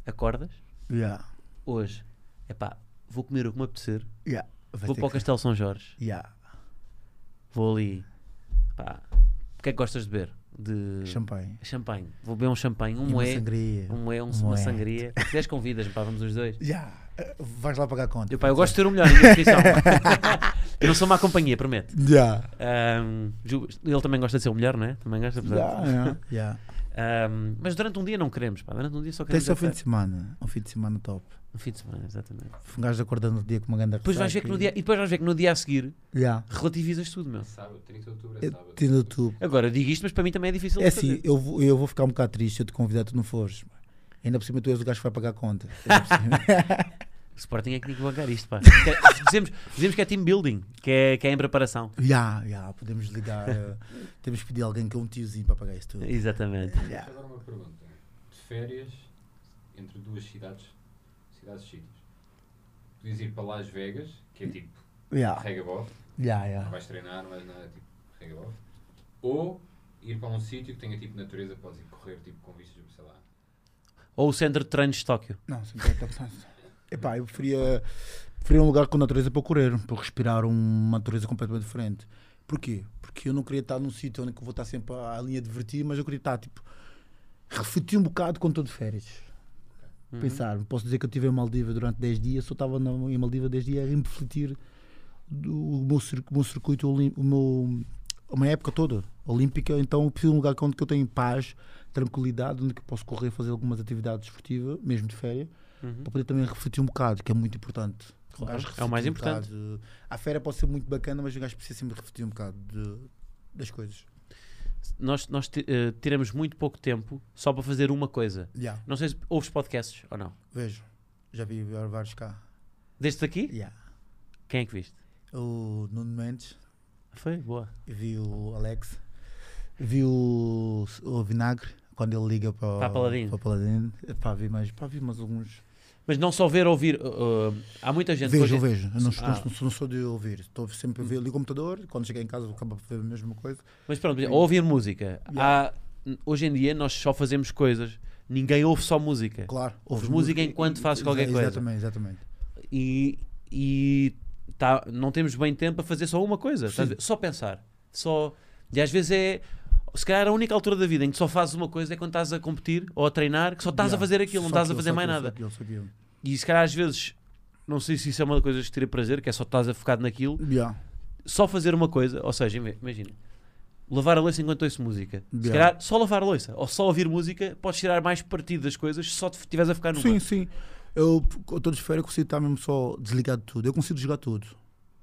Speaker 2: acordas?
Speaker 1: Yeah,
Speaker 2: Hoje, é pá, vou comer o que me apetecer.
Speaker 1: yeah. Vai
Speaker 2: vou
Speaker 1: ter
Speaker 2: para o
Speaker 1: que-
Speaker 2: Castelo São Jorge.
Speaker 1: Yeah.
Speaker 2: Vou ali. Pá, o que é que gostas de beber? De
Speaker 1: Champanhe.
Speaker 2: champanhe. Vou beber um champanhe, um
Speaker 1: E uma
Speaker 2: moé,
Speaker 1: sangria.
Speaker 2: um moé, um-
Speaker 1: Um
Speaker 2: uma
Speaker 1: moé.
Speaker 2: sangria. Se deres convidas, pá, vamos os dois.
Speaker 1: Yeah. Eh, Vais lá pagar a conta.
Speaker 2: Eu, pá, eu gosto de ter o melhor na minha descrição. eu não sou má companhia, prometo.
Speaker 1: Yeah.
Speaker 2: Ahm, Ju- ele também gosta de ser o melhor, não é? Também gosta, portanto.
Speaker 1: Yeah, yeah, yeah.
Speaker 2: Ahm, mas durante um dia não queremos, pá. Durante um dia só
Speaker 1: Tem
Speaker 2: queremos.
Speaker 1: seu
Speaker 2: é
Speaker 1: fim de
Speaker 2: festa.
Speaker 1: semana. Um fim de semana top.
Speaker 2: Um fim de semana, exatamente.
Speaker 1: Um gajo acordando no dia com uma ganda
Speaker 2: Depois vais ver que no dia, e depois vais ver que no dia a seguir
Speaker 1: Yeah.
Speaker 2: relativizas tudo, meu.
Speaker 5: Sábado, 30 de outubro é
Speaker 1: Eu
Speaker 5: sábado.
Speaker 1: te no tu.
Speaker 2: Agora, eu digo isto, mas para mim também é difícil
Speaker 1: eh, É
Speaker 2: de fazer.
Speaker 1: assim, eu vou, eu vou ficar um bocado triste se eu te convidar tu não fores. Ainda por cima tu és o gajo que vai pagar a conta. Ainda por cima.
Speaker 2: O Sporting é que tem que bancar isto, pá. Que- dizemos, dizemos que é team building, que é, que é em preparação.
Speaker 1: Ya, ya, podemos ligar. eh, temos que pedir alguém que é um tiozinho para pagar isso tudo.
Speaker 2: Exatamente.
Speaker 1: Ya.
Speaker 5: Agora uma pergunta. De férias, entre duas cidades, cidades e sítios. Podias ir para Las Vegas, que é tipo
Speaker 2: Ah.
Speaker 1: Ya,
Speaker 5: rega bof,
Speaker 1: ya,
Speaker 5: não
Speaker 1: ya.
Speaker 5: vais treinar, não vais nada, é tipo rega bof. Ou ir para um sítio que tenha tipo natureza, podes ir correr tipo com vistas, sei lá.
Speaker 2: Ou o centro de treinos de Tóquio.
Speaker 1: Não, sempre é toxão. Epá, eu preferia, preferia um lugar com natureza para correr, para respirar um, uma natureza completamente diferente. Porquê? Porque eu não queria estar num sítio onde que eu vou estar sempre à à linha de divertir, mas eu queria estar, tipo, refletir um bocado quando estou de férias.
Speaker 2: Uhum.
Speaker 1: Pensar, posso dizer que eu estive em Maldiva durante 10 dias, só estava na- em Maldiva 10 dias a refletir do- o meu, cir- o meu circuito, olí- o meu, uma época toda olímpica, então eu preciso de um lugar onde que eu tenho paz, tranquilidade, onde que eu posso correr, fazer algumas atividades desportivas, mesmo de férias, para poder também refletir um bocado, que é muito importante. Um
Speaker 2: Uhum. Claro,
Speaker 1: gajo
Speaker 2: é o mais
Speaker 1: refletir um
Speaker 2: importante.
Speaker 1: bocado. A férias pode ser muito bacana, mas o gajo precisa sempre refletir um bocado de- das coisas.
Speaker 2: Nós, nós ti- eh, tiramos muito pouco tempo só para fazer uma coisa.
Speaker 1: Yeah,
Speaker 2: Não sei se ouves podcasts ou não.
Speaker 1: vejo. Já vi vários cá.
Speaker 2: Destes aqui,
Speaker 1: Yeah.
Speaker 2: quem é que viste?
Speaker 1: O Nuno Mendes.
Speaker 2: Foi? Boa.
Speaker 1: vi o Alex, vi o, o Vinagre, quando ele liga para,
Speaker 2: Para Paladino.
Speaker 1: Para Paladino. Epá, vi mais, pá, vi mais alguns.
Speaker 2: Mas não só ver, ouvir. uh, uh, há muita gente que
Speaker 1: Vejo,
Speaker 2: hoje-
Speaker 1: vejo. Eu não,
Speaker 2: Ah.
Speaker 1: não- não sou de ouvir. Estou sempre a ver ali o computador. Quando cheguei em casa, acabo a ver a mesma coisa.
Speaker 2: Mas pronto, por exemplo, ouvir música. Há- hoje em dia nós só fazemos coisas. Ninguém ouve só música.
Speaker 1: Claro.
Speaker 2: Ouves música enquanto fazes qualquer coisa.
Speaker 1: Exatamente, exatamente.
Speaker 2: E, e tá, não temos bem tempo a fazer só uma coisa. estás a ver? Só pensar. Só, e às vezes é. Se calhar a única altura da vida em que só fazes uma coisa é quando estás a competir ou a treinar, que só estás a
Speaker 1: Yeah.
Speaker 2: fazer aquilo, não
Speaker 1: Só
Speaker 2: estás a
Speaker 1: aquilo,
Speaker 2: fazer
Speaker 1: só
Speaker 2: mais
Speaker 1: aquilo, só
Speaker 2: nada.
Speaker 1: aquilo, só aquilo.
Speaker 2: E se calhar às vezes, não sei se isso é uma das coisas que te tira prazer, que é só estás a focar naquilo,
Speaker 1: Yeah.
Speaker 2: só fazer uma coisa, ou seja, ime- imagina, lavar a louça enquanto ouço música. Se
Speaker 1: Yeah.
Speaker 2: calhar só lavar a louça ou só ouvir música, podes tirar mais partido das coisas se só te estiveres a focar numa.
Speaker 1: Sim, sim. Eu estou de férias, consigo estar mesmo só desligado de tudo. Eu consigo desligar tudo.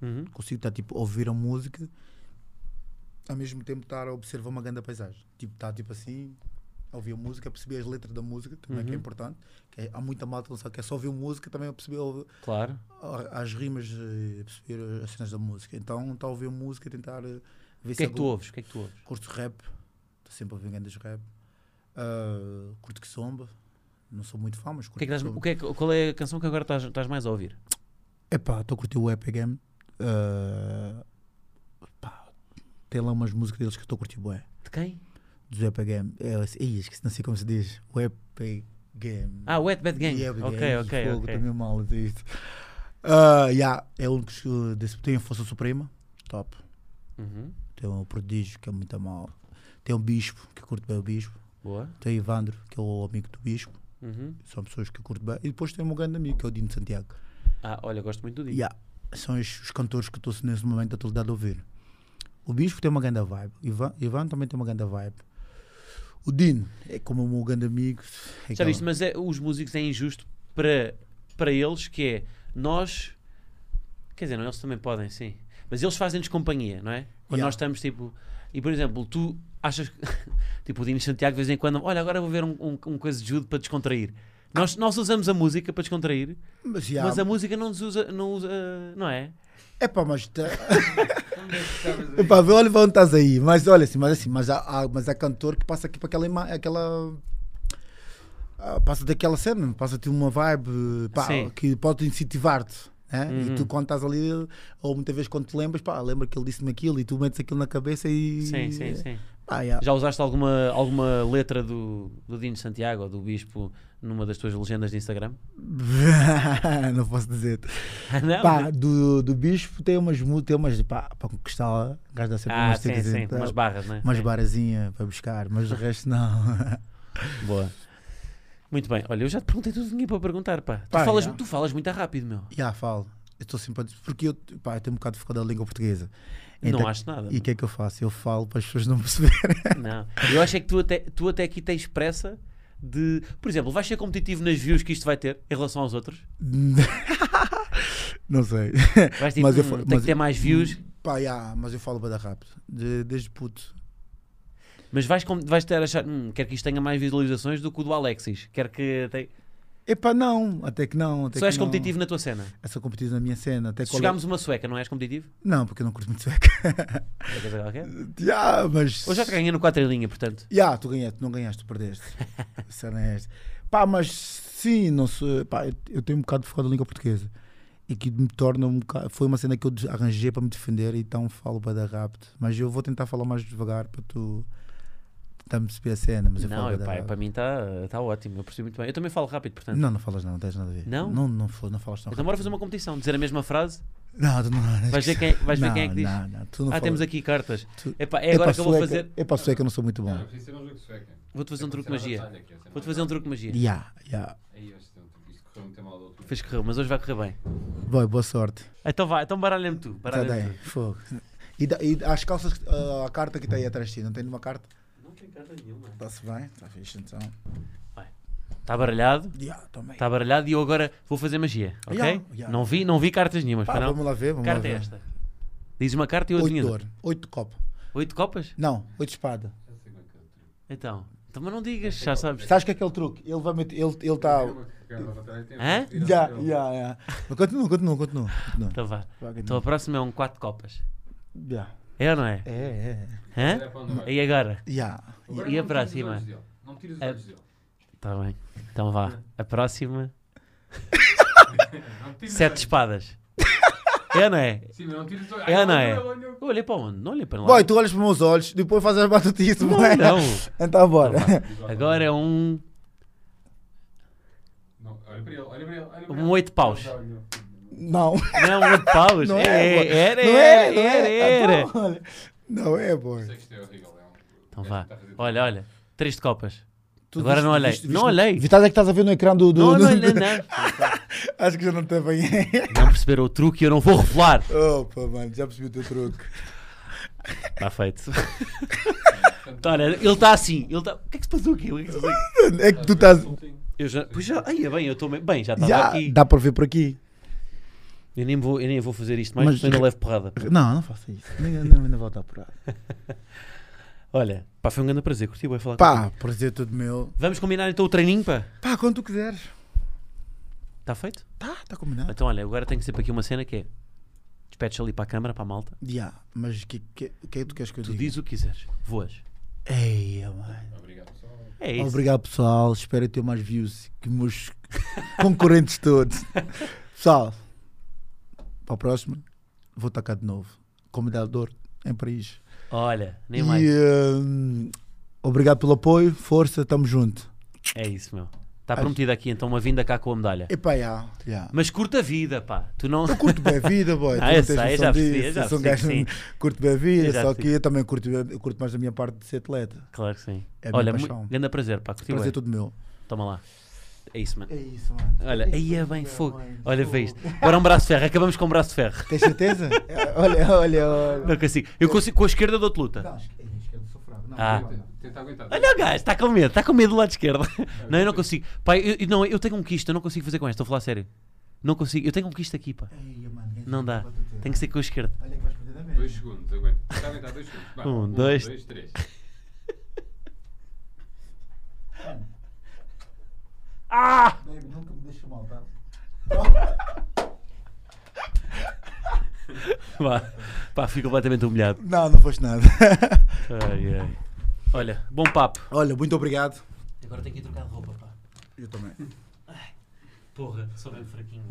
Speaker 2: Uhum.
Speaker 1: Consigo estar tipo a ouvir a música, ao mesmo tempo estar a observar uma grande paisagem. Tipo, estar tipo assim, a ouvir a música, a perceber as letras da música, também
Speaker 2: Uhum.
Speaker 1: que é importante. Que é- há muita malta que não sabe que é só ouvir música, também a perceber ouve-
Speaker 2: Claro.
Speaker 1: a- as rimas, eh, a perceber as cenas da música. Então, estar a ouvir música, tentar eh, ver
Speaker 2: O que é que tu
Speaker 1: algum-
Speaker 2: ouves? O que é que tu ouves?
Speaker 1: Curto rap, estou sempre a ouvir grandes rap. Ah, curto que somba, não sou muito fã, mas
Speaker 2: O
Speaker 1: curto
Speaker 2: que é que estás-
Speaker 1: Kizomba.
Speaker 2: o que é que- qual é a canção que agora estás, estás mais a ouvir?
Speaker 1: Epá, estou a curtir o Epic Game. Ah, pá, tem lá umas músicas deles que eu estou a curtir bué.
Speaker 2: De quem?
Speaker 1: Dos Epic Game. É, ei, esqueci, não sei como se diz. O Epic Game.
Speaker 2: Ah, Wet Bad Gang.
Speaker 1: E Epic
Speaker 2: ok,
Speaker 1: Game,
Speaker 2: ok,
Speaker 1: fogo, é
Speaker 2: ok.
Speaker 1: Também mal a dizer isto. Ah, yeah, é um dos que desse- tem a Força Suprema. Top.
Speaker 2: Uhum.
Speaker 1: Tem o Prodígio, que é muito mal. Tem o Bispo, que eu curto bem o Bispo.
Speaker 2: Boa.
Speaker 1: Tem o Ivandro, que é o amigo do Bispo.
Speaker 2: Uhum.
Speaker 1: São pessoas que eu curto bem. E depois tem o meu grande amigo, que é o Dino Santiago.
Speaker 2: Ah, olha, gosto muito do Dino.
Speaker 1: Yeah. São os, os cantores que eu estou nesse momento da atualidade a ouvir. O Bispo tem uma grande vibe. Ivan, Ivan também tem uma grande vibe. O Dino é como o meu grande amigo. É
Speaker 2: Já
Speaker 1: aquela-
Speaker 2: viste, mas é, os músicos é injusto para, para eles que é nós. Quer dizer, não, eles também podem, sim. Mas eles fazem-nos companhia, não é? Quando
Speaker 1: Yeah.
Speaker 2: nós estamos tipo. E por exemplo, tu achas que. tipo, o Dino Santiago de vez em quando. Olha, agora vou ver um, um, um coisa de judo para descontrair. Nós, nós usamos a música para descontrair,
Speaker 1: Mas, yeah,
Speaker 2: mas é- a música não nos usa. Não, usa, não é?
Speaker 1: É pá, mas. tá-
Speaker 5: Onde é que estavas a
Speaker 1: É pá, vê, olha onde estás aí. Mas olha assim, mas assim, mas há, há- mas há cantor que passa aqui para aquela. ima- aquela ah, passa daquela cena, passa-te uma vibe pá,
Speaker 2: Sim.
Speaker 1: que pode incentivar-te. né?
Speaker 2: Uhum.
Speaker 1: E tu, quando estás ali, ou muitas vezes quando te lembras, pá, lembra que ele disse-me aquilo e tu metes aquilo na cabeça e.
Speaker 2: Sim, sim, sim.
Speaker 1: Pá, yeah.
Speaker 2: Já usaste alguma, alguma letra do, do Dino Santiago ou do Bispo numa das tuas legendas de Instagram?
Speaker 1: não posso dizer.
Speaker 2: não?
Speaker 1: Pá, do, do Bispo tem umas mu- tem umas pá, para conquistar lá, o gajo dá sempre
Speaker 2: ah,
Speaker 1: umas
Speaker 2: sim,
Speaker 1: tricas,
Speaker 2: sim.
Speaker 1: então,
Speaker 2: Umas barras, né?
Speaker 1: umas
Speaker 2: Sim.
Speaker 1: barazinha para buscar, mas o resto não.
Speaker 2: Boa. Muito bem. Olha, eu já te perguntei tudo o que tinha para perguntar, pá. Tu,
Speaker 1: Pá,
Speaker 2: falas,
Speaker 1: já.
Speaker 2: tu falas muito rápido, meu.
Speaker 1: Já ah, falo, eu estou sempre a dizer- porque eu, pá, eu tenho um bocado de foco da língua portuguesa.
Speaker 2: não acho nada.
Speaker 1: E o que é que eu faço? Eu falo para as pessoas não perceberem.
Speaker 2: Não. Eu acho é que tu até, tu até aqui tens pressa de... Por exemplo, vais ser competitivo nas views que isto vai ter em relação aos outros?
Speaker 1: não sei.
Speaker 2: Vais tipo,
Speaker 1: Mas eu
Speaker 2: hum,
Speaker 1: fa-
Speaker 2: tem
Speaker 1: mas
Speaker 2: que ter
Speaker 1: eu-
Speaker 2: mais views,
Speaker 1: Pá, já, mas eu falo bada rápido, de- desde puto.
Speaker 2: mas vais, com- vais ter a achar... Hum, quero que isto tenha mais visualizações do que o do Alexis. Quero que... Te...
Speaker 1: Epá, não, até que não. Até
Speaker 2: Só
Speaker 1: que
Speaker 2: és
Speaker 1: não.
Speaker 2: competitivo na tua cena.
Speaker 1: Eu sou competitivo na minha cena. Até
Speaker 2: Se
Speaker 1: qual é-
Speaker 2: jogarmos uma sueca, não és competitivo?
Speaker 1: Não, porque eu não curto muito sueca.
Speaker 2: É coisa qualquer?
Speaker 1: Já, mas.
Speaker 2: Ou já te ganhei no 4 em linha, portanto.
Speaker 1: Ya, tu ganhaste, não ganhaste, tu perdeste. A cena é esta. Pá, mas sim, não sei, pá, eu- eu tenho um bocado de fora da língua portuguesa. E que me torna um bocado. Foi uma cena que eu des- arranjei para me defender, então falo para dar rápido. Mas eu vou tentar falar mais devagar para tu tentar me perceber a cena. Mas eu
Speaker 2: não,
Speaker 1: falo bué
Speaker 2: eu,
Speaker 1: da
Speaker 2: pá, para
Speaker 1: rápido.
Speaker 2: mim está tá ótimo. Eu percebi muito bem. Eu também falo rápido, portanto.
Speaker 1: Não, não falas, não, não tens nada a ver.
Speaker 2: Não?
Speaker 1: Não, não, falas, não falas tão
Speaker 2: Então
Speaker 1: rápido.
Speaker 2: bora fazer uma competição. Dizer a mesma frase.
Speaker 1: Não, tu não, não
Speaker 2: Vais ver quem, vais ver
Speaker 1: não,
Speaker 2: quem é que diz.
Speaker 1: Não, não, tu não
Speaker 2: ah,
Speaker 1: falas.
Speaker 2: temos aqui cartas.
Speaker 1: Tu-
Speaker 2: Epá, é agora
Speaker 1: Epá,
Speaker 2: que eu vou
Speaker 1: sueca-
Speaker 2: fazer. Ah,
Speaker 1: Epá, sueca, eu não sou muito bom.
Speaker 5: Não, não precisa ser um jogo de sueca.
Speaker 2: Vou-te fazer um truque de
Speaker 5: Acontecer uma
Speaker 2: magia.
Speaker 5: batalha aqui, essa é
Speaker 2: Vou-te
Speaker 5: uma
Speaker 2: fazer um truque de magia.
Speaker 1: Ya, ya.
Speaker 5: Aí, este é um truque. Isto correu muito mal da última.
Speaker 2: Fez correr, mas hoje vai correr bem.
Speaker 1: Boa, boa sorte.
Speaker 2: Então vá, então baralha-me tu.
Speaker 1: Tá
Speaker 2: Baralha-me
Speaker 1: bem, fogo. E, da- e as calças, que- ah, a carta que está aí atrás de ti, não tem nenhuma carta?
Speaker 2: tu. Não tem carta nenhuma.
Speaker 1: Está-se bem, está fixe então.
Speaker 2: Está baralhado.
Speaker 1: Yeah, também.
Speaker 2: Está baralhado e eu agora vou fazer magia, ok?
Speaker 1: Yeah, yeah.
Speaker 2: Não, vi, não vi cartas nenhumas.
Speaker 1: Pá,
Speaker 2: para não.
Speaker 1: vamos lá ver, vamos lá
Speaker 2: Carta é
Speaker 1: ver.
Speaker 2: esta. Diz uma carta e eu
Speaker 1: Oito de
Speaker 2: adivinho.
Speaker 1: ouro, oito de copo.
Speaker 2: Oito copas?
Speaker 1: Não, oito de espada.
Speaker 5: Já sei como é que é o truque.
Speaker 2: Então. Então, mas não digas, já sabes.
Speaker 1: Sabes que é aquele truque? Ele vai meter, ele ele tá- está...
Speaker 5: É uma que acaba a batalha, tem
Speaker 2: Hã?
Speaker 5: que tirar
Speaker 1: Já,
Speaker 5: o
Speaker 1: já, já. Mas Continua, continua, continua. continua.
Speaker 2: Então vá.
Speaker 1: Vai,
Speaker 2: Então
Speaker 1: continua.
Speaker 2: a próxima é um quatro copas.
Speaker 1: Já.
Speaker 2: É ou não é?
Speaker 1: É, é, é.
Speaker 2: Hã?
Speaker 5: teu. Olha para onde vai.
Speaker 2: E agora?
Speaker 1: Já.
Speaker 5: Agora
Speaker 2: E
Speaker 5: não
Speaker 2: a
Speaker 5: me tires os
Speaker 2: próxima?
Speaker 5: olhos dele. Não me tires os
Speaker 2: É.
Speaker 5: olhos dele.
Speaker 2: Tá bem. Então vá. A próxima
Speaker 5: Não tires
Speaker 2: Sete espadas. é, não é?
Speaker 5: olho. Sim, mas não tires o olho.
Speaker 2: É,
Speaker 5: Ai,
Speaker 2: não
Speaker 5: olha,
Speaker 2: é?
Speaker 5: olha, olha.
Speaker 2: Eu olhei para onde? Não olhei para lá.
Speaker 6: Boy, tu olhas para os meus olhos, depois fazes as batutices,
Speaker 2: não,
Speaker 6: boy.
Speaker 2: não.
Speaker 6: Então bora.
Speaker 2: Agora é um,
Speaker 5: Não, olha para ele, olha para ele. Olha para ele.
Speaker 2: um oito paus.
Speaker 5: Já olhou.
Speaker 6: Não.
Speaker 2: Não é um oito paus?
Speaker 6: Não é,
Speaker 2: é,
Speaker 6: boy.
Speaker 2: era,
Speaker 6: Não é,
Speaker 2: era,
Speaker 6: não
Speaker 2: era,
Speaker 6: é.
Speaker 2: era.
Speaker 6: Então, olha. Não é, boy.
Speaker 5: Sei que isto é horrível. é um-
Speaker 2: Então
Speaker 5: é,
Speaker 2: vá.
Speaker 5: tá a fazer-
Speaker 2: Olha, olha. Três de copas.
Speaker 6: Tu
Speaker 2: Agora
Speaker 6: viste-
Speaker 2: não olhei.
Speaker 6: viste-
Speaker 2: não
Speaker 6: viste-
Speaker 2: olhei.
Speaker 6: Vitás é que estás a ver no ecrã do. do-
Speaker 2: Não, não,
Speaker 6: do-
Speaker 2: não,
Speaker 6: do-
Speaker 2: não.
Speaker 6: Acho que já não te apanhei.
Speaker 2: Não perceberam o truque e eu não vou revelar.
Speaker 6: Opa, mano, já percebi o teu truque.
Speaker 2: Está Tá feito. Então, olha, ele está assim. Ele tá... O que é que se passou aqui? O que é que se passou aqui?
Speaker 6: É que tu estás.
Speaker 2: Eu já. Pois já. Ai, é bem, eu estou. me- Bem, já estava
Speaker 6: Já
Speaker 2: aqui.
Speaker 6: dá para ver por aqui.
Speaker 2: Eu nem, vou, eu nem vou fazer isto mais,
Speaker 1: Mas-
Speaker 2: porque ainda levo porrada.
Speaker 1: Não, não faça isso. Nem, nem, nem volta a apurar.
Speaker 2: Olha, pá, foi um grande prazer. Curti, vou falar
Speaker 6: Pá,
Speaker 2: contigo.
Speaker 6: por dizer tudo meu.
Speaker 2: Vamos combinar então o treininho, pá.
Speaker 6: Pá, quando tu quiseres.
Speaker 2: Está feito?
Speaker 6: Tá, tá combinado.
Speaker 2: Então, olha, agora tenho que ser para aqui uma cena que é. Despedes ali para a câmara, para a malta.
Speaker 1: Yeah, mas o que, que, que é que tu queres que eu
Speaker 2: Tu
Speaker 1: diga?
Speaker 2: dizes o que quiseres. Voas.
Speaker 1: Ei, mano.
Speaker 5: Obrigado, pessoal.
Speaker 2: É isso.
Speaker 1: Obrigado, pessoal. Espero ter mais views que meus concorrentes todos. Pessoal, para a próxima, vou tacar de novo. Convidador em Paris.
Speaker 2: Olha, nem
Speaker 1: E,
Speaker 2: mais.
Speaker 1: hum, obrigado pelo apoio, força, tamo junto.
Speaker 2: É isso, meu. Está prometido aqui então uma vinda cá com a medalha.
Speaker 6: Epá, já. já.
Speaker 2: Mas curta a vida, pá. Tu não.
Speaker 6: Eu curto bem a vida, boy.
Speaker 2: Ah,
Speaker 6: Tu tens
Speaker 2: eu sei, eu
Speaker 6: noção
Speaker 2: já percebi,
Speaker 6: disso.
Speaker 2: eu já
Speaker 6: Eu sou um
Speaker 2: percebi que
Speaker 6: gajo que curto bem a vida,
Speaker 2: Eu já
Speaker 6: só que
Speaker 2: percebi.
Speaker 6: eu também curto, eu curto mais da minha parte de ser atleta.
Speaker 2: Claro que sim.
Speaker 6: É a minha
Speaker 2: Olha,
Speaker 6: paixão.
Speaker 2: mu- grande prazer, pá. Curti
Speaker 6: Prazer
Speaker 2: bem.
Speaker 6: todo meu.
Speaker 2: Toma lá. É isso, mano.
Speaker 6: É isso, mano.
Speaker 2: Olha, aí é bem fogo. Olha, vê isto. Agora um braço de ferro. Acabamos com um braço de ferro.
Speaker 6: Tens certeza? olha, olha, olha.
Speaker 2: Não consigo. Eu consigo. Com a esquerda dou-te luta. Ah.
Speaker 5: Tenta- Tenta aguentar.
Speaker 2: Olha o gajo, está com medo. Está com medo do lado esquerdo. Não, eu não consigo. Pai, eu, eu- não, eu tenho um quisto. Eu não consigo fazer com esta. Estou a falar sério. Não consigo. Eu tenho um quisto aqui, pá. Não dá. Tem que ser com a esquerda.
Speaker 6: Olha que vais perder da
Speaker 5: Dois segundos, aguenta. Tenta aguentar dois segundos. Vá,
Speaker 2: Um, dois.
Speaker 5: três.
Speaker 6: Hum.
Speaker 2: Ah!
Speaker 6: Baby, nunca me deixa mal, tá?
Speaker 2: Vá. Pá, fico completamente humilhado.
Speaker 6: Não, não foste nada.
Speaker 2: Ai, ai. Olha, bom papo.
Speaker 6: Olha, muito obrigado.
Speaker 2: Agora tenho que ir trocar de roupa, pá.
Speaker 6: Eu também.
Speaker 2: Porra, sou bem fraquinho.